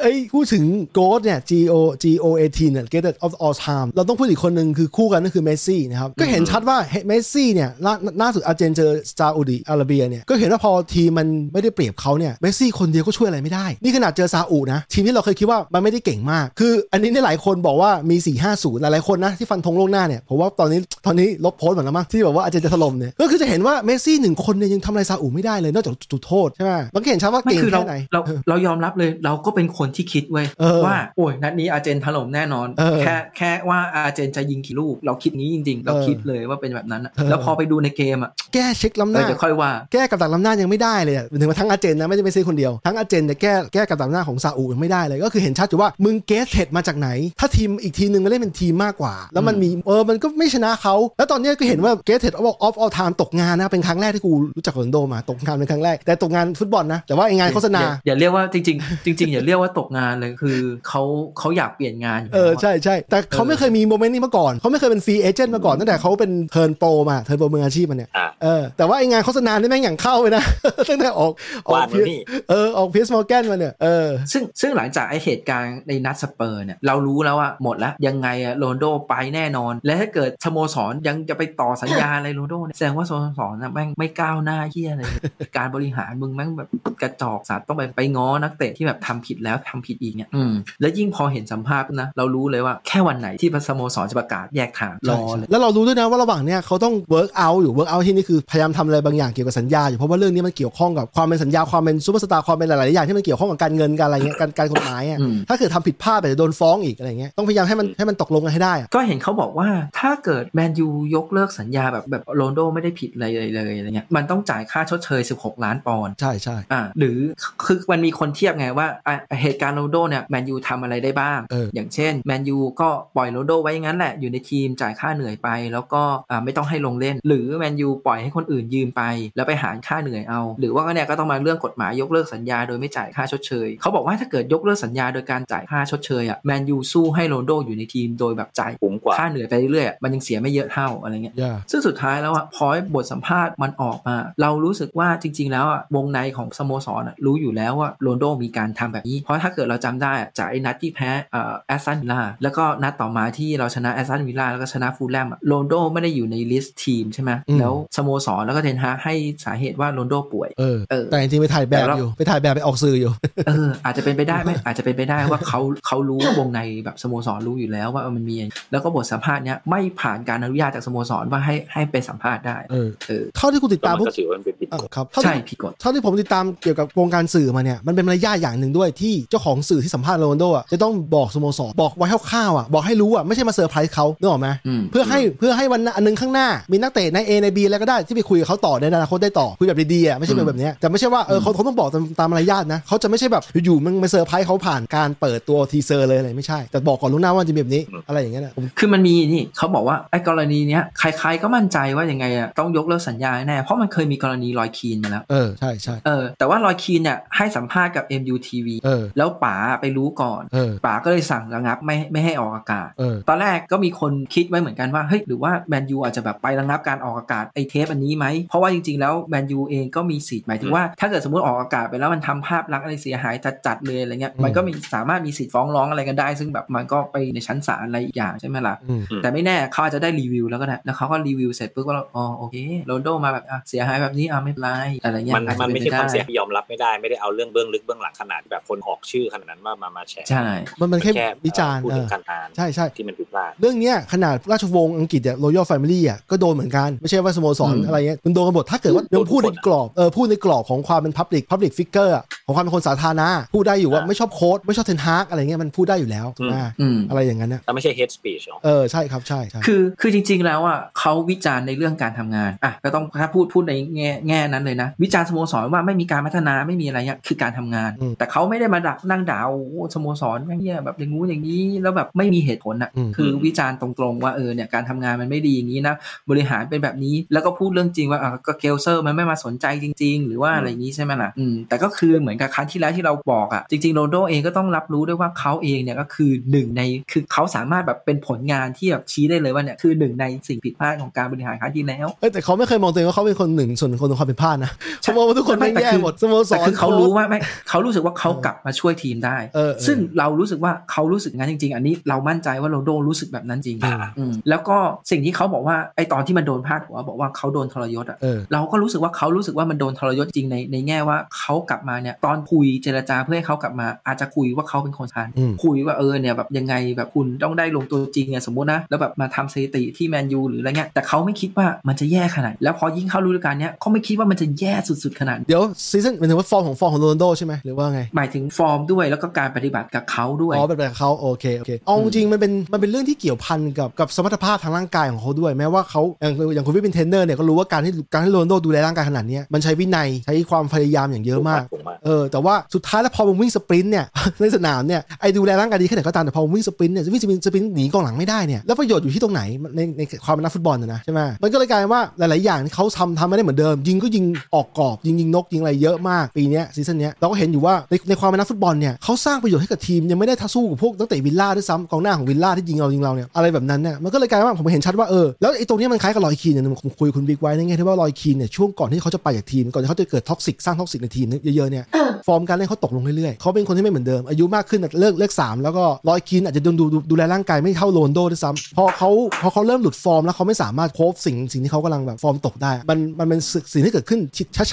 B: เอ้ยพูดถึงโกดเนี่ย G O G O A T เนี่ย Greatest of all time เราต้องพูดอีกคนหนึ่งคือคู่กันก็คือเมสซี่นะครับ ก็เห็นชัดว่าเมสซี่เนี่ยล่าล่าสุดอาร์เจนเจอซาอุดิอาระเบียเนี่ย ก็เห็นว่าพอทีมมันไม่ได้เปรียบเขาเนี่ยเมสซี่คนเดียวก็ช่วยอะไรไม่ได้ นี่ขนาดเจอซาอุนะ ทีมที่เราเคยคิดว่ามันไม่ได้เก่งมาก คืออันนี้เนี่ยหลายคนบอกว่ามี 4 5 0 หลายๆคนนะที่ฟันธงล่วงหน้าเนี่ยผมว่าตอนนี้ตอนนี้ลบโพสต์หมดแล้วมั้งที่แบบว่าอาร์เจนจะถล่มเนี่ยก็คือจะเห็นว่าเมสซี่หนึ่งคนเนี่ยยังทำอะไรซาอุไม่ได้เลยนอกจากจุดโทษใช่ไหมมันก็เห็นชัดว่า
D: ไม่
B: เก่ง
D: คือเรา
B: แค่ไหน
D: เราเรายอมรับเลยเราก็เป็นคนที่คิดเว้ย
B: เออ
D: ว่าโอ้ยนัดนี้อาร์เจนถล่มแน่นอน
B: เออ
D: แค่แค่ว่าอาร์เจนจะยิงกี่ลูก เราคิดนี้จริง ๆ เราคิดเลยว่าเป็นแบบนั้นอะ
B: เออ
D: แล้วพอไปดูในเกมอ่ะ
B: แก้เช็คล้ำห
D: เออ
B: น้า
D: เดี๋ยวค่อยว่า
B: แก้กับดักล้ำหน้ายังไม่ได้เลยอะถึงว่าทั้งอาเจนนะไม่ได้ไปซื้อคนเดียว ทั้งอาเจนจะแก้แก้กับดักล้ำหน้าของซาอุยังไม่ได้เลย ก็คือเห็นชัดอยู่ว่ามึงเกสเทดมาจากไหน ถ้าทีมอีกทีมหนึ่งมาเล่นเป็นทีมมากกว่า แล้วมันมีเออมันก็ไม่ชนะเขา แล้วตอนเนี้ยก็เห็นว่าเกสเทดออฟออลไทม์ตกงานนะ เป็นครั้งแรกที่กูรู้จักโรนลโดมาตกงานเป็นครั้งแรก แต่ตกงานฟุตบอลนะ แต่ว่าไอ้งานโฆษณา
D: อย่อย่าเรียกว่าจริง ๆ จริง ๆ อย่าเรียกว่าตกงานเลยคือเขาเขาอยากเปลี่ยนงานยู่
B: เออ
D: แล้วะ
B: ใช่ใช่แต่เขาไม่เคยมีโมเมนต์นี้มาก่อนเขาไม่เคยเป็นฟรีเอเจนต์มาก่อนตั้งแต่เขาเป็นเทิร์นโปรมาเทิร์นโปรมืออาชีพมาเนี่ย
C: อ่ะ
B: เออแต่ว่าไอ้งานโฆษณานี่แม่งอย่างเข้าเลยนะ <laughs> ตั้งแต่ออกออก
C: วาด
B: พี
C: มานี่
B: เออออกพีสมอลแกนมาเนี่ยเออ
D: ซึ่งซึ่งหลังจากไอเหตุการณ์ในนัดสเปอร์เนี่ยเรารู้แล้วว่าหมดแล้ว ยังไงอะโรนลโดไปแน่นอน และถ้าเกิดสโมสรยังจะไปต่อสัญญา อะไรโรนลโดเนี่ยแสดงว่าสโมสรนะแม่งไม่ก้าวหน้าเฮียอะไรเลย การบริหารมึงแม่งแบบกระจอกสัตว์ต้องไปไปง้อนักเตะที่แบบทำผิดแล้วทำผิดอีกเนี่ยอืมแล้วยิ่งพอเห็นสัมภาษณ์นะเรารู้เลยว่าแค่วันไหนที่สโมสรจะประกาศแยกทางรอเลย
B: แล้วเรารู้ด้วยนะว่าระหว่างเนี้ยเขาต้อง work out อยู่ work out ที่นี่คือพยายามทำอะไรบางอย่างเกี่ยวกับสัญญาอยู่เพราะว่าเรื่องนี้มันเกี่ยวข้องกับความเป็นสัญญาความเป็นซูเปอร์สตาร์ความเป็นหลายๆอย่างที่มันเกี่ยวข้องกับการเงินการอะไรเงี้ยการการกฎหมายอ่ะ
D: อืม
B: ถ้าเกิดทำผิดพลาดไปจะโดนฟ้องอีกอะไรเงี้ยต้องพยายามให้มันให้มันตกลงกันให้ได้อะ
D: ก็เห็นเขาบอกว่าถ้าเกิดแมนยูยกเลิกสัญญาแบบแบบโรนลโดไม่ได้ผิดอะไรเลยเลยอะไรเงี้ยมันต้องจ่ายค่าชดเชย 16 ล้านปอนด์
B: ใช่ใช่
D: อ่าหรือคือมันมีคนเทียบไงว่าอ่ะเหตุการณ์โรนลโดเนี่ยแมนยูทำอะไรได้บ้าง
B: เออ
D: อย่างเช่นแมนยูก็ปล่อยโรนลโดไว้อย่างนั้นแหละอยู่ในทีมจ่ายค่าเหนื่อยไป แล้วก็อ่าไม่ต้องให้ลงเล่น หรือแมนยูปล่อยให้คนอื่นยืมไป แล้วไปหารค่าเหนื่อยเอา หรือว่าก็เนี่ยก็ต้องมาเรื่องกฎหมายยกเลิกสัญญาโดยไม่จ่ายค่าชดเชยเขาบอกว่าถ้าเกิดยกเลิกสัญญาโดยการจ่ายค่าชดเชยอ่ะแมนยูสู้ให้โรนลโดอยู่ในทีมโดยแบบจ่าย
C: คุ้มกว่า
D: ค่าเหนื่อยไปเรื่อยๆอ่ะมันยังเสียไม่เยอะเท่าอะไรเงี้ย
B: yeah
D: ซึ่งสุดท้ายแล้วอะพอยบทสัมภาษณ์มันออกมา เรารู้สึกว่าจริง ๆ แล้วอะวงในของสโมสรอะรู้อยู่แล้วว่าโรนลโดมีการทำแบบนี้ เพราะถ้าเกิดเราจำได้อะจากไอ้นัดที่แพ้เอ่อแอสตันวิลล่าแล้วก็นัดต่อมาที่เราชนะแอสตันวิลล่าแล้วก็ชนะฟูลแลมอะโรนลโดไม่ได้อยู่ในลิสต์ทีมใช่ไหม
B: อืม
D: แล้วสโมสรแล้วก็เทนฮากให้สาเหตุว่าโรนลโดป่วย
B: เออ
D: เออ
B: แต่จริงๆไปถ่ายแบบ
D: แต่เรา
B: อยู่ไปถ่ายแบบไปออกสื่ออยู่
D: เอออาจจะเป็นไปได้ไหมอาจจะเป็นไปได้ว่า <laughs> เขาเขารู้วงในแบบสโมสรรู้อยู่แล้วว่ามันมีอย่างแล้วก็บทสัมภาษณ์เนี้ยไม่ผ่านการอนุญาตจากสโมสรว่าให้ให้ไปสัมภาษณ์ได้
B: เออ
D: เออ
B: เท่าที่กูติด
C: ก็
B: ตาม
C: มั
B: พ
C: น
B: วก
C: ก็ถือว่ามันเป็นผิดกฎ
B: อ่ะครับเท่า
D: ใช่
B: ที่
D: ผิดกฎ
B: เท่าที่ผมติดตามเกี่ยวกับวงการสื่อมาเนี่ย มันเป็นมารยาทอย่างหนึ่งด้วยที่เจ้าของสื่อที่สัมภาษณ์โรนลโดอ่ะจะต้องบอกสโมสรบอกไว้คร่าวๆอ่ะบอกให้รู้อ่ะไม่ใช่มาเซอร์ไพรส์เขาเนกออกไหม
D: อืม
B: เพื่อให้เพื่อให้วันหน้าอันนึงข้างหน้า มีนักเตะใน A ใน B แล้วก็ได้ที่ไปคุยกับเขาต่อในอนาคตได้ต่อคุยแบบดีๆอ่ะไม่ใช่แบบแบบเนี้ยแต่ไม่ใช่ว่าเออเขาเขาต้องบอกตามตามมารยาทนะเขาจะไม่ใช่แบบอยู่ๆมึงมาเซอร์ไพรส์เขาผ่านการเปิดตัวทีเซอร์เลยอะไรไม่ใช่ แต่บอกก่อนล่วงหน้าว่าจะมีแบบนี้
C: อืม
B: อะไรอย่างเงี้ยนะผม
D: คือมันมีนี่เขาบอกว่าไอ้กรณีเนี้ยใครๆก็มั่นใจว่ายังไงอะต้องยกเลิกสัญญาแน่เพราะมันเคยมีกรณีลอยคีนมาแล้ว
B: เออใช่ใช่
D: เออแต่ว่าลอยคีนเนี่ยให้สัมภาษณ์กับ MUTV
B: เออ
D: แล้วป๋าไปรู้ก่อน
B: เออ
D: ป๋าก็เลยสั่งระงับไม่ไม่ให้ออกอากาศ
B: เออ
D: ตอนแรกก็มีคนคิดไว้เหมือนกันว่าเฮ้ยหรือว่าแมนยูอาจจะแบบไประงับการออกอากาศไอเทปอันนี้ไหม เพราะว่าจริงๆแล้วแมนยูเองก็มีสิทธิ์หมายถึงว่าถ้าเกิดสมมติออกอากาศไปแล้วมันทำภาพลักษณ์อะไรเสียหายจัดๆเลยอะไรเงี้ย
B: อืม
D: มันก็มีสามารถมีสิทธิ์ฟ้องร้องอะไรกันได้ ซึ่งแบบมันก็ไปในชั้นศาลอะไรอีกอย่างใช่ไหมล่ะ
B: อืม
C: อืม
D: แต่ไม่แน่เขาอาจจะได้รีวิวแล้วก็ได้แล้วเขาก็รีวิวเสร็จปุ๊บก็อ๋อโอเคโรนลโดมาแบบอ่ะเสียหายแบบนี้อ่ะไม่เป็นไรอะไรเงี้ย
C: มัน
D: อาจ
C: มั
D: จะ
C: น
D: เป็
C: ไม่
D: น
C: ใช่ค
D: ไป
C: วาม
D: ได้
C: เสียที่ยอมรับไม่ได้ไม่ได้เอาเรื่องเบื้องลึกเบื้องหลังขนาดที่แบบคนออกชื่อขนาดนั้นว่ามามาแชร์
D: ใช่
B: มันมันแค่วิจารณ์
C: พูด
B: เอ
C: ถึ
B: อง
C: การงาน
B: ใช่ใช่
C: ที่มันผิดพลาด
B: เรื่องเนี้ยขนาดราชวงศ์อังกฤษเนี่ยรอยัลแฟมิลี่อ่ะก็โดนเหมือนกัน ไม่ใช่ว่าสโมสร อนอะไรเงี้ยมันโดนกันหมดถ้าเกิดว่ายังพูดในกรอบเออพูดในกรอบของความเป็น Public Public Figure อะของความเป็นคนสาธารณะพูดได้อยู่ว่า
C: อ่า
B: ไม่ชอบโค้ดไม่ชอบเทนฮากอะไรเงี้ยมันพูดได้อยู่แล้วถูกไหม
D: อืม
B: อะไรอย่างนั้นนะ
C: แต่ไม่ใช่ hate speech เนาะ
B: เออใช่ครับใช่ใช่
D: คือคือจริงๆแล้วอ่ะเขาวิจารณ์ในเรื่องการทำงานอ่ะก็ต้องถ้าพูดพูดในแง่แง่นั้นเลยนะ วิจารณ์สโมสรว่าไม่มีการพัฒนาไม่มีอะไรเงี้ยคือการทำงาน
B: อืม
D: แต่เขาไม่ได้มาดักนั่งด่าโอ้โหสโมสรแม่งเหี้ยแบบอย่างงู้นอย่างนี้แล้วแบบไม่มีเหตุผลอ่ะ
B: อืม
D: คือวิจารณ์ตรงๆว่าเออเนี่ยการทำงานมันไม่ดีอย่างนี้นะบริหารเป็นแบบนี้แล้วก็พูดเรื่องจริงว่าอ่ะก็เกลเซอร์มันไม่มาสนใจจริง ๆ หรือว่าอะไรอย่างนี้ใช่ไหมล่ะอืมแต่ก็คือเหมือนกับครั้งที่แล้วที่เราบอกอ่ะจริงๆโรนลโดเองก็ต้องรับรู้ด้วยว่าเขาเองเนี่ยก็คือหนึ่งในคือเขาสามารถแบบเป็นผลงานที่แบบชี้ได้เลยว่าเนี่ยคือหนึ่งในสิ่งผิดพลาดของการบริหารครั้งที่แล้ว
B: เอ้ยแต่เขาไม่เคยมองตัวเองว่าเขาเป็นคนหนึ่งส่วนคนของความเป็นพลาดนะ
D: ใช่
B: เขามองว่าทุกคน
D: ไม่
B: ไม่
D: แต่
B: แย่
D: คือ
B: หมดสโมส
D: แต่
B: ร
D: คือเขารู้
B: โค้ช
D: ว่าไม่เขารู้สึกว่าเขากลับมาช่วยทีมได้
B: เออเออ
D: ซึ่งเรารู้สึกว่าเขารู้สึกงั้นจริง ๆ อันนี้เรามั่นใจว่าโรนลโดรู้สึกแบบนั้นจริง
C: อ่า
D: อืมแล้วก็สิ่งที่เขาบอกว่าไอตอนที่มันโดนพาดหัวบอกว่าเขาโดนทรยศอ่ะ
B: เออ
D: เราก็รู้สึกว่าเขารู้สึกว่ามันโดนทรยศจริงในในแง่ว่าเขากลับมาเนี่ยตอนคุยเจรจาเพื่อให้เขากลับมาอาจจะคุยว่าเขาเป็นคนทาน
B: อืม
D: คุยว่าเออเนี่ยแบบยังไงแบบคุณต้องได้ลงตัวจริงเนี่ยสมมตินะแล้วแบบมาทำสถิติที่แมนยูหรืออะไรเงี้ยแต่เขาไม่คิดว่ามันจะแย่ขนาดแล้วพอยิ่งเข้าฤดูกาลเนี้ยเขาไม่คิดว่ามันจะแย่สุดๆขนาด
B: เดี๋ยวซีซั่นหมายถึงว่าฟอร์มของฟอร์มของโรนลโดใช่ไหมหรือว่าไง
D: หมายถึงฟอร์มด้วยแล้วก็การปฏิบัติกับเขาด้วย
B: อ๋อแบบแบบเขาโอเคโอเคเอาจริงๆมันเป็นมันเป็นเรื่องที่เกี่ยวพันกับกับสมรรถภาพทางร่างกายของเขาด้วยแม้ว่าเขาอย่างอย่างคุณวิเป็นเทรนเนอร์เนี่ยก็รู้ว่าการที่การให้โรนลโดดูแลร่างกายขนาดเนี้ยมันใช้วินัยใช้ความพยายามอย่างเยอะมาก
C: ถูกมาก
B: เออแต่ว่าสุดท้ายแล้วพอมันวิ่งสปรินต์เนี่ย ในสนามเนี่ยไอ้ดูแลร่างกายดีแค่ไหนก็ตามแต่พอมันวิ่งสปรินต์เนี่ยจะวิ่งสปรินต์สปรินต์หนีกองหลังไม่ได้เนี่ยแล้วประโยชน์อยู่ที่ตรงไหนในในความเป็นนักฟุตบอลนะนะใช่ไหมมันก็เลยกลายเป็นว่าหลาย ๆ อย่างที่เขาทำทำไม่ได้เหมือนเดิม ยิงก็ยิงออกกรอบยิงยิงนกยิงอะไรเยอะมากปีเนี้ยซีซั่นเนี้ยเราก็เห็นอยู่ว่าในในความเป็นนักฟุตบอลเนี่ยเขาสร้างประโยชน์ให้กับทีมยังไม่ได้ท้าสู้กับพวกตั้งแต่วิลล่าด้วยซ้ำกองหน้าของวิลล่าที่ยิงเรายิงเราเนี่ยอะไรแบบนั้นเนี่ยมันก็เลยกลายเป็นว่าผมเห็นชัดว่าเออแล้วไอ้ตรงเนี้ยมันคล้ายกับลอยคีนเนี่ยผมคุยกับคุณบิ๊กไว้ในแง่ที่ว่าลอยคีนเนี่ยช่วงก่อนที่เขาจะไปจากทีมก่อนที่เขาจะเกิด toxic สร้าง toxic ในทีมเยอะๆเนี่ย ฟอร์มการเล่นเขาตกลงเรื่อยๆ เขาเป็นคนที่ไม่เหมือนเดิม อายุมากขึ้นอ่ะเลิกเลขสามแล้วก็รอยกินอาจจะดูดูดูดูแลร่างกายไม่เท่าโรนลโดด้วยซ้ำพอเขาพอเขาเริ่มหลุดฟอร์มแล้วเขาไม่สามารถโคฟสิ่งสิ่งที่เขากำลังแบบฟอร์มตกได้ มันมันเป็นสิ่งที่เกิดขึ้น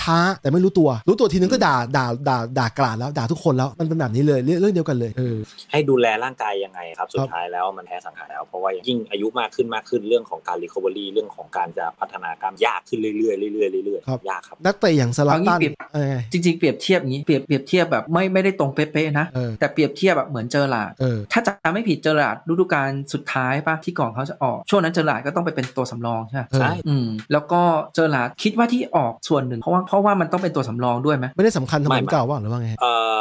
B: ช้าๆ แต่ไม่รู้ตัว รู้ตัวทีนึงก็ด่าด่าด่าด่ากลาดแล้วด่าทุกคนแล้วมันเป็นแบบนี้เลยเรื่องเรื่องเดียวกันเลยเออ
C: ให้ดูแลร่างกายยังไงครับ สุ
B: ครั
C: ด
B: บ
C: ท้ายแล้วมันแท้สังขารแล้ว เพราะว่ายิ่งอายุมากขึ้นมากขึ้นเรื่องของการ recovery เรื่องของการจะพัฒนากล้ามยากขึ้นเรื่อยๆเรื่อยๆเรื่อย
B: ครับ
C: ๆยากครับ
B: นักเตะอย่างซาลาตัน
D: เอางี้เปรียบ
B: เออ
D: จริงๆเปรียบเทียบอย่างนี้เปรียบเปรียบเทียบแบบไม่ไม่ได้ตรงเป๊ะๆนะ
B: เออ
D: แต่เปรียบเทียบแบบเหมือนเจอหลาด
B: เออ
D: ถ้าจำไม่ผิดเจอหลาดฤดูกาลสุดท้ายป่ะที่ก่อนเขาจะออก ช่วงนั้นเจอหลาดก็ต้องไปเป็นตัวสำรองใช่ไหม
B: เออ
C: ใช่
D: อืมแล้วก็เจอหลาดคิดว่าที่ออกส่วนหนึ่งเพราะว่าเพราะว่ามันต้องเป็นตัวสำรองด้วยไหม
B: ไม่ได้สำคัญเทำ
C: ไม่
B: ไม
C: ไม่
B: เก่าว่าหรือว่าไงฮะ
C: เอ่อ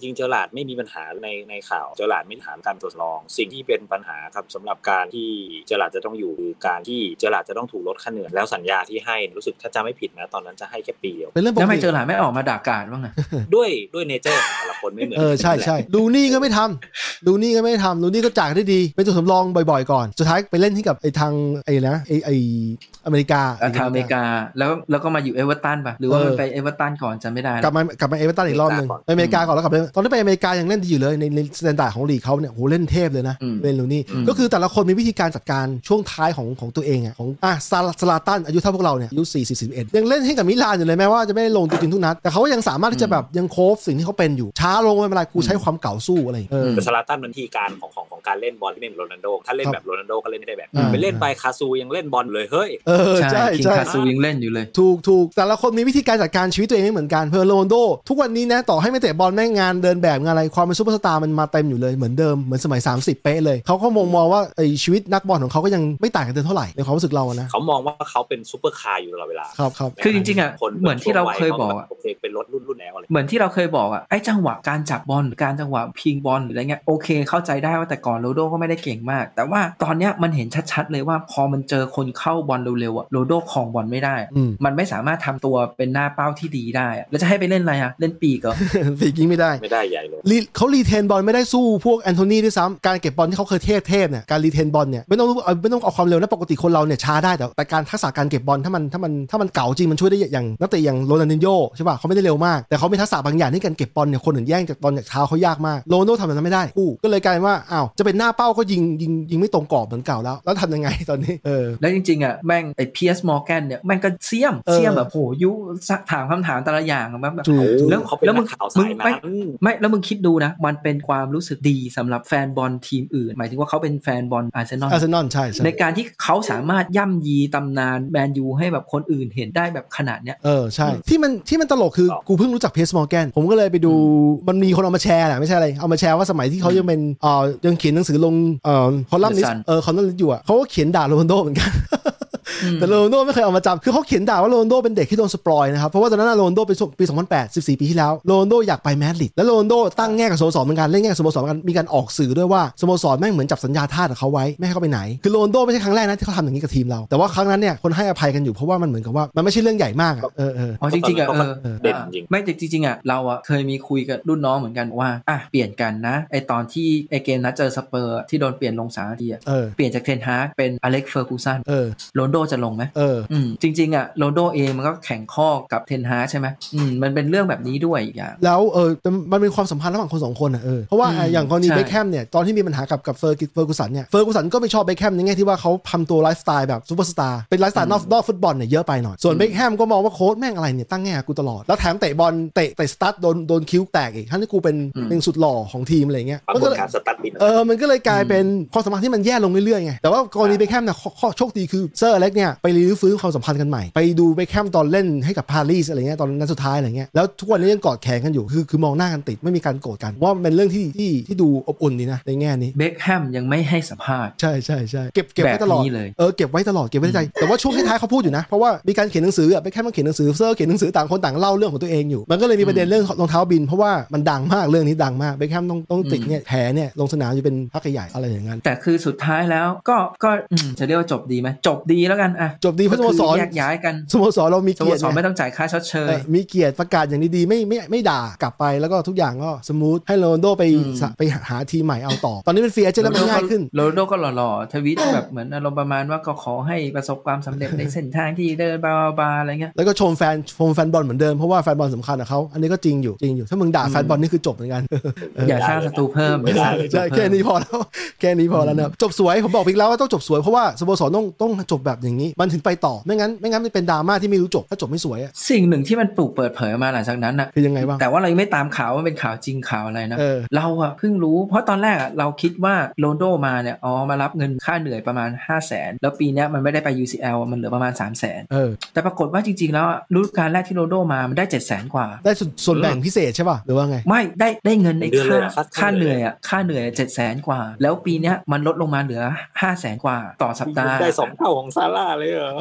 C: จริงเจอหลาดไม่มีปัญหาในในข่าวเจอหลาดไม่มีปัญหาการตรวจลอง สิ่งที่เป็นปัญหาครับสำหรับการที่เจอหลาดจะต้องอยู่คือการที่เจอหลาดจะต้องถูกลดค่าเหนื่อยแล้วสัญญาที่ให้รู้สึกถ้าจำไม่ผิดนะตอนนั้นจะให้แค่ปีเดียว
B: เป็นเรื่องป
D: แล้ว
B: ก
D: ทำไม
B: ติ
D: เจอหลาดไม่ออกมาด่ากาดบ้างอะ
C: ด้วยด้วยเนเจอร์แต่ละคนไม่เหมือน
B: เออใช่ใช่ลูนี่ก็ไม่ทำลูนี่ก็ไม่ทำลูนี่ก็จ่ายได้ดีเป็นตัวสำรองบ่อยๆ ก่อนสุดท้ายไปเล่นที่กับไอ้ทางไอ้อะไรนะไอ้ไอ้อเมริกา
D: อ่ะทางอเมริกาแล้วแล้วก็มาอยู่เอเวอร์ตันป่ะหรือว่ามัน
B: เออ
D: ไปเอเวอร์ตันก่อนจำไม่ได้
B: กลั
D: แล้
B: บ
D: ว
B: มากลับมาเอเวอร์ตันอีกรอบหนึ่งไปอเมริกาก่อนแล้วกลับไปตอนที่ไปอเมริกายังเล่นดีอยู่เลยในในสแตนดาร์ดของลีกเขาเนี่ยโหเล่นเทพเลยนะ
D: อืม
B: เล่นลูนี่
D: อืม
B: ก็คือแต่ละคนมีวิธีการจัดการช่วงท้ายของของตัวเองอ่ะของอ่ะซาซาลาตันอายุเท่าพวกเราเนี่ยอายุ4 0 11ยังเล่นให้กับมิลานอยู่เลยแม้ว่าจะไม่ได้ลงตัวจริงทุกนัดแต่เขาก็ยังสามารถที่จะแบบยังโคฟสิ่งที่เขาเป็นอยู่ช้าลงไม่เป็นไรกูใช้ความเก่าสู้อะไรอย่างเงี้ยเออ
C: แต่สลาตันมันทีการของของของการเล่นบอลที่ไม่เหมือนโรนัลโดถ้าเล่นแบบโรนัลโดก็เล่นไม่ได้แบบนั้น
B: อ่า
C: ไปเล่นไปคาซูยังเล่นบอลเลยเฮ้ย
B: เออใช่
D: คิง
B: ใช่
D: คาซูยังเล่นอยู่เลย
B: ถูกถูกแต่ละคนมีวิธีการจัดการชีวิตตัวเองไม่เหมือนกันเพอร์โรนลโด ทุกวันนี้นะต่อให้ไม่เตะบอลแม่งงานเดินแบบงานอะไรความเป็นซูเปอร์สตาร์มันมาเต็มอยู่เลยเหมือนเดิมเหมือนสมัย 30 เป๊ะเลย เขาก็มองมองว่าไอชีวิตนักบอลของเขาก็ยังไม่ต่างกันเท่าไหร่ในความรู้สึกเราอะนะ
C: เขามองว่าเขาเป็นซูเปอร์คาร์อยู่ตลอดเวลา
B: ครับครับ
D: คือจริงๆอะเหมือนที่เราเคยบอกอะ
C: โอเคเป็นรถรุ่นรุ่นแนวอะไร
D: เหมือนที่เราเคยบอกอะไอ้จังหวะการจับบอลหรือการจังหวะพิงบอลหรืออะไรเงี้ยโอเค เข้าใจได้ว่าแต่ก่อนโรนัลโดก็ไม่ได้เก่งมาก แต่ว่าตอนเนี้ยมันเห็นชัดๆเลยว่าพอมันเจอคนเข้าบอลเร็วๆอะโรนัลโดครองบอลไม่ได้
B: อืม <laughs>
D: มันไม่สามารถทำตัวเป็นหน้าเป้าที่ดีได้อะแล้วจะให้ไปเล่นอะไรอะเล่นปีกเหรอ
B: ฝีกยิงไม่ได้
C: ไม่ได้ใหญ่เลย
B: รีเขารีเทนบอลไม่ได้สู้พวกแอนโทนีด้วยซ้ำการเก็บบอลที่เขาเคยเทพเทพเนี่ยการรีเทนบอลเนี่ยไม่ต้องรู้เอาไม่ต้องเอาความเร็วนะปกติคนเราเนี่ยช้าได้แต่แต่การทักษะการเก็บบอลถ้ามันถ้ามันถ้ามันเก่าจริงมันช่วยได้อย่างนักเตะอย่างโรนัลดินโญ่ใช่ป่ะเขาไม่ได้เร็วมาก แต่เขามีทักษะบางอย่างที่การเก็บบอลเนี่ยคนอื่นแย่งจากบอลจากเท้าเขายากมากโรนัลโดทำแบบนั้นไม่ได้อู้ก็เลยกลายเป็นว่าอ้าวจะเป็นหน้าเป้าก็ยิงยิงยิงไม่ตรงกรอบเหมือนเก่าแล้ว แล้วทำยังไงตอนนี้เออ
D: แล้วจริงๆอะแม่งไอ้พีเอสมอร์แกนเนี่ยแม่งก็เสียมเสียมแบบโหยุถามคำถามแต่ละอย่างอะแบบ
B: ถูก
D: แล้ว
C: เขาเป็น
D: แล้วมึ
C: นั
D: ง
C: กข่าว
D: มึ
C: สาง ย
D: ไม่
C: นั้น
D: ไม่แล้วมึงคิดดูนะ มันเป็นความรู้สึกดีสำหรับแฟนบอลทีมอื่น หมายถึงว่าเขาเป็นแฟนบอลอาร์เซนอล
B: อาร์เซนอลใช่ใช่
D: ในการที่เขาสามารถย่ำยีตำนานแมนยูให้แบบคนอื่นเห็นได้แบบขนาดเนี้ย
B: เออใช่ ที่มันที่มันตลกคือกูเพิ่งรู้จักเพสมอร์แกนผมก็เลยไปดูมันมีคนเอามาแชร์นะไม่ใช่อะไร เอามาแชร์ว่าสมัยที่เขายังเป็นเอ่อยังเขียนหนังสือลงเอ่อคอลัมนิส
D: The Sun
B: เออคอลัมนิสอยู่อ่ะเขาก็เขียนด่าโรนลโดเหมือนกัน
D: อืม
B: แต่โรนลโดไม่เคยเอามาจำคือเขาเขียนด่าว่าโรนลโดเป็นเด็กที่โดนสปอยนะครับ เพราะว่าตอนนั้นนะโรนลโดเป็นปี 2008 14 ปีที่แล้วโรนลโดอยากไปแมดริดแล้วโรนลโดตั้งแง่กับสโมสรเหมือนกันเล่นแง่กับสโมสรเหมือนกันมีการออกสื่อด้วยว่าสโมสรแม่งเหมือนจับสัญญาทาสกับเขาไว้ไม่ให้เขาไปไหนคือโรนลโดไม่ใช่ครั้งแรกนะที่เขาทำอย่างนี้กับทีมเราแต่ว่าครั้งนั้นเนี่ยคนให้อภัยกันอยู่เพราะว่ามันเหมือนกับว่ามันไม่ใช่เรื่องใหญ่มากอะเออเออ
D: อ๋อจริงๆอ่ะเออ
B: เออ
C: เด่นจริง
D: ไม่แต่จริงๆอ่ะเราอ่ะเคยมีคุยกับรุ่นน้องเหมือนกันว่าอ่ะเปลี่ยนกันนะไอตอนที่ไอเกมนัดเจอสเปอร์ที่โดนเปลี่ยนลงสามนาทีอ่ะ
B: เออ
D: เปลี่ยนจากเทนฮาร์กเป็นอเล็กเฟอร์กูสัน
B: เออ
D: โรนโดจะลงไหม
B: เออ
D: อืมจริงๆอ่ะโรนโดเองมันก็แข่งข้อกับเทนฮาร์กใช่ไหมอืมมันเป็นเรื่องแบบนี้ด้วยอีกอย่าง
B: แล้วเออแต่มันเป็นความสัมพันธ์ระหว่างคนสองคนอ่ะเออเพราะว่า
D: อืม
B: อ่ะอย่างกรณี
D: ใช่
B: เบคแฮมเนี่ยตอนที่มีปัญหากับกับเฟอร์เฟอร์กูสันเนี่ยเฟอร์กูสันก็ไม่ชอบเบคแฮมในแง่ที่ว่าเขาทำตัวไลฟ์สไตล์แบบซูเปอร์สตาร์เป็นไลฟ์สไตล์นอกนอกฟุตบอลเนี่ยเยอะไปหน่อย ส่วนเบคแฮมก็มองว่าโค้ชแม่งอะไรเนี่ยตั้งแง่กูตลอด แล้วแถมเตะบอลเตะเตะสตั๊ดโดนโดนคิ้วแตกอีกทั้งที่กูเป็น
D: อืม
B: เป็นสุดหล่อของทีมอะไรเงี้ย
C: ปรา
B: มัน
C: ก
B: ก็
C: ฏ
B: เลย
C: การณ์สตัดบิน
B: เออมันก็เลยกลายเป็นความสัมพันธ์ที่มันแย่ลงเรื่อยๆไงแต่ว่ากรณีเบคแฮมเนี่ยข้อข้อโชคดีคือเซอร์อเล็กเนี่ยไปรื้อฟื้นความสัมพันธ์กันใหม่ไปดูเบคแฮมตอนเล่นให้กับปารีสอะไรเงี้ยตอนนัดสุดท้ายอะไรเงี้ยแล้วทุกวันนี้ยังกอดแขนกันอยู่คือคือมองหน้ากันติดไม่มีการโกรธกันว่ามันเป็นเรื่องที่ที่ที่ดูอบอุ่นดีนะในแง่นี้
D: เบคแฮมยังไม่ให้สัมภาษณ์
B: ใช่ใช่ใช่เก็บเก็บไว้ตลอด
D: แบบนี้เลย
B: เออเก็บไว้ตลอดเก็บไว้ในใจ แต่ว่าช่วงท้ายๆเขาพูดอยู่นะ เพราะว่ามีการเขียนหนังสืออะไปแค่มาเขียนหนังสือเซอร์เขียนหนังสือต่างคนต่างเล่าเรื่องของตัวเองอยู่ มันก็เลยมีประเด็นเรื่องรองเท้าบิน เพราะว่ามันดังมากเรื่องนี้ดังมากเบคแฮมต้องต้องติดเนี่ยแผลเนี่ยลงสนามอยู่เป็นพักใหญ่ๆอะไรอย่างนั้น
D: แต่คือสุดท้ายแล้วก็ก็อืมจะเรียกว่าจบดีไหมจบดีแล้วกันอ่ะ
B: จบดีเพราะสโมสร
D: ก็คือแยกย้ายกัน
B: สโมสรเรามี
D: สโม
B: เกียรติ
D: สรไม่
B: ไง
D: ต้องจ่ายค่าชดเช
B: เอย อมีเกียรติประกาศอย่างดีๆไม่ไม่ไม่ด่ากลับไปแล้วก็ทุกอย่างก็สมูทให้โรนลโดไป
D: อืม
B: สะไปหาทีมใหม่เอาต่อ ตอนนี้เป็นฟรีเอเจนต์แล้วมันง่ายขึ้น
D: โรนัลโดก็หล่อๆ ทวิตแบบเหมือนอารมณ์ประมาณว่าก็ขอให้ประสบความสำเร็จในเส้นทางที่เดินบาบาๆอะไรเงี้ย
B: แล้วก็ชมแฟนชมแฟนบอลเหมือนเดิม เพราะว่าแฟนบอลสำคัญกับเขาอันนี้ก็จริงอยู่จริงอยู่ ถ้ามึงด่า
D: อืม
B: แฟนบอลนี่คือจบเหมื
D: <laughs>
B: อนกัน
D: อย่าสร้างศัตรูเพิ่ม
C: ไม่ได้
B: ใช่แค่นี้พอแล้ว แค่นี้พอแล้วนะครับจบสวยผมบอกอีกแล้วว่าต้องจบสวยเพราะว่าสโมสรต้องต้องจบแบบอย่างนี้ มันถึงไปต่อไม่งั้นไม่งั้นมันเป็นดราม่าที่ไม่รู้จบถ้าจบไม่สวยอะ
D: สิ่งหนึ่งที่มันปลูกเปิดเผยมาหลังจากนั้นนะ
B: คือยังไงบ้าง
D: แต่ว่าเรายังไม่ตามข่าวว่าเป็นข่าวจริงข่าวอะไรนะ
B: เออ
D: อะเพิ่งรู้เพราะตอนแรกอะเราคิดว่าโรนลโดมาเนี่ยอ๋อมารับเงินค่าเหนื่อยประมาณ 5 0 0 0 0นแล้วปีเนี้ยมันไม่ได้ไป UCL อะมันเหลือประมาณ 3 0 0 0 0น
B: เออ
D: แต่ปรากฏว่าจริงๆแล้วอะฤดูกาลแรกที่โรนลโดมามันได้ 7 0 0 0 0 0กว่า
B: ได้ส่วนส่วนแบ่งพิเศษใช่ป่ะหรือว่าไง
D: ไม่ได้ได้เงินใน
C: เดือนเล
D: ค่าย
C: เหรอครับ
D: ค่าเหนื่อยอ่ะค่าเหนื่อยเจ็ดแสนกว่า แล้วปีเนี้ยมันลดลงมาเหลือห้าแสนกว่า ต่อสัปดาห์
C: ได้สองเท่าของซาร่าเลยเหรอ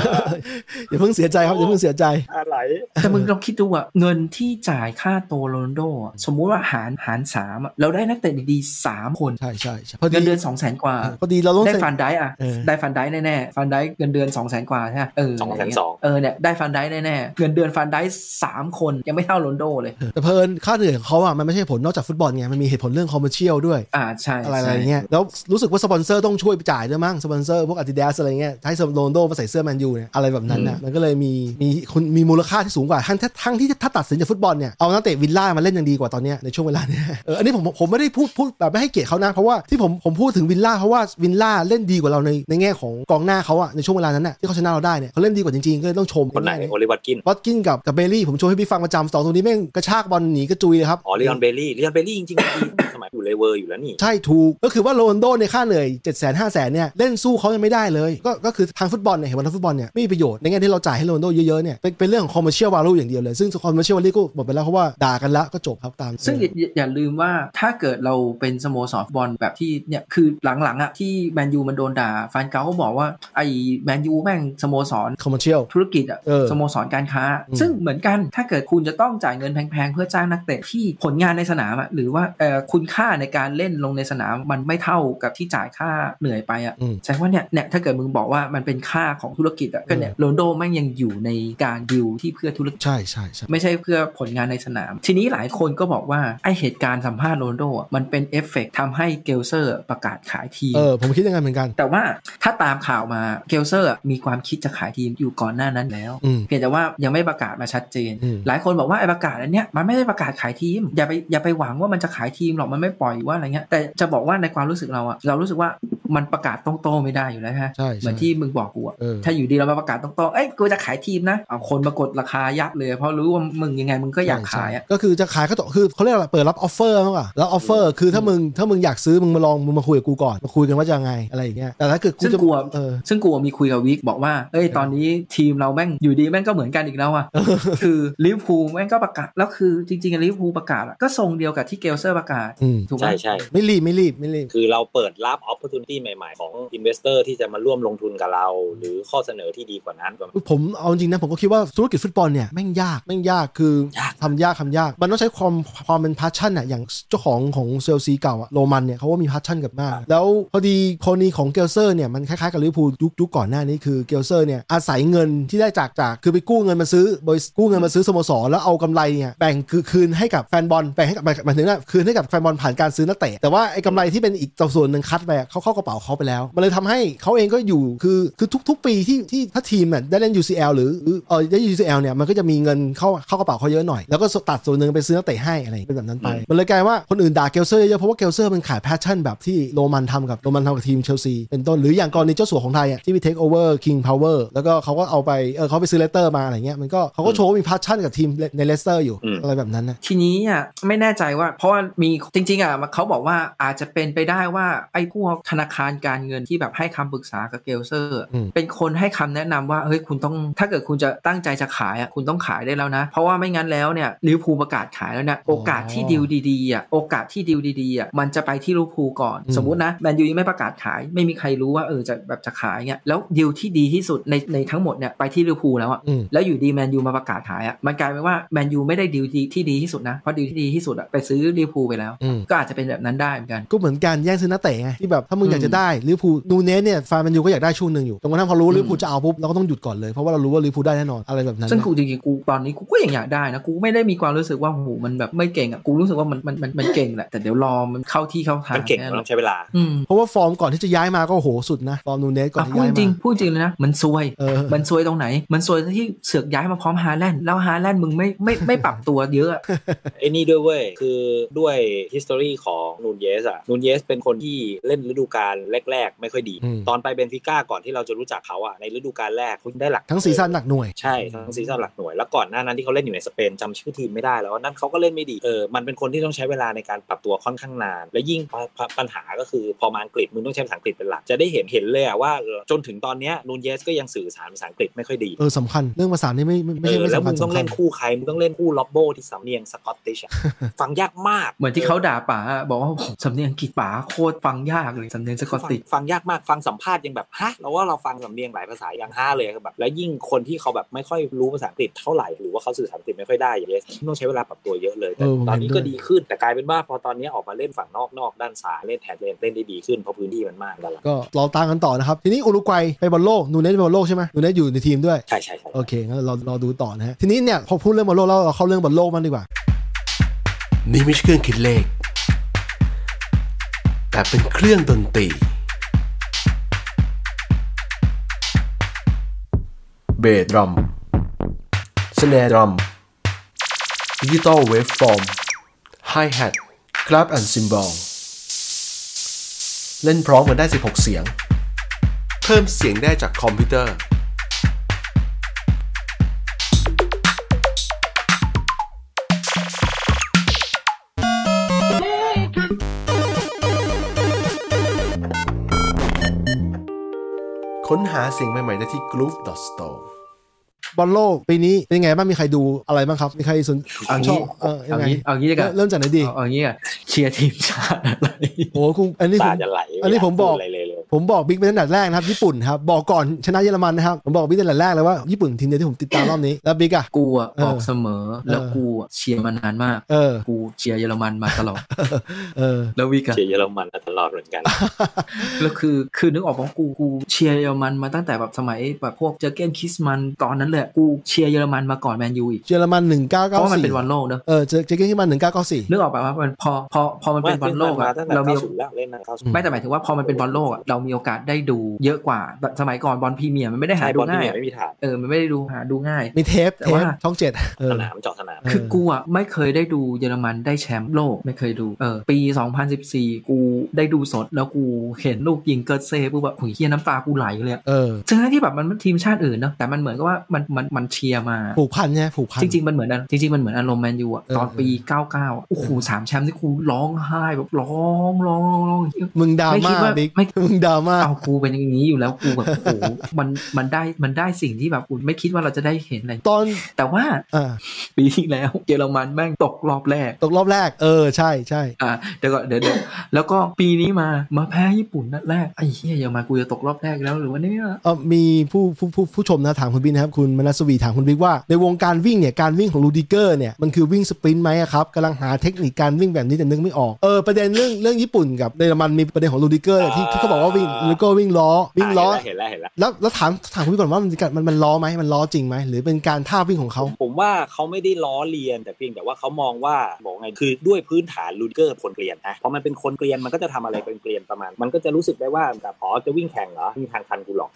B: อย่าเพิ่งเสียใจครับอย่าเพิ่งเสียใจ
C: อะไร
D: แต่มึงลองคิดดูอ่ะเงินที่จ่ายค่าตัวโรนลโดอะสมมุติว่าหารหารสามอะเราได้นักเตะดีๆสามคน
B: ใช่ใช่ใช่พอดี
D: เงินเดือนสองแสนกว่า
B: พอดีเราต้อง
D: ได้
B: เซ็น
D: ฟันได้อะ
B: เออ
D: ได้ฟันได้แน่ๆฟันได้เงินเดือนสองแสนกว่าใช่ไหมเออ
C: สองแสนสอง
D: เออเนี่ยได้ฟันได้แน่ๆเงินเดือนฟันได้สามคนยังไม่เท่าโรนลโดเลย
B: แต่เพลินค่าเหนื่อยของเขาอ่ะมันไม่ใช่ผลนอกจากฟุตบอลไงมันมีเหตุผลเรื่องคอมเมอร์เชียลด้วย
D: อ่าใช่
B: อะไรอะไร
D: ใช่
B: เงี้ยแล้วรู้สึกว่าสปอนเซอร์ต้องช่วยจ่ายด้วยมั้งสปอนเซอร์พวกอาดิดาสอะไรเงี้ยให้สโรนลโดมาใส่เสื้อแมนยูเนี่ยอะไรแบบนั้นน่ะมันก็เลยมีมีคนมีมูลค่าที่สูงกว่าทั้งทั้งทั้งที่ถ้าตัดสินจากฟุตบอลเนี่ย เอานักเตะวิลล่ามาเล่นยังดีกว่าตอนเนี้ยในช่วงเวลาเนี้ยเอออันนี้ผมผมไม่ได้พูดพูดแบบไม่ให้เกียรติเขานะ เพราะว่าที่ผมผมพูดถึงวิลล่าเพราะว่าวิลล่าเล่นดีกว่าเราในในแง่ของกองหน้าเขาอะในช่วงเวลานั้นน่ะที่เขาชนะเราได้เนี่ยเขาเล่นดีกว่าจริงๆก็เลยต้องชม
C: คนไหนโอลิวัตกิน
B: วัตกินกับกับเบลลี่ผมชมให้พี่ฟังประจำสองตัวนี้แม่งกระชากบอลหนีกระจุยเลยครับ
C: อ๋อเรียนเบลลี่เรียนเบลลี่จริงๆดี <coughs> สมัยอยู่เลเวอร์อยู่แล้วนี่
B: ใช่ถูกก็คือว่าโรนลโดในค่าเหนื่อย7จ็ดแสนห้าแสนเนี่ยเล่นสู้เขายังไม่ได้เลย ก็ก็คือทางฟุตบอลเนี่ยเห็นว่าทางฟุตบอลเนี่ยไม่มีประโยชน์ในแง่ที่เราจ่ายให้โรนลโดเยอะๆเนี่ยเป็นเป็นเรื่องของคอมเมอร์เชียลวาลูอย่างเดียวเลย ซึ่งคอมเมอร์เชียลวาลูก็หมดไปแล้วเพราะว่าด่ากันละก็จบครับตาม
D: ซึ่งอย่าอย่าอย่าลืมว่าถ้าเกิดเราเป็นสโมสรฟุตบอลแบบที่เนี่ยคือหลังๆอะที่แมนยูมันโดนด่าแฟนเก่าก็บอกว่าไอ้แมนยูแม่งสโมสร
B: คอมเมอร์เชียล
D: ธุรกิจอะ
B: เออ
D: สโมสรการค้า
B: อืม
D: ซึ่งเหมือนกันถ้าเกิดคุณจะต้องจ่ายเงินแพงๆ เพื่อจ้างนักเตะที่ผลงานในสนามอะหรือว่าเอ่อคุณค่าในการเล่นลงในสนามมันไม่เท่ากับที่จ่ายค่าเหนื่อยไปอะ
B: อืม
D: ใช่ว่าเนี่ยเนี่ยถ้าเกิดมึงบอกว่ามันเป็นค่าของธุรกิจอะก็เนี่ยโรนลโดแม่งยังอยู่ในการดิวที่เพื่อธุรกิจ
B: ใช่ใช่ใช่
D: ไม่ใช่เพื่อผลงานในสนาม ทีนี้หลายคนก็บอกว่า ไอเหตุการณ์สัมภาษณ์โรนลโดอะมันเป็นเอฟเฟกต์ทำให้เกลเซอร์ประกาศขายทีม
B: เออผมคิดอยังไงนเหมือนกัน
D: แต่ว่าถ้าตามข่าวมาเกลเซอร์อะมีความคิดจะขายทีมอยู่ก่อนหน้านั้นแล้ว
B: อืม
D: เพียงแต่ว่ายังไม่ประกาศมาชัดเจน
B: อืม
D: หลายคนบอกว่าไอประกาศอันเนี้ยมันไม่ได้ประกาศขายทีม อย่าไปอย่าไปหวังว่ามันจะขายทีมหรอกมันไม่ปล่อยว่าอะไรเงี้ยแต่จะบอกว่าในความรู้สึกเราอะเรารู้สึกว่า มันประกาศต้องโต้ไม่ได้อยู่แล้วฮะ
B: ใช่ใช่
D: เหมือนที่มึงบอกกูอะ
B: เออ
D: ถ้าอยู่ดีเรามาประกาศต้องโต้เอ้ยกูจะขายทีมนะเอาคนมากดราคายับเลย เพราะรู้ว่ามึงยังไงมึงก็อยาก
B: ใช่
D: ขายอะ
B: ใช่ก็คือจะขายก็ต่อคือเขาเรียกอะไรเปิดรับออฟเฟอร์มากกว่าแล้วออฟเฟอร์คือถ้ามึงถ้ามึงอยากซื้อมึงมาลองมึงมาคุยกับกูก่อนมาคุยกันว่าจะยังไงอะไรอย่างเงี้ยแต่ถ้าเกิดกู
D: ซึ่ง
B: จะ
D: กลัว
B: เออ
D: ซึ่งกลัวมีคุยกับวิกบอกว่า เอ้ย ตอนนี้ทีมเราแม่งอยู่ดีแม่งก็เหมือนกันอีก
B: <laughs>
D: แล้วอะ คือลิเวอร์พูลแม่งก็ประกาศ แล้วคือจริงๆอะลิเวอร์พูลประกาศอะก็ทรงเดียวกับที่เกลเซอร์ประกาศ
B: อืม
D: ถูกไหม
C: ใช่ใช่
B: ไม่รีบไม่รีบไม่รีบ
C: คือเราเปิดรับ opportunity ใหม่ๆ ของ investor ที่จะมาร่วมลงทุนกับเรา หรือข้อเสนอที่ดีกว่านั้น
B: ผมเอาจริงนะผมก็คิดว่าธุรกิจฟุตบอลเนี่ยแม่งยากแม่งยากคือย
C: าก
B: ทำยากทำยาก มันต้องใช้ความความเป็นพาชั่นอ่ะอย่างเจ้าของของเซลซีเก่าอะโรมันเนี่ยเขาว่ามีพาชั่นกับมาก แล้วพอดีโคนีของเกลเซอร์เนี่ยมันคล้ายๆกับลิเวอร์พูลยุคยุคก่อนหน้านี้คือเกลเซอร์เนี่ยอาศัยเงินที่ได้จากจากคือไปกู้เงินมาซื้อบริษัทกู้เงินมาซื้อสโมสรแล้วเอากำไรเนี่ยแบ่งคือคืนให้กับแฟนบอลแบ่งให้กับหมายหมายถึงว่าคืนให้กับแฟนบอลผ่านการซื้อนักเตะแต่ว่าไอ้กำไรที่เป็นอีกส่วนหนึ่งคัดไปอะเขาเข้ากระเป๋าเขาไปแล้ว มันเลยทำให้เขาเองก็อยู่คือคือทุก ๆ ปีที่ที่ถ้าทีมอะได้เล่น UCL หรือหรือเออได้ UCL เนี่ยมันก็จะมีเงินเข้าเข้ากระเป๋าเขาเยอะหน่อย แล้วก็ตัดส่วนหนึ่งไปซื้อนักเตะให้อะไรอย่างเงี้ยเป็นแบบนั้นไป มันเลยกลายว่าคนอื่นด่าเกลเซอร์เยอะเพราะว่าเกลเซอร์มันขายแพชชั่นแบบที่โรมันทำกับโรมันทำกับทีมเชลซีเป็นต้นหรืออย่างกรณีเจ้าสัวของไทยอะที่ไปเทคโอเวอร์คิงพาวเวอร์แล้วก็เขาก็เอาไปเออเขาไปซื้อเลสเตอร์มาอะไรเงี้ยมันก็เขาก็โชว์ว่ามีแพชชั่นกับทีมในเลสเตอร์อยู่
C: อืม
B: อะไรแบบนั้นนะ
D: ทีนี้อะไม่แน่ใจว่า เพราะว่ามีจริง ๆอะมันเขาบอกว่าอาจจะเป็นไปได้ว่าไอ้พวกธนาคารการเงินที่แบบให้คำปรึกษากับเกลเซอร์อะ
B: อืม
D: เป็นคนให้คำแนะนำว่าเฮ้ยคุณต้องถ้าเกิดคุณจะตั้งใจจะขายอะคุณต้องขายได้แล้วนะ เพราะว่าไม่งั้นแล้วเนี่ยลิเวอร์พูลประกาศขายแล้วเนี่ยโอกาสที่ดีลดีๆอะโอกาสที่ดีลดีๆอะมันจะไปที่ลิเวอร์พูลก่อน
B: อืม
D: สมมตินะแมนยูยังไม่ประกาศขายไม่มีใครรู้ว่าเออจะแบบจะขายเนี่ยแล้วดีลที่ดีที่สุดในในทั้งหมดเนี่ยไปที่ลิเวอร์พูลแล้วอะ
B: อืม
D: แล้วอยู่ดีแมนยูมาประกาศขายอะ่ะ มันกลายเป็นว่าแมนยูไม่ได้ดีลดีที่ดีที่สุดนะ เพราะดีลที่ดีที่สุดอะ่ะไปซื้อลิเวอร์พูลไปแล้ว
B: อืม
D: ก็อาจจะเป็นแบบนั้นได้เหมือนกัน
B: ก็เหมือนการแย่งซื้อนักเตะไงที่แบบถ้ามึง
D: อืม
B: อยากจะได้ลิเวอร์พูลนูเนสเนี่ยแฟนแมันยูก็อยากได้ช่วงหนึ่งอยู่จนกระทั่งพอรู้
D: อืม
B: ลิเวอร์พูลจะเอาปุ๊บเราก็ต้องหยุดก่อนเลยเพราะว่าเรารู้ว่าลิเวอร์พูลได้แน่นอนอะไรแบบนั้น
D: ซึ่ง
B: นะ
D: กูจริงๆกูตอนนี้กูก็ยังอยากได้นะ กูไม่ได้มีความรู้สึกว่าโอ้โหมันแบบไม่เก่งอะ่ะ กูรู้สึกว่ามันมันมันมันเก่งแหละ แต่เดี๋ยวรอมันเข้าที่เข้าทาง
C: มันเก่ง
D: แ
C: มันต้องใช้เวลา
D: อืม
B: เพราะว่าฟอร์มก่อนที่จะย้ายมาก็โอ้โหสุดนะฟอร์มนูเนสก่อน
D: อ่ะ
B: ที่ย้าย
D: พูดจริง
B: มา
D: พูดจริงเลยนะ มันซวย
B: เออ
D: มันซวยตรงไหน มันซวยที่เสือกย้ายมาพร้อมฮาแลนด์แล้วฮาแลนด์มึงไม่ไม่ไม่ปรับตัวเยอะอะ
C: ไอ้นี่ด้วยเว้ย คือด้วย history ของนูนเยสอะนูนเยสเป็นคนที่เล่นฤดูกาลแรก ๆ ไม่ค่อยดี
B: อืม
C: ตอนไปเบนฟิก้าก่อนที่เราจะรู้จักเขาอะในฤดูกาลแรกเขาได้หลัก
B: ทั้งซีซั่นหนักหน่วย
C: ใช่ ทั้งซีซั่นหลักหน่วย แล้วก่อนหน้านั้นที่เขาเล่นอยู่ในสเปนจำชื่อทีมไม่ได้แล้วนั่นเขาก็เล่นไม่ดีเออมันเป็นคนที่ต้องใช้เวลาในการปรับตัวค่อนข้างนาน และยิ่งปะปัญหาก็คือพอมาอังกฤษมึงต้องใช้ภาษาอังกฤษเป็นหลักจะได้เห็นเห็นเลยอะว่าจนถึงตอนเนี้ยนูนเยสก็ยังสื่อสารภาษาอังกฤษไม่ค่อยดี
B: เออสำคัญเรื่องภาษานี่ไม่ไม่ไม่ใช่
C: เออ
B: ไม่
C: แล้ว
B: สำคัญ
C: มึงต้อง
B: สำคั
C: เล่
B: ญ
C: นคู่ใคร มึงต้องเล่นคู่ล็อบโบที่สำเนียงสกอตติชอะ ฟังยากมาก
D: เหมือนที่เขาด่าป๋าอะบอกว่าโอ้โหสำเนียงอังกฤษป๋าโคตรฟังยากเลยสำเนียงสกอต
C: ฟัง
D: ติช
C: ฟังยากมาก ฟังสัมภาษณ์ยังแบบฮะเราว่าเราฟังสำเนียงหลายภาษายังห้าเลยแบบ แล้วยิ่งคนที่เขาแบบไม่ค่อยรู้ภาษาอังกฤษเท่าไหร่ หรือว่าเขาสื่อสารอังกฤษไม่ค่อยได้อย่างเงี้ยต้องใช้เวลาปรับตัวเยอะเลยแต่ตอนนี้ก็ดีขึ้น แต่กลายเป็นว่าพอตอนนี้ออกมาเล่นฝั่งนอกนอกด้านซ้ายเล่นแทนเล่นเล่นได้ดีขึ้นเพราะพื้นที่มันมากแล้วล่ะ
B: ก็เราตามกันต่อนะครับ ทีนี้อุรุกวัยไปบอลโลกนูเนสไปบอลโลกใช่ไหมนูเนสอยู่ในทีมด้วย
C: ใช่ใช่ใช่
B: โอเคงั้นเราเราดูต่อนะฮะทีนี้เนี่ยพอพูดเรื่องบอลโลกแล้วเราเข้าเรื่องบอลโลกมันดีกว่า
E: นี่ไม่ใช่เครื่องคิดเลข แต่เป็นเครื่องดนตรี เบสดรัมสแนร์ดรัมดิจิตอลเวฟฟอร์มไฮแฮทกราฟแอนด์ซิมบอลเล่นพร้อมกันได้ 16 เสียง เพิ่มเสียงได้จากคอมพิวเตอร์ ค้นหาเสียงใหม่ ๆ ได้ที่ groove.store
B: บอลโลกปีนี้เป็นยังไงบ้างมีใครดูอะไรบ้างครับมีใครสน
D: เอางี้
B: ชอบเออยังไง
D: เอางี้เอางี้ดีกว่า
B: เริ่มจากไหนดี
D: เอาเอางี้อ่ะเชียร์ทีมชาติอะไร
B: โอ้โหคุณอันนี้ผ
C: ตาม จะไหล
B: อันนี้ผมบอก
C: ะไรเลยเลย
B: ผมบอกบิ๊กเป็นอันดับแรกนะครับญี่ปุ่นครับบอกก่อนชนะเยอรมันนะครับผมบอกบิ๊กเป็นอันดับแรกเลยว่าญี่ปุ่นทีมเดียวที่ผมติดตามรอบนี้แล้วบิ๊กอะ
D: กูอะ
B: เออ
D: บอกเสมอแล้ว
B: เออ
D: กูอะเชียร์มานานมาก
B: เออ
D: กูเชียร์เยอรมันมาตลอด
B: เออ
D: แล้ววิกอะ
C: เชียร์เยอรมันมาตลอดเหมือนกัน
D: แล้วคือคือนึกออกว่ากูกูเชียร์เยอรมันมาตั้งแต่แบบสมัยแบบพวกเจอร์เกนคริสมันตอนนั้นเลยกูเชียร์เยอรมันมาก่อนแมนยูอีก
B: เยอรมัน 1994
D: เพราะว่ามันเป็นวันโลกเนอะ
B: เออเจอเจอเกนที่มัน1994
D: นึกออกป่ะว่ามันพอพอพอมันเป็นบอลโลกอะ
C: ตั้งแต่
D: เรามี
C: 90แล้วเล่นนะ90
D: ไม่แต่หมายถึงว่าพอมันเป็นบอลโลกอะเรา เรามีโอกาสได้ดูเยอะกว่าแบบสมัยก่อนบอลพรีเมียร์มันไม่ได้หา
C: ใช่
D: ดู
C: บอลที่
D: ง่าย
C: เนี่ยไม่มีฐาน
D: เออมันไม่ได้ดูหาดูง่าย
B: มีเทป
D: แต่
B: เทป
D: ว่า
B: ช่องเจ็ดเอ
C: ส
B: อ
C: นามเจาะสนาม
D: คือ
B: เออ
D: กูอ่ะไม่เคยได้ดูเยอรมันได้แชมป์โลกไม่เคยดูเออปี 2014 กูได้ดูสด แล้วกูเห็นลูกยิงเกิร์ตเซ่กูแบบโอ้ยเฮียน้ำตากูไหลเลยอะ
B: เออ
D: ซึ่งทั้งที่แบบมันมันทีมชาติอื่นเนอะแต่มันเหมือนกับว่ามันมันมันเชียร์มา
B: ผูกพันใช่ไหมผูกพัน
D: จริงๆ มันเหมือนอะจริงๆ มันเหมือนอารมณ์แมนยูอะ
B: เออ
D: ตอนปี 99อะโอ้โหสามแชมป์นี่กูร้องไห้แบบร้องร้องร้อง
B: มึงดราม่า
D: ไม่คิดว่า
B: บิ๊ก
D: ไม่
B: มึงดราม่า
D: เอากูเป็นอย่างนี้อยู่แล้วกูแบบโอ้โหมันมันได้มันได้สิ่งที่แบบกูไม่คิดว่าเราจะได้เห็นอะไร
B: ตอน
D: แต่ว่า
B: อ่า
D: ปีที่แล้วเยอรมันแม่งตกรอบแรก
B: ตกรอบแรก เออใช่ใช่
D: อ่าเดี๋ยวก่อนเดี๋ยวเดี๋ยวแล้วก็ปีนี้มามาแพ้ญี่ปุ่นนัดแรกไอ้เหี้ยอย่ามากูจะตกรอบแรกแล้วหรือว่าเนี่ย
B: เออมีผู้ผู้ผู้ผู้ชมนะถามคุณบิ๊กนะครับ คุณมนัสวีถามคุณบิ๊กว่าในวงการวิ่งเนี่ย การวิ่งของลูดิเกอร์เนี่ย มันคือวิ่งสปรินต์ไหมอะครับกำลังหาเทคนิคการวิ่งแบบนี้แต่นึกไม่ออก เออ ประเด็นเรื่องเรื่องญี่ปุ่นกับเยอรมันมีประเด็นของลูดิเกอร์เนี่ยที่ที่เขาบอกว่าวิ่งแล้วก็วิ่งล้อวิ่งล้อ
C: เห็นแล้วเห็นแล้ว
B: แล้วแล้วถามถามคุณบิ๊กก่อนว่ามันมันมันล้อไหมมันล้อจริงไหมหรือเป็นการท่าวิ่งของเขา
C: ผมว่าเขาไม่ได้ล้อเลียนแต่เพียงแต่ว่าเขามองว่าบอกไงคือด้วยพื้นฐานลูดิเกอร์คนเกลียนนะเพราะมันเป็นคนเกลียนมันก็จะทำอะไรเป็นเกลียนประมาณ มันก็จะรู้สึกได้ว่าแบบอ๋อจะวิ่งแข่งเหรอวิ่งทางคันกู <laughs> หรอก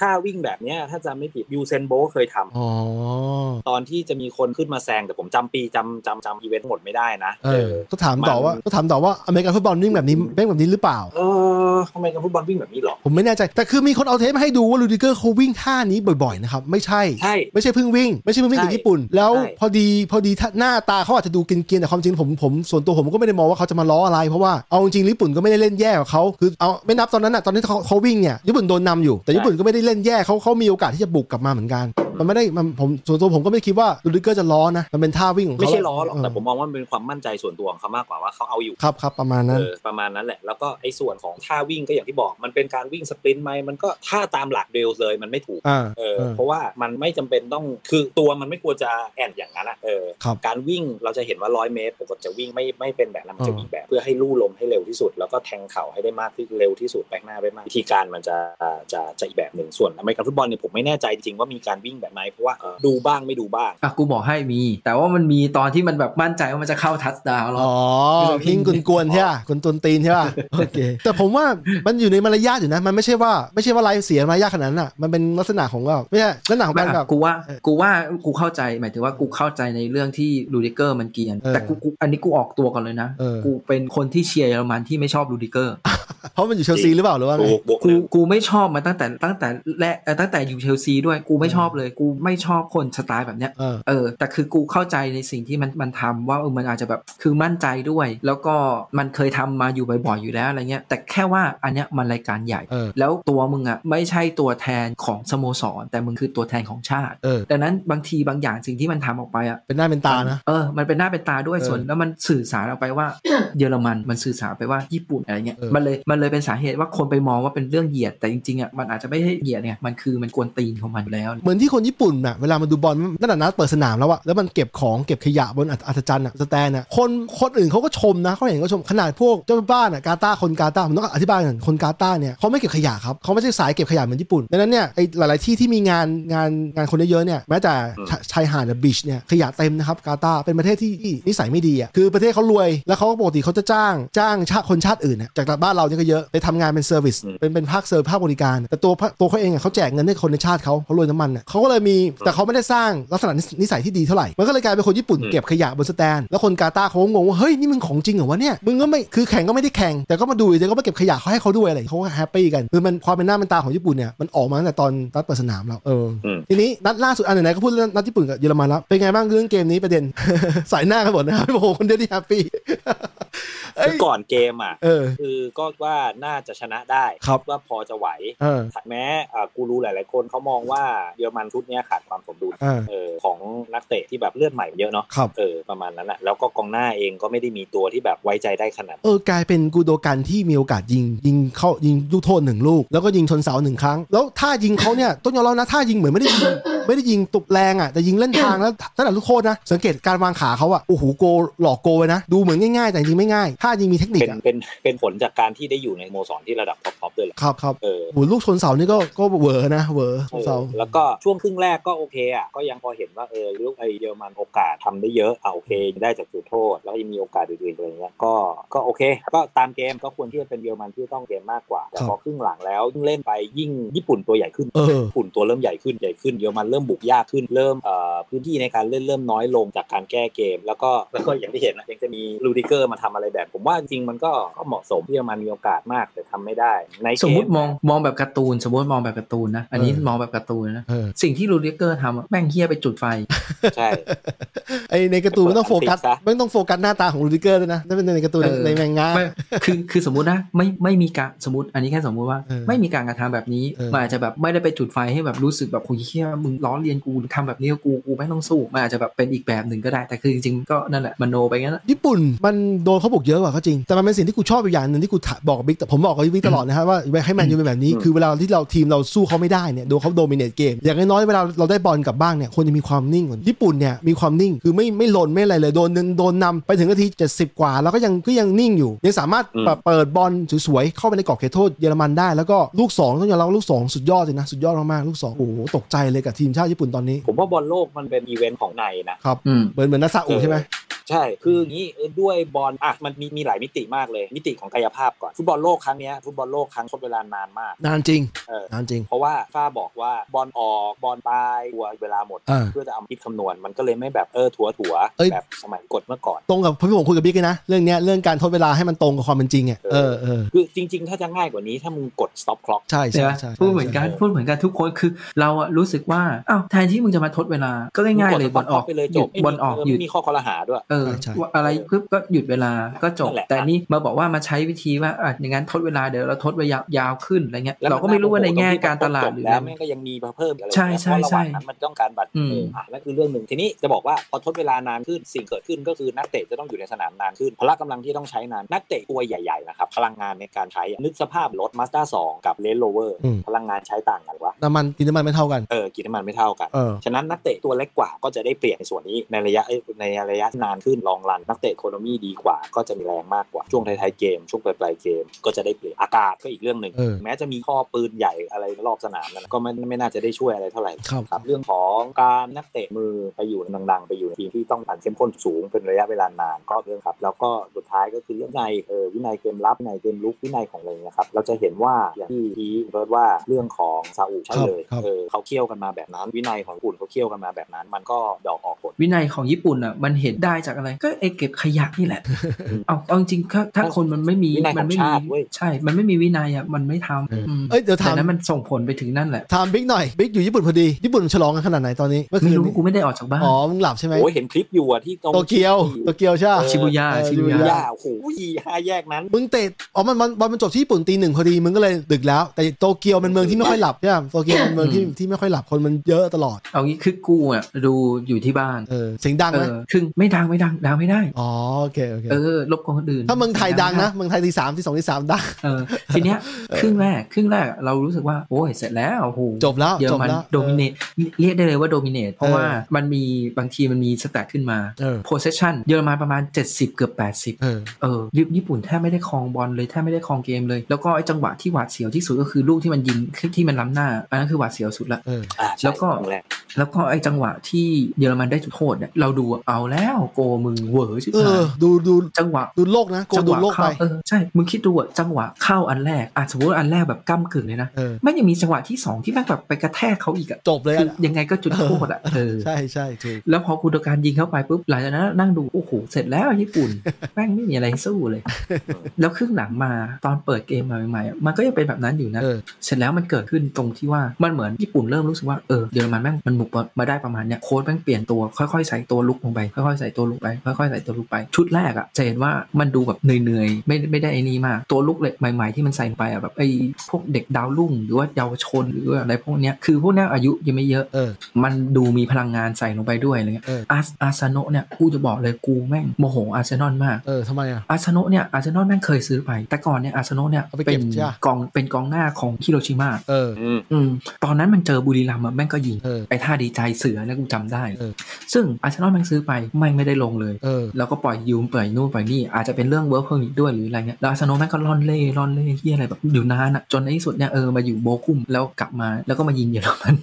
C: ถ้าวิ่งแบบเนี้ยถ้าจำไม่ผิดยูเซนโบเคยทำ
B: อ๋อ
C: ตอนที่จะมีคนขึ้นมาแซงแต่ผมจำปีจำจำจำอีเวนต์หมดไม่ได้นะ
B: เออก็ถามต่อว่าก็ถามต่อว่าอเมริกันฟุตบอลวิ่งแบบนี้วิ่งแบบนี้หรือเปล่า
C: เออทำไมกันฟุตบอลวิ่งแบบนี้เหรอ
B: ผมไม่แน่ใจ แต่คือมีคนเอาเทปมาให้ดูว่าลูดิเกอร์เขาวิ่งท่านี้บ่อยๆนะครับ ไม่ใช่
C: ใช่
B: ไม่ใช่เพิ่งวิ่ง ไม่ใช่เพิ่งวิ่ง
C: ใช่
B: กับญี่ปุ่น แล้ว
C: ใช่
B: พอดีพอดีถ้าหน้าตาเขาอาจจะดูเกรียนๆแต่ความจริงผมผมส่วนตัวผมก็ไม่ได้มองว่าเขาจะมาล้ออะไร เพราะว่าเอาจริงๆญี่ปุ่นก็ไม่ได้เล่นแย่กับเขาคือเอาไม่นับตอนนั้นอะตอนที่เขาเขาวิ่งเนี่ยญี่ปุ่นโดนนำอยู่แต่ญี่ปุ่นก็ไม่ได้เล่นแย่เขาเขามีโอกาสที่จะบุกกลับมาเหมือนกัน มันไม่ได้มันผมส่วนตัวผมก็ไม่คิดว่าลูดิเกอร์จะล้อนะมันเป็นท่าวิ่งของเขา
C: ไม่ใช่ล้อหรอกแต่
B: เ
C: ผมมองว่ามันเป็นความมั่นใจส่วนตัวของเขามากกว่าว่าเขาเอาอยู่
B: ครับครับประมาณนั้น
C: เออประมาณนั้นแหละ แล้วก็ไอ้ส่วนของท่าวิ่งก็อย่างที่บอกมันเป็นการวิ่งสปรินต์ไหมมันก็ท่าตามหลักเดลเลยมันไม่ถูก
B: อ่า
C: เออ
B: เออ
C: เพราะว่ามันไม่จำเป็นต้องคือตัวมันไม่ควรจะแอนอย่างนั้นอะเออ
B: ครับ
C: การวิ่งเราจะเห็นว่าร้อยเมตรปกติจะวิ่งไม่ไม่เป็นแบบนั้นมันจะ
B: อ่า
C: วิ่งแบบเพื่อให้ลู่ลมให้เร็วที่สุด แล้วก็แทงเข่าให้ได้มากที่เร็วที่สุดไปข้างหน้าไปมากวิธีการมันจะจะจะอีกแบบหนึ่งส่วนอเมริกันฟุตบอลเนี่ยผมไม่แน่ใจจริงว่ามีการวิ่งแบบไหนเพราะว่าเออดูบ้างไม่ดูบ้าง
D: อ่ะกูบอกให้มี แต่ว่ามันมีตอนที่มันแบบมั่นใจว่ามันจะเข้าทัชดาวน์แล้ว
B: อ๋อ
D: ไม่ต้องพิ
B: พิง
D: มพ์
B: กวนๆใช่ป่ะกวนๆตีนใช่
D: <laughs>
B: ป่ะโอเคแต่ผมว่ามันอยู่ในมารยาทอยู่นะ มันไม่ใช่ว่าไม่ใช่ว่าไลฟ์เสียมารยาทขนาดนั้นอ่ะมันเป็นลักษณะของว่าไม่ใช่ลักษณะของ
D: ไม่
B: การ
D: อ่ะ
B: แบบ
D: กูว่า
B: เออ
D: กูว่ากูเข้าใจหมายถึงว่ากูเข้าใจในเรื่องที่ลูดิเกอร์มันเกรียน
B: เออ
D: แต่กูกูอันนี้กูออกตัวก่อนเลยนะ
B: เออ
D: กูเป็นคนที่เชียร์เยอรมันที่ไม่ชอบลูดิเกอร์
B: เพราะมันอยู่เชลซีหรือเปล่าหรือว่าไง
C: ถูกบวกห
D: กู
C: นึ่ง
D: กูไม่ชอบมาตั้งแต่ตั้งแต่แรกเอ่อตั้งแต่อยู่เชลซีด้วยกูไม่ชอบเลย กูไม่ชอบคนสไตล์แบบเนี้ย
B: เออ
D: เออแต่คือกูเข้าใจในสิ่งที่มันมันทำว่าเออมันอาจจะแบบคือมั่นใจด้วย แล้วก็มันเคยทำมาอยู่บ่อยๆอยู่แล้วอะไรเงี้ยแต่แค่ว่าอันเนี้ยมันรายการใหญ่
B: เออ
D: แล้วตัวมึงอ่ะไม่ใช่ตัวแทนของสโมสร แต่มึงคือตัวแทนของชาติ
B: เออ
D: ดังนั้นบางทีบางอย่างสิ่งที่มันทำออกไปอ่ะ
B: เป็นหน้าเป็นตานะ
D: เออมันเป็นหน้าเป็นตาด้วย
B: เออ
D: ส่วนแล้วมันสื่อสารออกไปว่า <coughs> เยอรมันมันสื่อสารไปว่าญี่ปุ่นอะไรเงี้ย
B: เออ
D: มันเลยมันเลยเป็นสาเหตุว่าคนไปมองว่าเป็นเรื่องเหยียดแต่จริงๆอ่ะมันอาจจะไม่ใช่เหยียดเนี่ยมันคือมันกวนตีนของมันอยู่แล้ว
B: เหมือนที่คนญี่ปุ่นน่ะเวลามาดูบอลนั่นแหะนะเปิดสนามแล้วอะแล้วมันเก็บของเก็บขยะบนอัศอัศจรรย์อะสแตนอะคนคนอื่นเขาก็ชมนะเขาเห็นก็ชมขนาดพวกเจ้าบ้านอะกาตาร์คนกาตาร์ผมต้องอธิบายก่อนคนกาตาร์เนี่ยเขาไม่เก็บขยะครับเขาไม่ใช่สายเก็บขยะเหมือนญี่ปุ่นดังนั้นเนี่ยไอหลาย ๆ ที่ที่มีงานงานงานคนเยอะๆเนี่ยแม้แต่ชาชายหาดบีชเนี่ยขยะเต็มนะครับกาตาร์เป็นประเทศที่นิสัยไม่ดีอะคือประเทศเขารวยแล้วเขาก็ปกติเขาจะจ้างจ้างชาติคนชาติอื่นน่ะจากบ้านเราเนี่ยก็เยอะไปทำงานเป็นเซอร์วิส
C: อืม
B: เป็นเป็นภาคเซอร์วิสภาคบริการ แต่ตัวตัวเขาเองอะเขาแจกเงินให้คนในชาติเขาเขารวยน้ำมันอะเขาก็เลยมีแต่เขาไม่ได้สร้างลักษณะนิสนิสัยที่ดีเท่าไหร่ มันก็เลยกลายเป็นคนญี่ปุ่น
C: อืม
B: เก็บขยะบนสแตน แล้วคนกาตาร์เขาก็งงว่า เฮ้ย นี่มึงของจริงเหรอวะเนี่ย มึงก็ไม่คือแข่งก็ไม่ได้แข่ง แต่ก็มาดูแต่ก็มาเก็บขยะเขาให้เขาด้วยอะไรเขาก็แฮปปี้กันคือมันความเป็นหน้าเป็นตาของญี่ปุ่นเนี่ยมันออกมาตั้งแต่ตอนนัดเปิดสนามแล้วเอออ
C: ม
B: ทีนี้นัดล่าสุดอันไหนๆก็พูดเรื่องนัดญี่ปุ่นกับเยอรมันแล้วเป็นไงบ้างเรื่องเกมนี้ประเด็น <laughs> สายหน้ากันหมดนะครับผมคนเดียวที่แฮปปี้ <laughs> เอ้
C: คื
B: ย
C: อก่อนเกมอ่ะ
B: เออ
C: คือก็ว่าน่าจะชนะได้
B: ครับ
C: ว่าพอจะไหว
B: เออ
C: แม้อ่ากูรู้หลาย ๆ คนเขามองว่าเยอรมันชุดเนี้ยขาดความสมดุล
B: เออ
C: เออของนักเตะที่แบบเลือดใหม่เยอะเนาะ
B: ครับ
C: เออประมาณนั้นแหละแล้วก็กองหน้าเองก็ไม่ได้มีตัวที่แบบไว้ใจได้ขนาดนั้น
B: เออกลายเป็นกูโดกันที่มีโอกาสยิง ยิงเข้ายิงลูกโทษหนึ่งลูก แล้วก็ยิงชนเสาหนึ่งครั้ง แล้วท่ายิงเขาเนี่ย ต้องยอมรับนะท่ายิงเหมือนไม่ได้ยิง ไม่ ไม่ได้ยิงตุบแรงอ่ะแต่ยิงเล่นทางแล้วตั้งแต่ลูกโทษนะ สังเกตการวางขาเขาอ่ะโอ้โหโกหลอกโกไว้นะ ดูเหมือนง่ายๆ แต่จริงๆไม่ง่ายถ้ายิงมีเทคนิค
C: เป็น
B: อ่ะ
C: เป็นเป็นผลจากการที่ได้อยู่ในสโมสรที่ระดับท็อปๆด้วยแหละ
B: ครับครับ
C: เออ
B: โอ้โหลูกชนเสานี่ก็ก็เหวอนะเหวอชนเสา
C: แล้วก็ช่วงครึ่งแรกก็โอเคอ่ะก็ยังพอเห็นว่าเออลูกไอเยอรมันโอกาสทำได้เยอะอ่ะโอเคได้จากจุดโทษ แล้วก็ยังมีโอกาสอื่นๆอะไรเงี้ยก็ก็โอเค ก็ตามเกมก็ควรที่จะเป็นเยอรมันที่ต้องเกมมากกว่าแต่
B: ครับ
C: พอครึ่งหลังแล้วยิ่งเล่นไปยิ่งญี่ปุ่นตัวใหญ่ขึ้น
B: เออ
C: ญี่ปุ่นตัวเริ่มใหญ่ขึ้นใหญ่ขึ้นเยอรมันเริ่มบุกยากขึ้นเริ่มเอ่อพื้นที่ในการเล่นเริ่มน้อยลงจากการแก้เกม แล้วก็แล้วก็อย่างที่เห็นนะยังจะมีลูดิเกอร์มาทำอะไรแบบ ผมว่าจริงๆมันก็ก็เหมาะสมที่เยอรมันมีโอกาสมากแต่ทำไม่ได้ในเก
D: สมมติมองมองแบบการ์ตูน สมมติมองแบบการ์ตูนนะอันนี้
B: เออ
D: มองแบบการ์ตูนนะ
B: เออ
D: สิ่งที่ลูดิเกอร์ทำอะแม่งเฮี้ยไปจุดไฟ
C: ใช่
B: ไอในการ์ตูนไม่ต้องโฟกัส
C: ติดซะ
B: ไม่ต้องโฟกัสหน้าตาของลูดิเกอร์ด้วยนะนั่นเป็นในการ์ตูน
D: เออ
B: ในแมงงะ
D: ไม่คือคือสมมตินะไม่ไม่มีการสมมติอันนี้แค่สมมติว่า
B: เออ
D: ไม่มีการกระทำแบบนี้
B: เออ
D: มันอาจจะแบบไม่ได้ไปจุดไฟให้แบบรู้สึกแบบโอ้ยเฮี้ยมึงล้อเลียนกูหรือทำแบบนี้กับกูกูไม่ต้องสู้มันอาจจะแบบเป็นอีกแบบหนึ่งก็ได้แต่คือจริงๆก็นั่นแหละมโนไปงั้นอะ
B: ญี่ปุ่นมันโดนเขาบุกเยอะกว่าก็จริง แต่มันเป็นสิ่งที่กูชอบอยู่อย่างหนึ่งที่กูถะบอกกับบิ๊กแต่ผมบอกกับบิ๊กตลอดนะฮะว่าให้แมนยูเป็นแบบนี้
C: อืม
B: คือเวลาที่เราทีมเราสู้เขาไม่ได้เนี่ยโดนเขาโดมิเนตเกม อย่างน้อยๆเวลาเราได้บอลกลับบ้างเนี่ยควรจะมีความนิ่งก่อนญี่ปุ่นเนี่ยมีความนิ่งคือไม่ไม่หล่นไม่อะไรเลยโดนโดนโดนนำไปถึงนาที70 กว่า แล้วก็ยังก็ยังนิ่งอยู่ ยังสามารถแบบเปิดบอลสวยๆเข้าไปในกรอบเขตโทษเยอรมันได้แล้วก็ลูกสองต้องยอมรับว่าลูกสองสุดยอดเลยนะสุดยอดมากๆลูกสองโอ้โหตกใจเลยกับทีมชาติญี่ปุ่นตอนนี้
C: ผมว่าบอลโลกมันเป็นอีเวนต์ของในนะ
B: ครับ
D: อืม
B: เหมือนเหมือนนาซาอุใช่ไหม
C: ใช่ คืออย่างนี้เออด้วยบอลอ่ะมันมีมีหลายมิติมากเลย มิติของกายภาพก่อน ฟุตบอลโลกครั้งเนี้ยฟุตบอลโลกครั้งทดเวลานานมาก
B: นานจริง
C: เออ
B: นานจริง
C: เพราะว่าฝ้าบอกว่าบอลออกบอลตายหัวเวลาหมด
B: อ่า
C: เพื่อจะเอามาคิดคำนวณ มันก็เลยไม่แบบเออถั่วถั่วๆ
B: เอ้ย
C: แบบสมัยกดเมื่อก่อน
B: ตรงกับพี่ผมคุยกับบิ๊กเลยนะ เรื่องเนี้ยเรื่องการทดเวลาให้มันตรงกับความเป็นจริงอ่ะเอ
C: เอ
B: อ
C: อ
B: เออ
C: คือจริง ๆ ถ้าจะง่ายกว่านี้ถ้ามึงกด stop clock
B: ใช่
D: ใช่
B: ใช่
D: ไหม
B: ใช่
D: พูดเหมือนกันพูดเหมือนกันทุกคนคือเราอะรู้สึกว่าอ้าวแทนที่มึงจะมาทดเวลาก็ง่ายๆเลย
C: มึ
D: บ
C: ก
D: อ
C: ด
D: ล
C: stop
D: ออก
C: clock ไปเลย
D: ห
C: จ
D: ยุด
C: บไม่
D: บ
C: มี
D: อลออก
C: เออ
D: หยุด
C: ไม่มีข้อคอรหาด้วย
D: เออ
B: ใช่
D: ว่าอะไรปุ๊บก็หยุดเวลาก็จบ
C: นั่นแหละ
D: แต่อันนี่มาบอกว่ามาใช้วิธีว่าอ่ะอย่างนั้นทดเวลาเดี๋ยวเราทดเวลายาวขึ้นอะไรเงี้ยเราก็ไม่รู้ว่าในแง่การตลาดหรือ
C: แล้
D: อะ
C: ว
D: ไร
C: แม่งก็ยังมีมาเพิ่มอะไร
D: ใช่ใช่
C: เพราะระหว่างนั้น
D: ใช่
C: มันต้องการบัตร
D: อืม
C: เอออ่ะนั่นคือเรื่องหนึ่งทีนี้จะบอกว่าพอทดเวลานานขึ้นสิ่งเกิดขึ้นก็คือนักเตะจะต้องอยู่ในสนามนานขึ้นพละกำลังที่ต้องใช้นานนักเตะตัวใหญ่ๆนะครับพลังงานในการใช้นึกสภาพรถมาสด้าสองกับเลนโรเวอร์
B: อืม
C: พลังงานใช้ต่างกันวะ
B: น้ำมันกินน้ำมันไม่เท่ากัน
C: เออกินน้ำมันไม่เท่ากัน
B: เออ
C: ฉะนั้นนักเตะตัวเล็กกว่าก็จะได้เปรียบในส่วนนี้ในระยะเอ้ยในระยะนานขึ้นลองรันนักเตะโคโนมี่ดีกว่า ก็จะมีแรงมากกว่าช่วงท้ายๆเกม ช่วงปลายๆเกม ก็จะได้เปรียบอากาศก็อีกเรื่องหนึ่ง
B: เออ
C: แม้จะมีข้อปืนใหญ่อะไรรอบสนามนั้นก็ไม่ไม่น่าจะได้ช่วยอะไรเท่าไหร่
B: ครับ
C: ครับเรื่องของการนักเตะมือไปอยู่ในดังๆ ไปอยู่ในทีมที่ต้องการเข้มข้นสูงเป็นระยะเวลานานก็เรื่องครับ แล้วก็สุดท้ายก็คือเรื่องในเออวินัยเกมรับวินัยเกมลุกวินัยของอะไรนะครับเราจะเห็นว่าอย่างที่พีเบิร์ดว่าเรื่องของซาอุใช่เลย
B: ครับครับ
C: เออเขาเคี่ยวกันมาแบบนั้น วินัยของญี่ปุ่นเขาเคี่ยวกันมาแบบนั้น มันก็ดอกออกผล
D: วินัยของญี่ปุ่นอ่ะมันเห็นได้จากอะไรก็ไอเก็บขยะนี่แหละ เอาเอาจริงๆถ้าถ้าคนมันไม่มี
C: วินัยของ
D: มัไม่
C: ชา
D: มี
C: ติเว้ย
D: ใช่ มันไม่มีวินัยอ่ะมันไม่ท
B: เอออื
D: ำ
B: เอ้ยเดี๋ยวถาม
D: แต่นั้นมันส่งผลไปถึงนั่นแหละ
B: ถามบิ๊กหน่อยบิ๊กอยู่ญี่ปุ่นพอดีญี่ปุ่นฉลองกันขนาดไหนตอนนี้เมื่อคื
D: ไม่
B: น
D: รู้
B: นี้
D: กูไม่ได้ออกจากบ้าน
B: อ๋อมึงหลับใช่ไหม
C: โอ้ยเห็นคลิปอยู่อะที่ตรง
B: โตเกียวโตเกียวใช่ปะ
D: ชิบูย่า
B: เออ
D: ชิบูย่า
C: ย่าโอ้โหห้าแยกนั้น
B: มึงเตะอ๋อมันมันบอลมันจบที่ญี่ปุ่นตีหนึ่งพอดีมึงก็เลยดึกแล้ว แต่โตเกียวเป็นเมืองที่ไม่ค่อยหลับใช่ปะโตเกียวเป็นเมืองที่ที่ไม่ค่อยหลับคนมันเยอะตลอด
D: เอางี้คือกูอ่ะดูอยู่ที่บ้าน
B: เออเสียงดัง
D: เอ
B: ไหม
D: อคือไม่ดังไม่ดังดังไม่ได้
B: อ๋อโอเคโอเค
D: เออลบกับคนอื่น
B: ถ้าเมืองไทยดัง
D: ม่
B: นะเมืองไทยตีสามตีสองตีสามดัง
D: เออทีเนี้ยครึ่งแรกครึ่งแรกเรารู้สึกว่าโอ้ยเสร็จแล้วโอ้โห
B: จบแล้ว
D: เยอ
B: จ
D: ร
B: บ
D: มัน
B: แล้ว
D: โดมิเนตเรียกได้เลยว่าโดมิเนตเพราะ
B: เออ
D: ว่ามันมีบางทีมันมีสแตทขึ้นมา
B: เออ
D: possession เยอรมันประมาณ 70 เกือบ 80
B: เออ
D: เออยิญี่ปุ่นแทบไม่ได้ครองบอลเลยแทบไม่ได้ครองเกมเลย แล้วก็ไอ้จังหวะที่หวาดเสียวที่สุดก็คือลูกที่มันยิงที่มันล้ำหน้า อันนั้นคือหวาดเสียวสุดละ
B: เออ
C: อ่าใช่
D: แล้วก็
C: ครั้งร
D: แล้วก็ไอ้จังหวะที่เยอรมันได้จุดโทษเนี่ยเราดูเอาแล้วโกมึงเหวอชิบ
B: เอ
D: หา
B: อย ดูดู
D: จังหวะ
B: ดูโลกนะโก
D: จังห
B: ดู
D: วะ
B: โลกไป
D: เข้าเออใช่ มึงคิดดูอะจังหวะเข้าอันแรกอ่ะสมมติว่าอันแรกแบบก้ามกึ่งเลยนะ
B: เออ
D: แม่งยังมีจังหวะที่สองที่แม่งแบบไปกระแทกเขาอีกอะ
B: จบเลย
D: คือ
B: อะ
D: ยังไงก็จุดโทษอะเออ
B: ใช่ใช่ถูก
D: แล้วพอคุณการยิงเข้าไปปุ๊บหลังจากนั้นนั่งดูโอ้โหเสร็จแล้วญี่ปุ่น แม่งไม่มีอะไรสู้เลย แล้วครึ่งหลังมาตอนเปิดเกมมาใหม่ๆอะมันก็ยังเป็นแบบนั้นอยู่นะ
B: เออ
D: เสร็จแล้วมันเกิดขึ้นตรงที่ว่ามันเหมือนญี่ปุ่นเริ่มรู้สึกว่าเออเยอรมันแม่งมันบุกมาได้ประมาณเนี้ยโค้ชแม่งเปลี่ยนตัวค่อยๆใส่ตัวลุกลงไปค่อยๆใส่ตัวลุก ไปค่อยๆใส่ตัวลุกไป ชุดแรกอะจะเห็นว่ามันดูแบบเหนื่อยๆไม่ไม่ได้ไอ้นี้มาก ตัวลุกเลยใหม่ ๆที่มันใส่ไปอะแบบไอ้พวกเด็กดาวรุ่งหรือว่าเยาวชนหรืออะไรพวกเนี้ยคือพวกเนี้ยอายุยังไม่เยอะ
B: เออ
D: มันดูมีพลังงานใส่ลงไปด้วยอะไรเงี้ย
B: เออ
D: อาร์อาร์เซโนเนี่ยกูจะบอกเลยกูแม่งโมโหอาร์เซนอลมาก
B: เออทำไมอ่ะ
D: อาร์เซโนเนี่ยอาร์เซนอลแม่งเคยซื้อไป แต่ก่อนเนี่ยอาร์เซนอลเนี่ย
B: เอาไปเก็
D: เป็
B: บ
D: น
B: ใช่ปะ
D: กองเป็นกองหน้าของฮิโรชิมา
B: เออ
C: อืม
D: อืมตอนนั้นมันเจอบุรีรัมย์อะแม่งก็ยิง
B: เออ
D: ไอ้ท่าดีใจเสือนะกูจำได้
B: เออ
D: ซึ่งอาร์เซนอลแม่งซื้อไปไม่งไม่ได้ลงเลย
B: เออ
D: แล้วก็ปล่อยยืมปล่อยนู่นปล่อยนี่อาจจะเป็นเรื่องเวิร์กเพอร์มิทด้วยหรืออะไรเงี้ยแล้วอาร์เซนอลแม่งก็ร่อนเล่ร่อนเล่เหียอะไรแบบอยู่นานอะจนในที่สุดเนี่ยเออมาอยู่โบคุมแล้วกลับมาแล้วก็มายิงเยอรมัน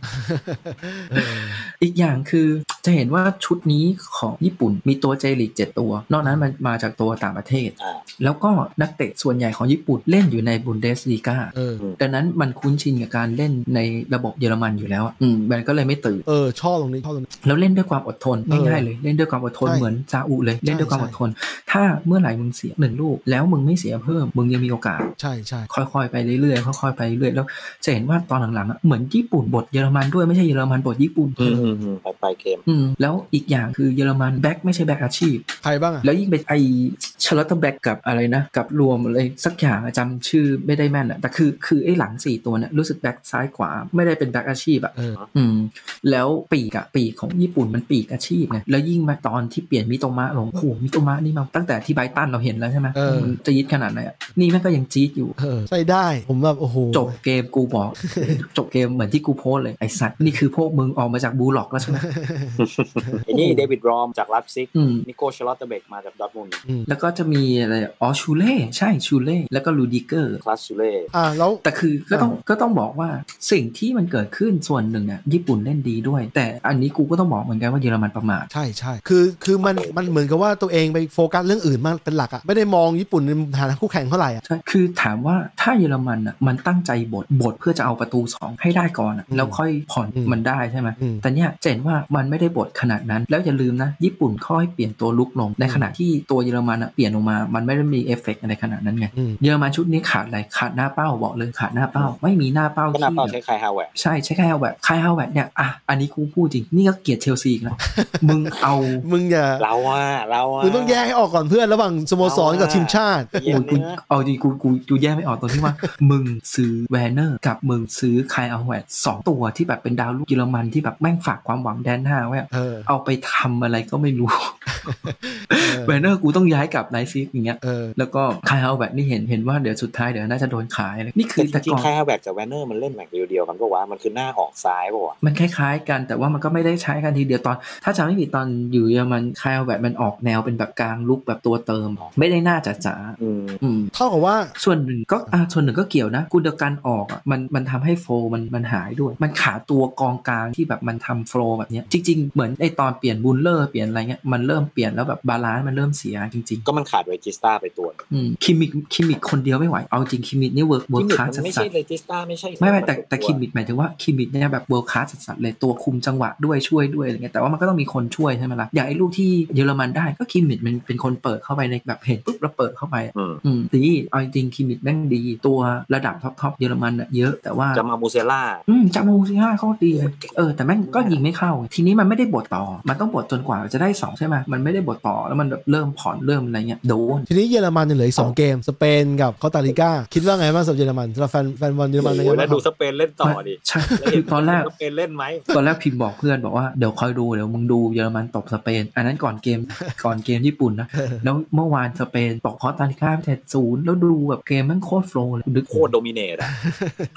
D: อีกอย่างคือจะเห็นว่าชุดนี้ของญี่ปุ่นมีตัวเจลีกเจ็ดตัว นอกนั้นมันมาจากตัวต่างประเทศ
C: อ่า
D: แล้วก็นักเตะส่วนใหญ่ของญี่ปุ่นเล่นอยู่ในบุนเดสลีกา
B: เออ
D: ดังนั้นมันคุ้นชินกับการเล่นในระบบเยอรมันอยู่แล้วอะอืมมันก็เลยไม่ตื่น
B: เออ ชอบตรงนี้ชอบตรงนี้
D: แล้วเล่นด้วยความอดทน
B: เออ
D: ง่ายๆเลย เล่นด้วยความอดทน
B: ใช่
D: เหมือนซาอุเลย เล่นด้วยความ
B: ใช่
D: อดทน ถ้าเมื่อไหร่มึงเสียหนึ่งลูก แล้วมึงไม่เสียเพิ่ม มึงยังมีโอกาส
B: ใช่ใช่
D: ค่อยๆไปเรื่อยๆค่อยๆไปเรื่อยๆแล้วจะเห็นว่าตอนหลังๆอะเหมือนญี่ปุ่นบทเยอรมันด้วยไม่ใช่เยอรมันบทญี่ปุ่น
C: อืมอืมอืมไปไปเกม
D: อืมแล้วอีกอย่างคือเยอรมันแบ็กไม่ใช่แบ็กอาชีพ
B: ใครบ้างอ่ะ
D: แล้วยิ่งเป็นไอชาร์ลอตเตอร์แบ็กกับอะไรนะ กับรวมอะไรสักอย่างอะจำชื่อไม่ได้แม่นอะแต่คือคือไอหลังสี่ตัวเนี่ยรู้สึกแบ็กซ้ายขวาไม่ได้เป็นแบ็กอาชีพอะ
B: เออ
D: อืม แล้วปีกอะปีกของญี่ปุ่นมันปีกอาชีพไงแล้วยิ่งมาตอนที่เปลี่ยนมิโตมะลงโอ้โหมิโตมะนี่มาตั้งแต่ที่ไบรตันเราเห็นแล้วใช่ไหม
B: เออ
D: มันจะยิดขนาดไหนอะนี่แม่งก็ยังจี๊ดอยู่
B: เออ ใช่ได้ ผมแบบโอ้โห
D: จบเกมกูบอก <laughs> จบเกมเหมือนที่กูโพสต์เลยไอสัตว์นี่คือพวกมึงออกมาจากบูล็อกแล้วใช่ไหม
C: ไอ้นี่เดวิดรอมจากลับซิก
D: อืม
C: นิโกชลอตเตอร์เบกมาจากดอร์ทมุนด์
D: แล้วก็จะมีอะไรอะอ๋อชูเล่ใช่ชูเล่แล้วก็ลูดิเกอร์
C: คลาสซูเล่
B: อ่า แล้ว
D: แต่คือก็ต้อง
B: อ่า
D: ก็ต้องบอกว่าสิ่งที่มันเกิดขึ้นส่วนหนึ่งเนี่ยญี่ปุ่นเล่นดีด้วย แต่อันนี้กูก็ต้องบอกเหมือนกันว่าเยอรมันประมาท
B: ใช่ใช่ คือ คือมัน มันเหมือนกับว่าตัวเองไปโฟกัสเรื่องอื่นมากเป็นหลักอ่ะ ไม่ได้มองญี่ปุ่นในฐานะคู่แข่งเท่าไหร่อ่ะ
D: ใช่คือถามว่าถ้าเยอรมันอ่ะมันตั้งใจบทบทเพื่อจะเอาประตู 2 ให้ได้ก่อนอะ
B: อืม
D: แล้วค่อยผ่อน
B: อืม
D: มันได้ใช่ไหม
B: อืม
D: แต่เนี่ยเจนว่ามันไม่ได้บทขนาดนั้น แล้วอย่าลืมนะญี่ปุ่นค่อยเปลี่ยนตัวลุกลงในขณะที่ตัวเยอรมันอะเปลี่ยนออกมามันไม่ได้มีเอฟเฟกต์อะไรขนาดนั้นไง
B: อืม
D: เยอรมันชุดนี้ขาดอะไรขาดหน้าเป้าบอกเลยขาดหน้าเป้า ไม่มีหน้าเป้า
C: ก็น่า
D: ที่
C: เป้าใช้ใครฮาวเวร์ด
D: ใช่ใช่แค่เอาแบบใครเอาแบบเนี่ยอ่ะอันนี้กูพูดจริง นี่ก็เกลียดเชลซีอีกแล้ว <laughs> มึง
B: <laughs>
D: เอา
B: มึงอย่า
C: เราอ่ะเราอ่ะ
B: มึงต้องแยกให้ออกก่อนเพื่อนระหว่างสโมสรกับทีมชาติ
C: เย็น
D: โอ้ยกู
C: เนื้อ
D: เอาจริงกูกูกูแย่ไม่ออกตรงที่ว่า <laughs> มึงซื้อแวนเนอร์กับมึงซื้อใครเอาแหวนสองตัวที่แบบเป็นดาวลูกเยอรมันที่แบบแม่งฝากความหวังแดนหน้าไว้อะ
B: เออ
D: เอาไปทำอะไรก็ไม่
B: <laughs>
D: รู้
B: อ
D: แวนเนอร์กูต้องย้ายกลับไนซิกอย่างเงี้ย
B: เออ
D: แล้วก็ใครเอาแบบนี่เห็นเห็นว่าเดี๋ยวสุดท้ายเดี๋ยวน่าจะโดนขายเลยนี่คื
C: แต่
D: อ
C: จ
D: แต่
C: ริง
D: ก่
C: ๆ
D: อน
C: คายฮาวเวร์ดกับแวนเนอร์มันเล่นแมตช์เดียวๆกันก็ว่ามันคือหน้าออกซ้ายป่ะวะ
D: มันคล้ายๆกันแต่ว่ามันก็ไม่ได้ใช้กันทีเดียวตอน ถ้าจำไม่ผิดตอนอยู่เยอรมันคายแบบมันออกแนวเป็นแบบกลางลุกแบบตัวเติม ไม่ได้หน้าจ๋า
C: อืม
D: ๆอืม
B: เท่ากับว่า
D: ส่วนหนึ่งก็อ่ะส่วนหนึ่งก็เกี่ยวนะกุนเดกันออกอ่ะมันมันทำให้โฟลว์มันมันหายด้วย มันขาดตัวกองกลางที่แบบมันทำโฟลว์แบบเนี้ยจริง ๆ เหมือนไอตอนเปลี่ยนบุลเลอร์เปลี่ยนอะไรเงี้ยมันเริ่มเปลี่ยนแล้วแบบบาลานซ์มันเริ่มเสียจริง
C: ก็มันขาดเรจิสตาไปตัวหนึ่ง
D: ๆอืมคิมมิกคิมมิกคนเดียวไม่ไหวเอาจริงคิมมิกนี่เวิร์กเวิร์ก
C: ที่หนึ่ง
D: คลาส
C: มัน
D: สั
C: ไม่
D: ส
C: ใช่เรจิสตาไม่ใช่
D: ๆไม่ไม่แต่แต่
C: น
D: คิมมิกหมายถึงว่าคิมมิกเนี่ยแบบเวิร์กคลาสสัสๆเลยตัวคุมจังหวะด้วยช่วยด้วยอะไรเงี้ยแต่ว่ามันก็ต้องมีคนช่วยใช่ไหมล่ะอย่างไอ้ลูกที่เยอรมันได้ก็คิมมิกมันเป็นคนเปิดเข้าไปในแบบเห็นปุ๊บแล้วเปิดเข้าไป
C: อืม
D: อืมดีเอาจริงๆคลินิกแม่งดี ตัวระดับท็อปทอปเยอรมันอะเยอะแต่ว่า
C: จะมามูเซล่า
D: อืมจากมูซิห้าเขาดีเลยเออแต่แม่งก็ยิงไม่เข้า ทีนี้มันไม่ได้บทต่อ มันต้องบทจนกว่าจะได้สองใช่ไหมมันไม่ได้บทต่อแล้วมันแบบเริ่มผ่อนเริ่มอะไรเงี้ยโดน
B: ทีนี้เยอรมันเนี่ยเหลืออีกสองเกม สเปนกับคอสตาริกา คิดว่าไงบ้างสำหรับเยอรมันสำหรับแฟนแฟนบอลเยอรมันเป็นไง
C: โอ้ยแล้
B: บ้าว ง
C: ดูสเปนเล่นต่อดิ
D: ใช่คือตอนแรก
C: สเปนเล่นไหม
D: ตอนแรกพิมพ์บอกเพื่อนบอกว่าเดี๋ยวคอยดูเดี๋ยวมึงดูเยอรมันตบสเปน อันนั้นก่อนเกม <laughs> ก่อนเกมญี่ปุ่นนะแล้วเมื่อวานสเปนตกคอสตาริกาไปเจ็ดศูนย์แล้วดูแบบเกมแม่งโคตรโฟลว์เลยดึก
C: โคตรโดมิเนต
D: <laughs>
C: อะ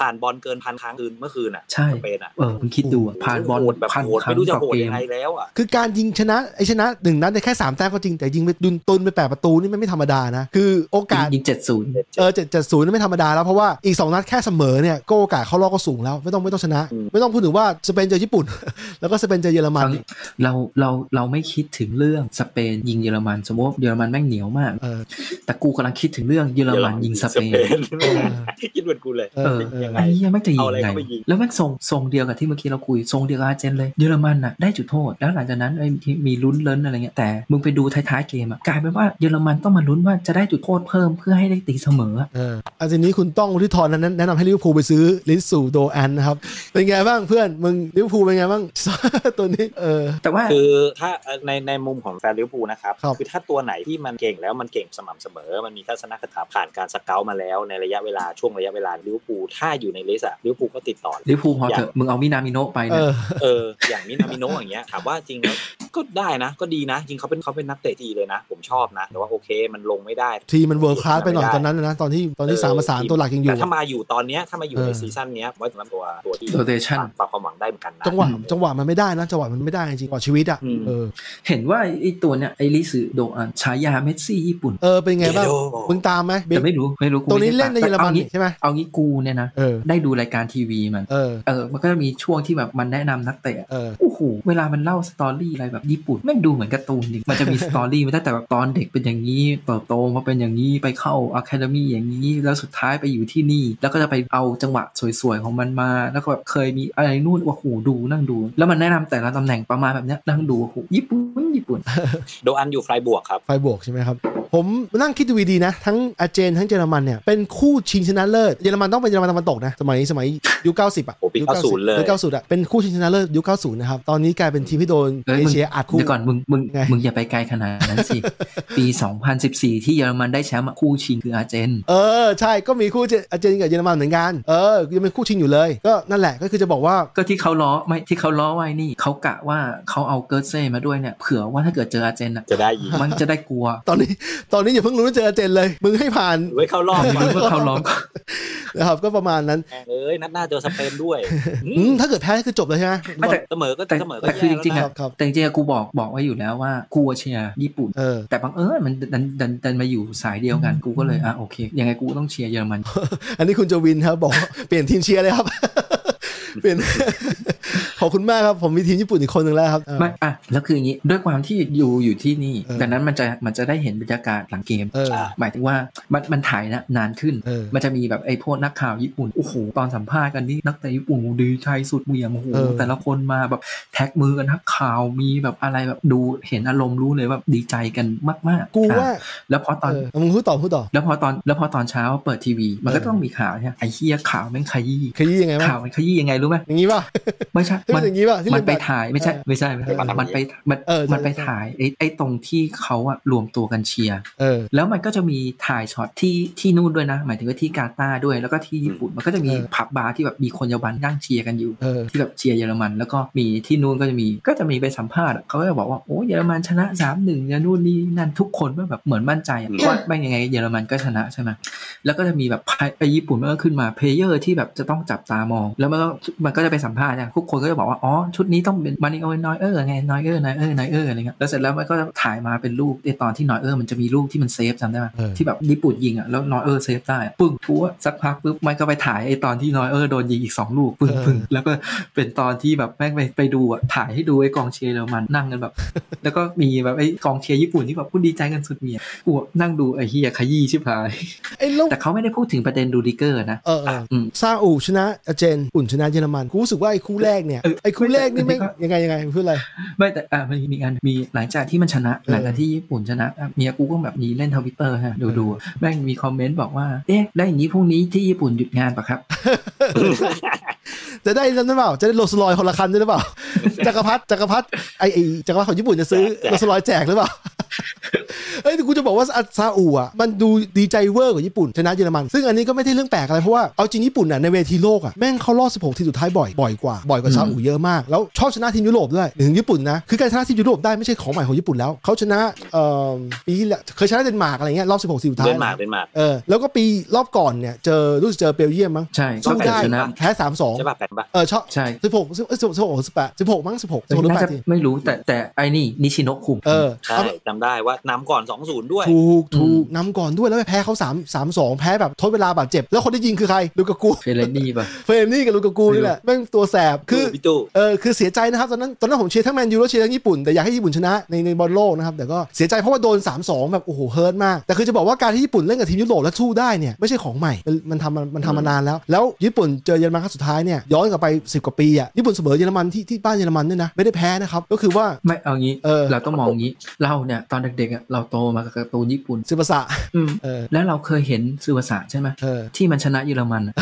C: ผ่านบอลเกินพันครั้งคืนเมื่อคืนอะ
D: ใช่
C: สเปนอะ
D: เออมึงคิดดูอะผ่านบอล
C: โหดแบบ
D: ผ่าน
C: โหด
D: ครั้
C: ไม่
D: ง
C: รู้จะ
D: ต่อ
C: โหด
D: เก
C: ยั
D: ม
C: งไงแล้วอะ
B: คือการยิงชนะไอชนะหนึ่งนัดได้แค่สามแต้มก็จริง แต่ยิงไปดุนตุนไปแปดประตูนี่มันไม่ธรรมดานะ คือโอกาส
D: ยิงเจ็ดศูนย์
B: เออเจ็ดเจ็ดศูนย์นี่ไม่ธรรมดาแล้ว เพราะว่าอีก 2 นัดแค่เสมอเนี่ยก็โอกาสเข้ารอบก็สูงแล้ว ไม่ต้องไม่ต้องชนะ ไม่ต้องพูดถึงว่าสเปนเจอญี่ปุ่น <laughs> แล้วก็สเปนเจอเยอรมันอีก
D: เราเราเราไม่คิดถึงเรื่องสเปนยิงเยอรมัน สมมติว่าเยอรมันแม่งเหนียวมาก
B: เออ
D: แต่กูกำลังคิดถึงเรื่องเยอรมันยิงสเปน
C: <laughs> คิดเหมือนกูเลย
B: เอ
D: เออ
B: อเออ
D: ไอ้เหี้ยแม่งจะยิง
C: เอาอะไร
D: ไง
C: ก็ไปยิง
D: แล้วแม่งทรงทรงเดียวกับที่เมื่อกี้เราคุยทรงเดียวกับอาร์เจนเลยเยอรมันน่ะได้จุดโทษแล้วหลังจากนั้นไอ้มีลุ้นเลิ้นอะไรเงี้ยแต่ แต่มึงไปดูท้ายๆเกมอะกลายเป็นว่าเยอรมันต้องมาลุ้นว่าจะได้จุดโทษเพิ่มเพื่อให้ได้ตีเสมออะ
B: เอออันนี้คุณต้องรุทธรนั้นแนะนำให้ลิเวอร์พูลไปซื้อลิสสูโดแอนนะครับ เป็นไงบ้างเพื่อน มึงลิเวอร์พูลเป็นไงบ้าง <laughs> ตัวนี้ เออ
D: แต่ว่า
C: คือถ้าเอ่อในในมุมของแฟนลิเวอร์พูลนะครับ
B: ครับ
C: อถ้าตัวไหนที่มันเก่งแล้วมันเก่งสม่ำเสมอ มันมีทัศนคติผ่านการสเกลมาแล้วในระยะเวลาช่วงระยะเวลาลิเวอร์พูลถ้าอยู่ในลิสต์อะลิเวอร์พูลก็ติดต่อ
D: ลิเวอร์พูลพอเถอะมึงเอามินามิโนะไป
B: เอ
D: นะ
B: อ
C: เอออย่างมินามิโนะอย่างเงี้ยถามว่าจริงแล้วก็ได้นะ ก็ดีนะ จริงเขาเป็นเขาเป็นนักเตะดีเลยนะ ผมชอบนะ แต่ว่าโอเคมันลงไม่ได้
B: ทีมมันเวิร์คคลาสไปหน่อยตอนนั้นนะ ตอนที่ตอนที่สามประสานตัวหลักยังอยู่
C: แต่ถ้ามาอยู่ตอนเนี้ยถ้ามาอยู่
B: เออ
C: ในซีซั่นเนี้ยไว้สำหรับตัวตัวที่
D: โรเตชัน
C: ฝากความหวังได้เหมือนกันนะ
B: จังหวะจังหวะมันไม่ได้นะ จังหวะมันไม่ได้จริงๆกว่าชีวิตอ่ะ
C: อืม
B: เออ
D: เห็นว่าไอ้ตัวเนี่ยไอ้ลิสึโดอันฉายาเมสซี่ญี่ปุ่น
B: เออ เป็นไงบ้าง
C: เดี๋ยว
B: มึงตามไหมเบ
D: แต่ไม่รู้ไม่รู้กู
B: ตัว
D: ไม่
B: นี้
D: ได้
B: เล่นใน
D: ตาม
B: เยอรมัน
D: แต่อางี้
B: ใช่ไหม
D: เอางี้กูเนี่ยนะ
B: เออ
D: ได้ดูรายการทีวีมัน
B: เออ
D: เออ มันก็มีช่วงที่แบบมันแนะนำนักเตะอะ
B: เออ
D: โอ้โห เวลามันเล่าสตอรี่อะไรแบบญี่ปุ่นแม่งดูเหมือนการ์ตูนจริงมันจะมี สตอรี่มาตั้งแต่แบบตอนเด็กเป็นอย่างนี้เติบโตมาเป็นอย่างนี้ไปเข้าอะคาเดมี่อย่างนี้ แล้วสุดท้ายไปอยู่ที่นี่ แล้วก็จะไปเอาจังหวะสวยๆของมันมา แล้วก็แบบเคยมีอะไรนู่นโอ้โหดูนั่งดู แล้วมันแนะนำแต่ละตำแหน่งประมาณแบบเนี้ยนั่งดูโอ้โหญี่ปุ่นญี่ปุ่น
C: โดอันอยู่ไฟบวกครับ
B: ไฟบวกใช่ไหมครับ ผมนั่งคิดดูดีๆนะ ทั้งอาร์เจนทั้งเยอรมันเนี่ย เป็นคู่ชิงชนะเลิศเยอรมันต้องเป็นเยอรมันตะวันตกนะ สมัยสมัยยุค90 อ่ะ
C: โอ้ปี
B: ยุค
C: 90เลย
B: ยุค90 อ่ะ เป็นคู่ชิงชนะเลิศยุค90 นะครับ ตอนนี้กลายเป็นทีมที่โดน
D: เอ้ย
B: เอ
D: มึง
B: เชียอัดคู่
D: เดี๋ยวก่อนมึงมึง
B: ไง
D: มึงอย่าไปไกลขนาดนั้นสิ
B: <laughs>
D: ปี 2014 ที่เยอรมันได้แชมป์อะคู่ชิงคืออาร์เจน
B: เออ ใช่ก็มีคู่เจอาร์เจนกับเยอรมันเหมือนกัน เออยังเป็นคู่ชิงอยู่เลย ก็นั่นแหละก็คือจะบอกว่า
D: ก็ที่เขาล้อไม่ที่เขาล้อไว้นี่เขากะว่าเขาเอาเกิร์ตเซ่มาด้วยเนี่ยเผื่อว่าถ้าเกิดเจออาร์เจนอ่ะ
C: จะได้อี
B: <laughs>
C: ก
D: มันจะได้กลัว
B: ตอนนี้ตอนนี้อย่าเพิ่งรู้ว่าเจออาร์เจนเลย มึงให้ผ่าน
C: ไว้เข้ารอบ
D: ไม่
C: ก่อน
D: รู้ว่าเขาล้อมก่อน
B: นะครับก็ประมาณนั้น
C: เอ้ยนัดหน้าเจอสเปน <laughs> ด้วยอื
B: อื
C: ม
B: มถ้าเกิดแพ้ก็คือจบเลยใช่ไหม
D: ไม่แต่
C: เสมอก็
D: แต่
C: เสมอก็
D: แต่คือจริงๆ
B: ค
D: อ่ะ
B: รับครับ
D: แต่จริงๆอะกูบอกบอกไว้อยู่แล้วว่ากูเชียร์ญี่ปุ่น
B: เออ
D: แต่บังเอิญมันดันดันดันมาอยู่สายเดียวกันกูก็เลยอ่ะโอเค ยังไงกูก็ต้องเชียร์เยอรมัน
B: อันนี้คุณจวินครับ บอกว่าเปลี่ยนทีมเชียร์เลยครับ <laughs> เปลี่ยน <laughs> ขอบคุณมากครับ ผมมีทีมญี่ปุ่นอีกคนหนึ่งแล้วครับเออ
D: ไม่อ่ะแล้วคืออย่างนี้ด้วยความที่อยู่อยู่ที่นี่
B: เออ
D: ดังนั้นมันจะมันจะได้เห็นบรรยากาศหลังเกม
B: เออ
D: หมายถึงว่ามันมันถ่ายนะนานขึ้น
B: เออ
D: มันจะมีแบบไอ้พวกนักข่าวญี่ปุ่นโอ้โหตอนสัมภาษณ์กันนี่นักเตะญี่ปุ่นดีใจสุดเหวียงโอ้โห
B: เออ
D: แต่ละคนมาแบบแท็กมือกันนักข่าวมีแบบอะไรแบบดูเห็นอารมณ์รู้เลยว่าดีใจกันมากๆ
B: กู
D: อ่ะ
B: ว่า
D: แล้วพอตอน
B: เออมึงพูดต่อพูดต่อ
D: แล้วพอตอนแล้วพอตอนเช้าเปิดทีวี มันก็
B: เออ
D: ต้องมีข่าวเนี่ยไอ้เฮียข่าวแม่งขยี้
B: ขยี้ยังไงบ้าง
D: ข่าวมันขยี้ยังไงรู้ไหม
B: อย่างนี้ป่ะ
D: ไม่ใช่
B: <laughs> ที่
D: มั
B: เป็น นอย่างนี้ป่ะที่
D: มันไป
B: เป็แบบ
D: ถ่ายไม่ใช่
B: เออ
D: ไม่ใช่ไม่ใช่
B: เออ
D: มันไปมัน
B: เออใช่
D: มันไป
B: ใช่
D: ถ่ายไอ้ไอ้ตรงที่เขาอะรวมตัวกันเชียร์
B: เออ
D: แล้วมันก็จะมีถ่ายช็อตที่ที่นู่นด้วยนะ หมายถึงว่าที่กาตาร์ด้วยแล้วก็ที่ญี่ปุ่นมันก็จะมี
B: เออ
D: ผับบาร์ที่แบบมีคนเยอรมันนั่งเชียร์กันอยู่
B: เออ
D: ที่แบบเชียร์เยอรมัน แล้วก็มีที่นู่นก็จะมีก็จะมีไปสัมภาษณ์อะเขาก็จะบอกว่าโอ้เยอรมันชนะ3ามหนึ่งนู่นนี่นั่นทุกคนก็แบบเหมือนมั่นใจอะว่าไม่ยังไงเยอรมันก็ชนะใช่ไหมแล้วก็จะมีแบบไปญี่ปุ่นมันก็ขึ้นมาเพลเยอร์ที่แบบจะต้องจับตามอง แล้วมันก็มันก็จะไปสัมภาษณ์อะทุกคนก็จะบอกว่าอ๋อชุดนี้ต้องเป็นมานิโอนอยเออร์ไงนอยเออร์นอยเออร์นอยเออร์อะไรเงี้ยแล้วเสร็จแล้วมันก็ถ่ายมาเป็นลูกในตอนที่นอยเออร์มันจะมีลูกที่มันเซฟจำได้ไหม
B: เออ
D: ที่แบบญี่ปุ่นยิงอะแล้วนอยเออร์เซฟได้อะปึ้งทั่วสักพักปุ๊บมันก็ไปถ่ายไอตอนที่นอยเออร์โดนยิงอีกสองลูกปึ้งปึ้ง แล้วก็เป็นตอนที่แบบแม่งไปไปดูอะถ่ายให้ดูไอ้กองเชียร์เยอรมันนั่งกันแบบ <laughs> แล้วก็มีแบบไอ้กองเชียร์ญี่ปุ่นที่แบบพูดดีใจกันสุดเหวียงกูอะนั่งดูไอ้เฮียขยี้ชิบหาย <laughs>
B: ไอ้ลูก
D: แต่เขาไม่ได้พูดถึงประเด็นดูดิเกอร์นะ
B: เออเอออ
D: ม
B: ซาอุชนะอาเจนอุ่นชนะเยอรมันกูรู้สึกว่าไอ้คู่แรกเนี่ย
D: เออ
B: ไอ้คู่แรกนี่
D: ไม่
B: ไม่
D: แต่
B: ยังไงยังไงมึงพูดอะไร
D: ไม่แต่อ่ะมันมีอันมีหลังจากที่มันชนะ
B: เออ
D: หลังจากที่ญี่ปุ่นชนะอ่ะเมียกูก็แบบมีเล่นทวิตเตอร์ฮะดูดูๆแม่งมีคอมเมนต์บอกว่าเอ๊ะแล้วอย่างนี้พรุ่งนี้ที่ญี่ปุ่นหยุดงานปะครับ
B: จะได้นั่นหรือเปล่า จะได้โรลสลอยคนละคันด้วยหรือเปล่า จักรพรรดิจักรพรรดิไอไอ้จักรพรรดิของญี่ปุ่นจะซื้อโรล
C: แจกแจก
B: สลอยแจกหรือเปล่า เอ้ยแต่กูจะบอกว่าซาซาอุอ่ะมันดูดีใจเวอร์กว่าญี่ปุ่นชนะเยอรมัน ซึ่งอันนี้ก็ไม่ใช่เรื่องแปลกอะไร เพราะว่าเอาจริงญี่ปุ่นอ่ะในเวทีโลกอ่ะแม่งเขารอบ 16 ทีมสุดท้ายบ่อยบ่อยกว่าบ่อยกว่า
D: อืม
B: ซาอุเยอะมากแล้วชอบชนะทีมยุโรปด้วยถึงญี่ปุ่นนะคือการชนะทีมยุโรปได้ไม่ใช่ของใหม่ของญี่ปุ่นแล้วเขาชนะเอ่อปีที่แล้วเคยชนะเดนมาร์กอะไรเงี้ยรอบ 16 ทีมสุดท้าย
C: เดินหมากเดินหมาก
B: เออแล้วก็ปีรอบก่อนเนี่ยเจอรู้สึกเจอเบลเยียมมั้ง
D: ใช่
B: สู้
D: ก็แต่
B: ได้
D: ชนะ
B: แพ้สามสอง
C: ใช่ป่ะแปลนป่ะ
B: เออชอบ
D: ใช่
B: สิบหกสิบสิบหกสิบแปดสิบหกมั้งสิบหกสิบหกหรือ
D: น่า
B: แป
D: จะ
B: ดที
D: ไม่รู้แต่แต่ไอ้นี่นิชิโนะคุม
B: เออ
C: ใช่
B: เอา
C: จำได้ว่านำก่อน 2-0 ด้วย
B: ถูกถูกนำก่อนด้วยแล้วไปแพ้เขา3 3 2 แพ้แบบทดเวลาบาดเจ็บ แล้วคนที่ยิงคือใครลูกากู <laughs>
F: เฟรนดี้ป่ะ
B: เฟรนนี่กับลูกากูนี่แหละแม่งตัวแสบคือ
C: พี่ตู้
B: เออคือเสียใจนะครับตอนนั้นตอนนั้นผมเชียร์ทั้งแมนยูและเชียร์ทั้งญี่ปุ่นแต่อยากให้ญี่ปุ่นชนะในในบอลโลกนะครับแต่ก็เสียใจเพราะว่าโดน 3-2 แบบโอ้โหเฮิร์ตมาก แต่คือจะบอกว่าการที่ญี่ปุ่นเล่นกับทีมยุโรปและสู้ได้เนี่ยไม่ใช่ของใหม่มันมันทำมันมันทำมานานแล้ว แล้วญี่ปุ่นเจอเยอรมันครั้งสุดท้ายเนี่ยย้อนกลับไป 10 กว่าปีอ่ะญี่ปุ่นเสมอเยอรมันที่ที่บ้านเยอรมันด้วยนะไม่ได้แพ้นะครับก็คือว่า
D: ไม่เอางี้
B: เออ
D: เราต้องมองงี้เราเนี่ยตอนเด็กๆอะเราโตมากับการ์ตูนญี่ปุ่น
B: ซึบาสะ
D: อืม
B: เออ
D: แล้วเราเคยเห็นซูวาสะใช่ไหม
B: เออ
D: ที่มันชนะเยอรมันอะ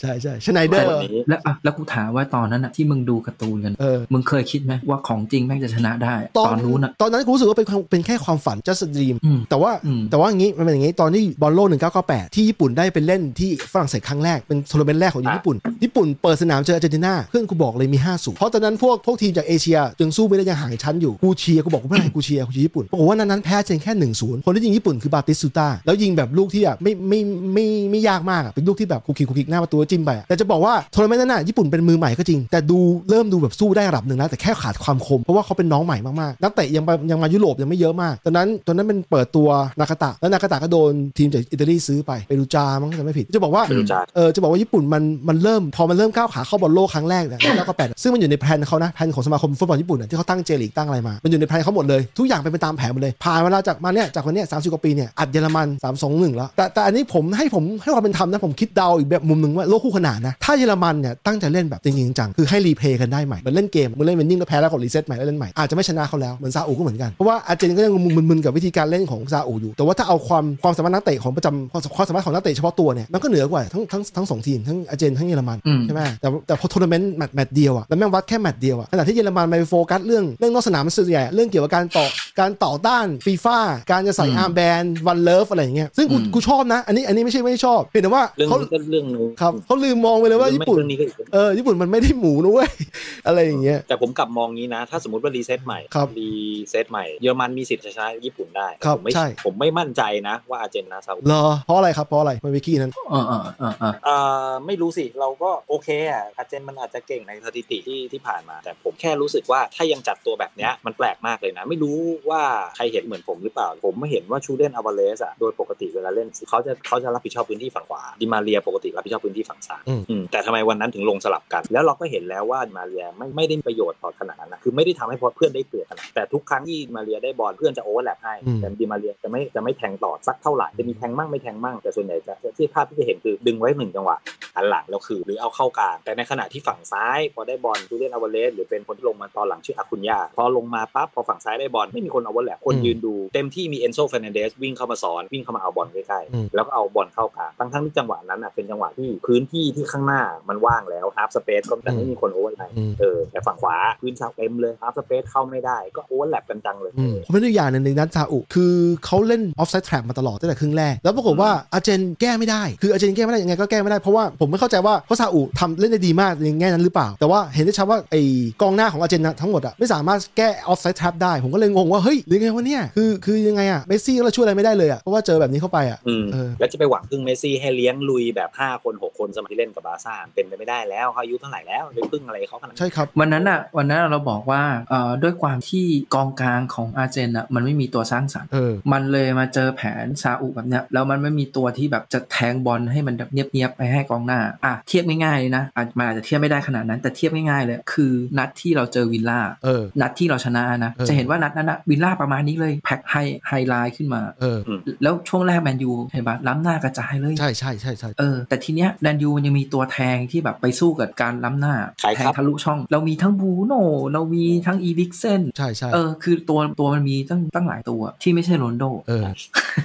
B: ใช่ใช่ชไนเดอ
C: แต่
B: ร์
C: วันนี้
D: แล้วอ่ะแล้วกูถามว่าตอนนั้นอะที่มึงดูการ์ตูนกัน
B: เออ
D: มึงเคยคิดไหมว่าของจริงแม่งจะชนะได้ ตอนนู้นอะ
B: ตอนนั้นกูรู้สึกว่าเป็นความเป็นแค่ความฝัน just a dream
D: อืม
B: แต่ว่า
D: อืม
B: แต่ว่าอย่างนี้มันเป็นอย่างนี้ตอนที่บอลโลก1998 ที่ญี่ปุ่นได้ไปเล่นที่ฝรั่งเศสครั้งแรก เป็นทัวร์นาเมนต์แรกของญี่ปุ่น ญี่ปุ่นเปิดสนามเจออาร์เจนตินาเพื่อนกูบอกเลยมี5สูเพราะตอนนั้นพวกพวกทีมจากเอเชียยังสู้ไม่ได้ยังห่างชั้นอยู่กูเชียร์กูบอกกูไม่เป็นไรกูเชียร์กูเชียร์ญี่ปุ่นปรากฏว่านั้นนั้นแพ้เพียงแค่1นศูนย์คนที่ยิงญี่ปุ่นคือบาติสตูต้าแล้วยิงแบบลูกที่แบบไม่ไม่ไม่ไม่ไม่ยากมากอะเป็นลูกที่แบบคุกคิกคุกคิกหน้าประตูแล้วจิ้มไปอะแต่จะบอกว่าทัวร์นาเมนต์นั้นน่ะญี่ปุ่นเป็นมือใหม่ก็จริง แต่ดูเริ่มดูแบบสู้ได้ระดับหนึ่งแล้วแต่แค่ขาดความคมเพราะว่าเขาเป็นน้องใหม่มากๆนักเตะยังไปยังมายุโรปยังไม่เยอะมากตอนนั้นตอนนั้นเป็นเปิดตัวนากาตะแล้วนากาตะก็โดนทีมจากอิตาลีซื้อไปเปรูจามั้งถ้าจำไม่ผิดจะบอกว่า
C: ไม่รู้จัก
B: เออจะบอกว่าญี่ปุ่นมันมันเริ่มพอมันเริ่มก้าวขาเข้าบอลโลกครั้งแรกเนี่ยแล้วก็แปดซึ่งมันอยู่ในแผนเขานะแผนของสมาคมฟุตบอลญี่ปุ่นน่ะที่เขาตั้งเจลีกตั้งอะไรมา มันอยู่ในแผนเขาหมดเลย ทุกอย่างเป็นไปตามแผนหมดเลย ผ่านเวลาจากมาเนี่ยจากวันเนี้ยสามสิบกว่าปีเนี่ยอัดเยอรมันสามสองหนึ่งแล้ว แต่แต่อันนี้ผมให้ผมให้ความเป็นธรรมนะผมคิดเดาอีกแบบมุมหนึ่งว่าโลกคู่ขนานนะถ้าเยอรมันเนี่ยตั้งใจเล่นแบบจริงๆจังๆคือให้รีเพลย์กันได้ใหม่เหมันเล่นเกมมึงเล่นเวนนิ่งแล้วแพ้แล้วกดรีเซ็ตใหม่แล้วเล่นใหม่อาจจะไม่ชนะเขาแล้วเหมือนซาอุก็เหมือนกันเพราะว่าอาร์เจนก็ยังมึนๆกับวิธีการเล่นของซาอุอยู่ แต่ว่าถ้าเอาความความสามารถนักเตะของประจำความความสามารถของนักเตะเฉพาะตัวเนี่ยมันก็เหนือกว่าทั้งทั้งทั้งสองทีมทั้งอาร์เจนทั้งเยอรมัน
D: อืม
B: ใช่ไหมแต่แต่พอทัวร์นาเมนต์แมตช์แมตช์เดียวอ่ะแล้วแม่งวัดแค่แมตช์เดียวอ่ะขณะที่เยอรมันมันไปโฟกัสเรื่องเรื่องนอกสนามส่วนใหญ่เรื่องเกี่ยวกับการต่อการต่อต้านฟีฟ่าการจะใส่อาร์มแบนวันเลิฟอะไรอย่างเงี้ยซึ่งกูกูชอบนะ อันนี้อันนี้ไม่ใช่ไม่ชอบเพียงแต่ว่า
C: เรื่อง
B: เขา
C: นี้ก็เรื่องนู้น
B: ครับเขาลืมมองไปเลยว่าญี่ปุ่น
C: เรื่องนี้ก็อีกเรื่อง
B: เออญี่ปุ่นมันไม่ได้หมูนะเว้ย <laughs> อะไรอย่างเงี้ย
C: แต่ผมกลับมองงี้นะ ถ้าสมมติว่ารีเซ็ตใหม่
B: ครับ
C: รีเซ็ตใหม่เยอรมันมีสิทธิ์จะชนะญี่ปุ่นได้
B: ครับ
C: ผมไม่
B: ใช่
C: ผมไม่มั่นใจนะว่าอาร์เจนนะซาอุ
B: เหรอเพราะอะไรครับเพราะอะไรมันวิกกี้นั้น
D: เออเออเออเออ
C: เอ่อไม่รู้สิเราก็โอเคอ่ะอาร์เจนมันอาจจะเก่งในสถิติที่ที่ผ่านมา แต่ผมแค่รู้สึกว่าถ้ายังจัดตัวแบบเนี้ยมันแปลกมากเลยนะ ไม่รู้ว่าใครเห็นเหมือนผมหรือเปล่า ผมไม่เห็นว่าชูเดนอาวาเลสอ่ะโดยปกติเวลาเล่นเขาจะเขาจะรับผิดชอบพื้นที่ฝั่งขวาดิมาเรียปกติรับผิดชอบพื้นที่ฝั่งซ้าย
B: อืม
C: อืมแต่ทำไมวันนั้นถึงลงสลับกัน แล้วเราก็เห็นแล้วว่าดิมาเรียไม่ไม่ได้ประโยชน์ต่อขนาดนั้นนะคือไม่ได้ทำให้เพื่อนได้เปรียบขนาดแต่ทุกครั้งที่ดิมาเรียได้บอลเพื่อนจะโอเวอร์แลปให้แต่ ดิมาเรียจะไม่จะไม่แทงต่อสักเท่าไหร่จะมีแทงมั่งไม่แทงมั่งแต่ส่วนใหญ่จะที่ภาพที่จะเห็นคือดึงไว้หนึ่งจังหวะหันหลังแล้วคือหรือเอาเข้ากลางแต่ในขณะที่ฝั่งซ้าย พอได้บอลจูเลียนอวาเลสหรือเป็นคนที่ลงมาตอนหลังชื่ออาคุนยาพอลงมาปั๊บพอฝั่งซ้ายได้บอลไม่มีคนเอาบอลแหละคน
B: อืม
C: ยืนดูเต็มที่มีเอนโซเฟรนเดสวิ่งเข้ามาสอนวิ่งเข้ามาเอาบอลใกล้
B: อืม
C: ๆแล้วก็เอาบอลเข้ากลางทั้งทั้งๆที่จังหวะนั้นน่ะเป็นจังหวะที่พื้นที่ที่ข้างหน้ามันว่างแล้วฮาร์ฟสเปซก็แต่ไม่มีคนโอเวอร์ไลน์เออแต่ฝั่งขวาพื้นซาเต็มเลยฮาร์ฟสเปซเข้าไม่ได้ก็โอเวอร์แลปกันจังเลย
B: ผมไม่ได้อย่างหนึ่งในนัดซาอุคือเขาเล่นออฟไซด์แทร็มาตลอดตั้งแต่ครึ่งแรก แล้วปรากฏว่าอาร์เจนแก้ไม่ได้ คืออาร์เจนแก้ไม่ได้ยังไงก็แก้ไม่ได้ เพราะว่าผมไม่เข้าใจว่าเพราะซาอุทำเล่นได้ดีมากในแง่นั้นหรือเปล่า แต่ว่าเห็นได้ชัดว่าไอ้กองหน้าของอาร์เจนนะทั้งหมดอะไม่สามารถแก้ออฟไซด์แทร็ได้ ผมก็เลยงงว่า เฮ้ยหรือไงวะเนี่ยคือคือยังไงอะเมสซี่ก็ช่วยอะไรไม่ได้เลยอะเพราะว่าเจอแบบนี้เข้าไปอะ
C: อืม
B: เออ
C: แล้วจะไปหวังพึ่งเมสซี่ให้เลี้ยงลุยแบบ 5 คน 6 คนสมัยที่เล่นกับบาร์ซ่าเป็นไปไม่ได้แล้วเขาอายุเท่าไหร่แล้วไปพึ่งอะไรเขาขนาดนั้น
B: ใช่ครับ
D: วันนั้นอะวันนั้นเราบอกว่าเอ่อด้วยความที่กองกลางของอาร์เจนอะมันไม่มีตัวสร้างสรรค์
B: เออ
D: มันเลยมาเจอแผนซาอุแบบเนี้ยแล้วมันไม่มีตัวที่แบบจะแทงบอลให้มันแบบเนียบๆไปให้กองหน้าอ่ะเทียบง่ายๆเลยนะอาจมันอาจจะเทียบไม่ได้ขนาดนั้น แต่เทียบง่ายๆเลย คือนัดที่เราเจอวิลล่า
B: เออ
D: นัดที่เราชนะนะ
B: เออ
D: จะเห็นว่านัดนั้นนะวิลล่าประมาณนี้เลยแพ็คไฮไฮไลน์ขึ้นมา
B: เออ
D: แล้วช่วงแรกแมนยูเห็นปะล้ำหน้ากระจายเลย
B: ใช่ใช่ใช่ใช่
D: เออแต่ทีเนี้ยแดนยูมันยังมีตัวแทงที่แบบไปสู้กับการล้ำหน้าแทงทะลุช่อง เรามีทั้งบูโนเรามีทั้งอีลิกเซน
B: ใช่ใช่
D: เออคือตัวตัวมันมีตั้งตั้งหลายตัวที่ไม่ใช่โรนโด
B: เออ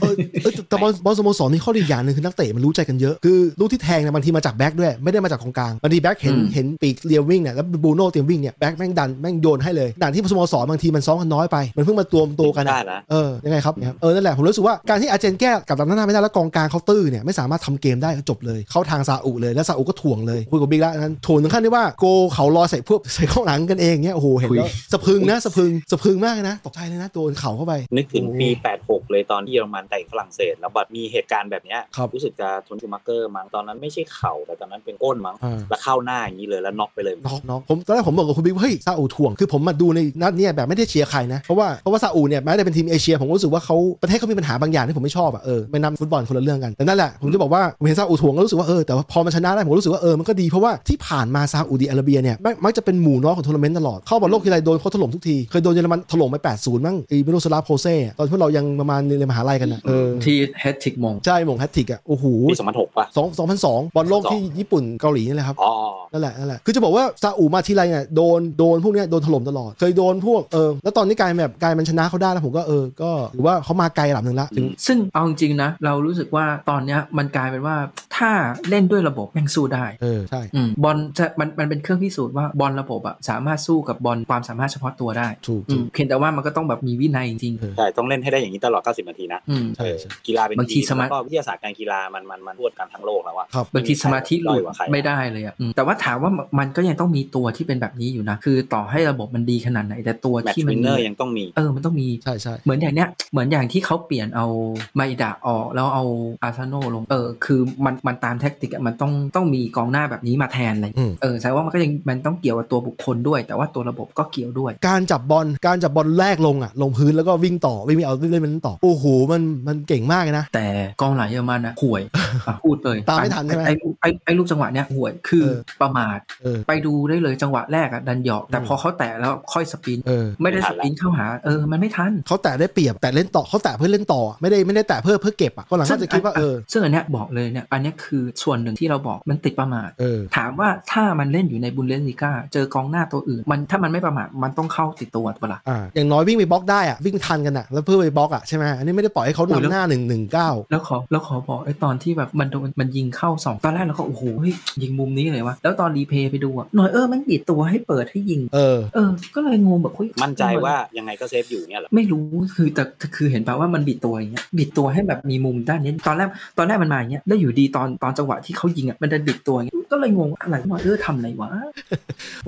B: เออเออแต่แต่บอลบอลสโมสรมีข้อดีอย่างหนึ่งคือนักเตะมันรู้ใจกันเยอะ คือลูกที่แทงเนี่ยบางทีมาจากแบ็กด้วยไม่ได้มาจากของกลางบางทีแบ็กเห็น
D: อืม
B: เห็นปีกเรียววิ่งเนี่ยแล้วบูโน่เตรียมวิ่งเนี่ยแบ็กแม่งดันแม่งโยนให้เลยด่านที่สโมสรบางทีมันซ้อมกันน้อยไป มันเพิ่งมาตัวมตัวกัน
C: ได้
B: อะ
C: นะ
B: เออยังไงครับเนี่ยเออนั่นแหละผมรู้สึกว่าการที่อาร์เจนแก้กับลำหน้าไม่ได้แล้วกองกลางเขาตื้อเนี่ยไม่สามารถทำเกมได้ก็จบเลยเข้าทางซาอุเลยแล้วซาอุก็ถ่วงเลยคุยกับบิ๊กแล้วนั้นถ่วงถึงขั้นที่ว่าโกเขาลอยใส่ <laughs> พวกใส่ข้างหลังกันเองเนี่ยโอ้โหเห็นแล้วสะพรึงนะสะพรึงสะพรึงมากเลยนะตกใจเลยนะโดนเข่าเข้าไป
C: นึกถึงปี 86 เลยตอนที่เยอรมันแต่งฝรั่งเศส แล้วบัดมีเหตุการณ์แบบเนี้ย
B: ครับ
C: รู้สึกจะทนชูมาเกอร์มั้งตอนนั้นไม่ใช่เข่าแต่ตอนนั้นเป็นก้นมั้ง
B: อ่า
C: แล้วเข้าหน้าอย่างนี้เลยแล้วน็อกไปเลย
B: น็อกน็อกผมตอนแรกผมบอกกับคุณบิ๊กว่าเฮ้ยซาอุถ่วง คือผมมาดูในนัดเนี่ยแบบไม่ได้เชียร์ใครนะ เพราะว่าเพราะว่าซาอุเนี่ยแม้แต่เป็นทีม เอเชียผมรู้สึกว่าเขาประเทศเขามีปัญหาบางอย่างที่ผมไม่ชอบอะเออไม่นำฟุตบอลคนละเรื่องกันแต่นั่นแหละผมจะบอกว่าผมเห็นซาอุทวงก็รู้สึกว่าเออแต่ว่าพอมันชนะได้ผมรู้สึกว่าเออมันก็ดีเพราะว่าที่ผ่านมาซาอุดีอาระเบียเนี่ยแม่งมักจะเป็นหมู่น้องของทัวร์นาเมนต์ตลอดเข้าบอลโลกทีไรโดนเขาถล่มทุกทีเคยโดนเยอรมันถล่มไป80มั้งไอีมิโนสลาโพเซ่อะตอนที่พวกเรายังประมาณเรียนมหาลัยกันอะเออ
D: ที่แฮตติกมง
B: ใช่หมงแฮตทริกอะโอ้โห
C: ปีสองพันหกป่ะ
B: สองสองพันสองบอลโลกที่ญี่ปุ่นเกาหลีนี่แหละครับ
C: อ๋อ
B: นั่นแหละนั่นแหละคือจะบอกว่าซาอุมาทีไรเนี่ยโดนโดนพวกเนี้ยโดนถล่มตลอด เคยโดนพวกเออแล้วตอนนี้กลายแบบกลายมันชนะเขาได้แล้วผมก็เออก็ถือว่าเขามาไกลระดับหนึ่งละถึง
D: ซึ่งเอาจริงๆนะ เรารู้สึกว่าตอนเนี้ยมันกลายเป็นว่าถ้าเล่นด้วยระบบแม่งสู้ได้
B: เออใช่
D: อืมบอลจะมันมันเป็นเครื่องพิสูจน์ว่าบอลระบบอะสามารถสู้กับบอลความสามารถเฉพาะตัวได้
B: ถูก
D: อื
B: ถู
D: ม
B: ก
D: เพียงแต่ว่ามันก็ต้องแบบมีวินัยจริง
B: เออ
C: ใช่ ต้องเล่นให้ได้อย่างนี้ตลอด 90 นาทีนะ
D: อืม
B: ใช่ใช่
C: กีฬาเป็น
D: บาง
C: ที
D: ที
C: ม
D: สมา
C: แล้วก็วิทยาศาสตร์การกีฬามันมันมันรวดกันทั้งโลกแล้วอะ
B: ครับ
D: บางทีสมาธิหลุด
C: ด้อยกว่าใคร
D: ไม่ได้เลยอะอืมแต่ว่าถามว่ามันก็ยังต้องมีตัวที่เป็นแบบนี้อยู่นะ คือต่อให้ระบบมันดีขนาดไหน แต่ตัว
C: แมต
D: ที่
C: ช์
D: มั
C: วิ
D: น
C: นเนอร์ยังต้องมี
D: เออมันต้องมี
B: ใช่ใช่
D: เหมือนอย่างเนี้ยเหมือนอย่างที่เขาเปลี่ยนเอาไมดะออกแล้วเอาอาร์เซโนลงเออคือมันมันตามแท็กติกอะมันต้องต้องมีกองหน้าแบบนี้มาแทนอะไร
B: อืม
D: เออแสดงว่ามันก็ยังมันต้องเกี่ยวกับตัวบุคคลด้วย แต่ว่าตัวระบบก็เกี่ยวด้วย
B: การจับบอลการจับบอลแรกลงอ่ะลงพื้นแล้วก็วิ่งต่อวิ่งไม่เอาเล่นมันต่อโอ้โหมันมันเก่งมากเลยนะ
D: แต่กองหลังเยอรมันนะ
B: <laughs>
D: ห่วยอ่ะพูดเลย
B: ตามไม่ทันใช่ไหม
D: ไอ้ไอ้ไอ้ลูกจังหวะเนี้ยห่วยคือ
B: เออ
D: ประมาท
B: เออ
D: ไปดูได้เลยจังหวะแรกอะดันเหยอกแต่
B: อืม
D: พอเขาแตะแล้วค่อยสปรินต์
B: เออ
D: ไม่ได้
C: ไม่ทั
D: ส
C: นละ
D: ปรินต์เข้าหาเออมันไม่ทัน
B: เขาแตะได้เปรียบแต่เล่นต่อเขาแตะเพื่อเล่นต่ออะไม่ได้ไม่ได้แตะเพื่อเพื่อเก็บอ่ะก็หลังก็จะคิดว่าเออ
D: ซึ่งอันเนี้ยบอกเลยเนี่ยอันเนี้ยคือส่วนหนึ่งที่เราบอกมันติดประมาท
B: เออ
D: ถามว่าถ้ามันเล่นอยู่ในบุนเดสลีกาเจอกองหน้าตัวอื่น มันถ้ามันไม่ประมาทมันต้องเข้าติดตัวเปะล่า
B: อ่าอย่างน้อยวิ่งไปบล็อกได้อ่ะวิ่งทันกันอ่ะแล้วเพื่อไปบล็อกอ่ะใช่ไหมอันนี้ไม่ได้ปล่อยให้เขา
D: โอ้ยแล้ว
B: นำหน้าหนึ่งหนึ่งเก้า
D: แล้วขอแล้วขอบอกไอ้ตอนที่แบบมันโดนมันยิงเข้าสองตอนแรกเราก็โอ้โหเฮ้ยยิงมุมนี้เลยวะแล้วตอนรีเพลย์ไปดูอะหน่อยเออแมันปิดตัวให้เปิดให้ยิง
B: เออ
D: เออ ก็เลยงงแบบเฮ้ย
C: มั่นใจว่ายังไงก็เซฟอยู่เนี่ยเหรอ
D: ไม่รู้คือแต่แต่คือเห็นป่ะว่ามันบิดตัวอย่างเงี้ยบิดตัวให้แบบมีมุมด้านนี้ตอนแรกตอนแรกมันมาอย่างเงี้ยแล้วอยู่ดีตอนตอนจังหวะที่เขายิงอ่ะมันดันบิดตัวอย่างเงี้ยก็เลยงงว่าอะไรวะเออทำอะไรวะ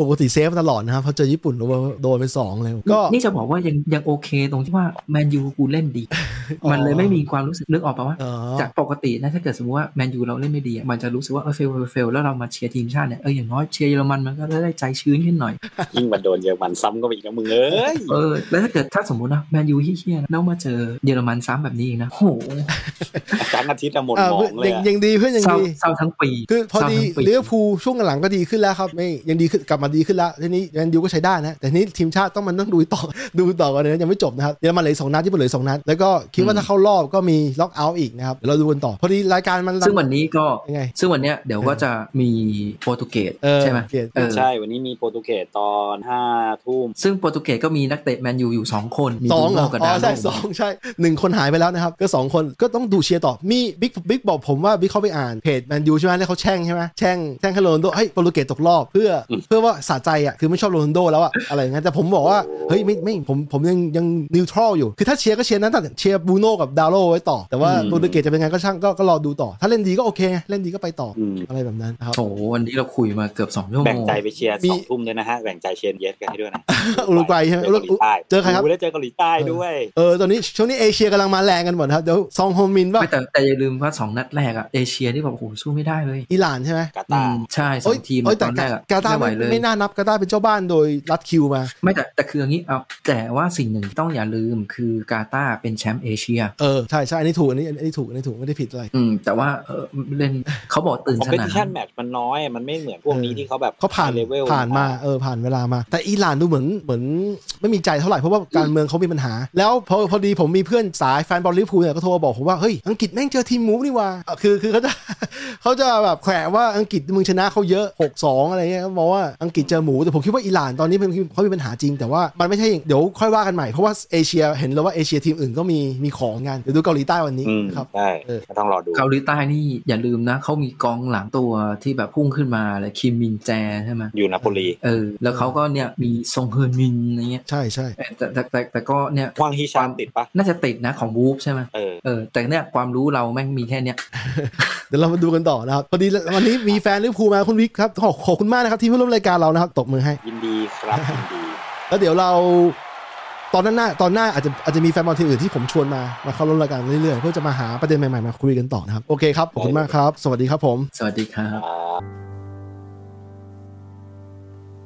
B: ปกติเซฟตลอดนะครับพอเจอญี่ปุ่นโดนไปสองเลยก็
D: นี่จะบอกว่ายังยังโอเคตรงที่ว่าแมนยูกูเล่นดี
B: <laughs> อ๋อ
D: มันเลยไม่มีความรู้สึกนึกออกปะว่า
B: อ๋อ
D: จากปกตินะถ้าเกิดสมมติว่าแมนยูเราเล่นไม่ดีอะมันจะรู้สึกว่าเออเฟลเฟลแล้วเรามาเชียร์ทีมชาติเนี่ยเอออย่างน้อยเชียร์เยอรมันมันก็ได้ใจชื้นขึ้นหน่อย
C: ยิ่งมันโดนเยอรมันซ้ำก็ไปอีกนะมึงเอ้ย
D: เออแล้วถ้าเกิดถ้าสมมตินะแมนยูเฮี้ยๆนะแล้วมาเจอเยอรมันซ้ำแบบนี้อีกนะโห
C: อาจารย์อาทิตย์อะหมด
B: อ่า
C: หมอ
B: เพื่อน
C: งเลย
B: ยัง
C: อะ
B: ยังดีเพื่อนยัง
D: เศร้า
B: ดี
D: เศร้าทั้งปี
B: คือพอดี
D: เศร้าทั้งปี
B: เลี้ยวภูลช่วงหลังก็ดีขึ้นแล้วครับไม่ยังดีขึ้นกลับมาดีขึ้นแล้วทีนี้แมนยูก็ใช้ได้นะ แต่ทีนี้ทีมชาติต้องมันต้องดูต่อ <laughs> ดูต่อกันนะยังไม่จบนะครับเยอรมันเหลืออกสองนัดญี่ปุ่นเหลืออกสองนัดแล้วก็คิดว่าถ้าเข้ารอบก็มีล็อกเอาท์อีกนะครับเดี๋ยวเราดูกันต่อพอดีรายการมัน
D: ซึ่งวันนี้ก็
B: ยังไง
D: ซึ่งวันเนี้ยเดี๋ยวก็จะมีโปรตุเกส
B: เออ
D: ใช่ไหม
B: เกส
D: เออ
C: ใช่ วันนี้มีโปรตุเกสตอนห้าทุ่ม
D: ซึ่งโปรตุเกสก็มีนักเตะแมนยูอยู่สองคนมี
B: สอง
D: บู
B: เหร
D: โน่
B: อ
D: กับ
B: อ๋
D: ดา
B: อ
D: โล
B: ใช่สองใช่หนึ่งคนหายไปแล้วนะครับก็สองคนก็ต้องดูเชียร์ต่อมีบิ๊กบิ๊กบอกผมว่าบิ๊กเข้าไปอ่านเพจแมนยูใช่ไหมแล้วเขาแช่งใช่ไหมแช่งแช่งให้โรนลโดเฮ้ยโปรตุเกสตกรอบเพื่ออ
C: ม
B: เพื่อว่าสะใจอ่ะคือไม่ชอบโรนลโดแล้วอ่ะอะไรอย่างเงี้ยแต่ผมบอกว่าเฮ้ยไม่ไม่ผมผมยังยังนิวทรัลอยู่คือถ้าเชียร์ก็เชียร์นั้นแต่เชียร์บรูโน่กับดาวโลไว้ต่อ แต่ว่า
C: อืม
B: โปรตุเกสจะเป็นไงก็ช่างก็ก็รอดูต่อ ถ้าเล่นดีก็โอเคไงเล่นดีก็ไปต่ออ
C: อืม
B: อะไรแบบนั้นนะครับ
D: โถวันนี้เราคุยมาเกือบสองชั่วโม
C: แบ่ง
D: ง
C: ใจไปเชียร์
B: มี
C: สองทุ่มด้วยนะฮะ แบ่งใจเชียร์เยสกันให้ด้วยนะ
B: อุรุกวัยใช่ไหม
C: เจอเกาหลีใต้
B: เจอใครครับ
C: โโหแล้วเจอเกาหลีใต้ด้วย
B: เออตอนนี้ช่วงนี้เอเชียกำลังมาแรงกันหมดนะครับเดี๋ยวซองโฮมินว่า
D: ไม่แต่แต่อย่าลืมว่าสองนัดแรกอะเอเชียที่แบบโอ้โหสู้ไม่ได้เลย
B: อิหร่านใช่ไหม
C: กา
D: อื
C: ตาม ร์
D: ใช่สองทีม
B: เย
D: ต
B: แต่
D: อนแรกอะ
B: กาตาร์
D: ไม่
B: ไม่
D: ไหวเลย
B: ไม่น่านับกาตาร์เป็นเจ้าบ้านโดยรัดคิวมา
D: ไม่แต่แต่คืออย่างนี้เอาแต่ว่าสิ่งหนึ่งที่ต้องอย่าลืมคือกาตาร์เป็นแชมป์เอเชีย
B: เออ ใช่ใช่อันนี้ถูกอันนี้อันนี้ถูกอันนี้ถูกไม่ได้ผิดอะไร
D: อืมแต่ว่าเออเล่นเขาบอกตื่น
C: คอม
D: ส
C: เพ
D: นา
C: ติชั
D: ม
C: นแมตช์มันน้อย มันไม่เหมือนพวกนี้ที่เขาแบบ
B: เขาผ่าน
C: เลเวล
B: ผ่านมาเออผ่านเวลามา แต่อิหร่านดูเหมือนเหมือนไม่มีใจเท่าไหร่เพราะว่าการเมืองเขามีปัญหา แล้วพอพอดีผมมีเพื่อนสายแฟนบอลลิเวอร์พูลเนี่ยก็โทรมาบอกผมว่า เฮ้ย อังกฤษแม่งเจอทีมมูฟนี่ว่าเออคือคือเขาจะ <laughs> เขาจะแบบแขวะว่าอังกฤษมึงชนะเขาเยอะ 6-2 อะไรเงี้ยเขาบอกว่าอังกฤษเจอหมูแต่ผมคิดว่าอิหร่านตอนนี้มันเขามีปัญหาจริงแต่ว่ามันไม่ใช่เดี๋ยวค่อยว่ากันใหม่เพราะว่าเอเชียเห็นแล้วว่าเอเชียทีมอื่นก็มีมีของงานเดี๋ยวดูเกาหลีใต้วันนี้
C: อืม
B: นะครับ
C: ใช่
B: เออ
C: ก็ต้องรอดู
D: เกาหลีใต้นี่อย่าลืมนะเขามีกองหลังตัวที่แบบพุ่งขึ้นมาเลยคิมมินแจใช่ไหม
C: อยู่นาโปลี
D: เออ แล้วเขาก็เนี่ยมีซงเฮอร์มินอะไรเงี้ย
B: ใช่ใช่
D: แต่แต่แต่แต่ก็เนี่ย
C: ฮวางฮิชานติดปะ
D: น่าจะติดนะของวูฟใช่ไหม
C: เออ
D: เออแต่เนี่ยความรู้เราแม่งมีแค่เนี้ย
B: เดี๋ยวเรามาดูกันต่อนะครับพอดีวันนี้มีแฟนลิเวอร์พูลมาคุณวิกครับขอบขอบคุณมากนะครับที่เพื่อนร่วมรายการเรานะครับตบมือให้
C: ยินดีครับ ยินดี
B: แล้วเดี๋ยวเราตอนหน้าตอนหน้าอาจจะอาจจะมีแฟนบอลทีมอื่นที่ผมชวนมามาเข้าร่วมรายการเรื่อยๆเพื่อจะมาหาประเด็นใหม่ๆมาคุยกันต่อนะครับโอเคครับขอบคุณมากครับ สวัสดีครับผม
D: สวัสดีครับ
C: ครับ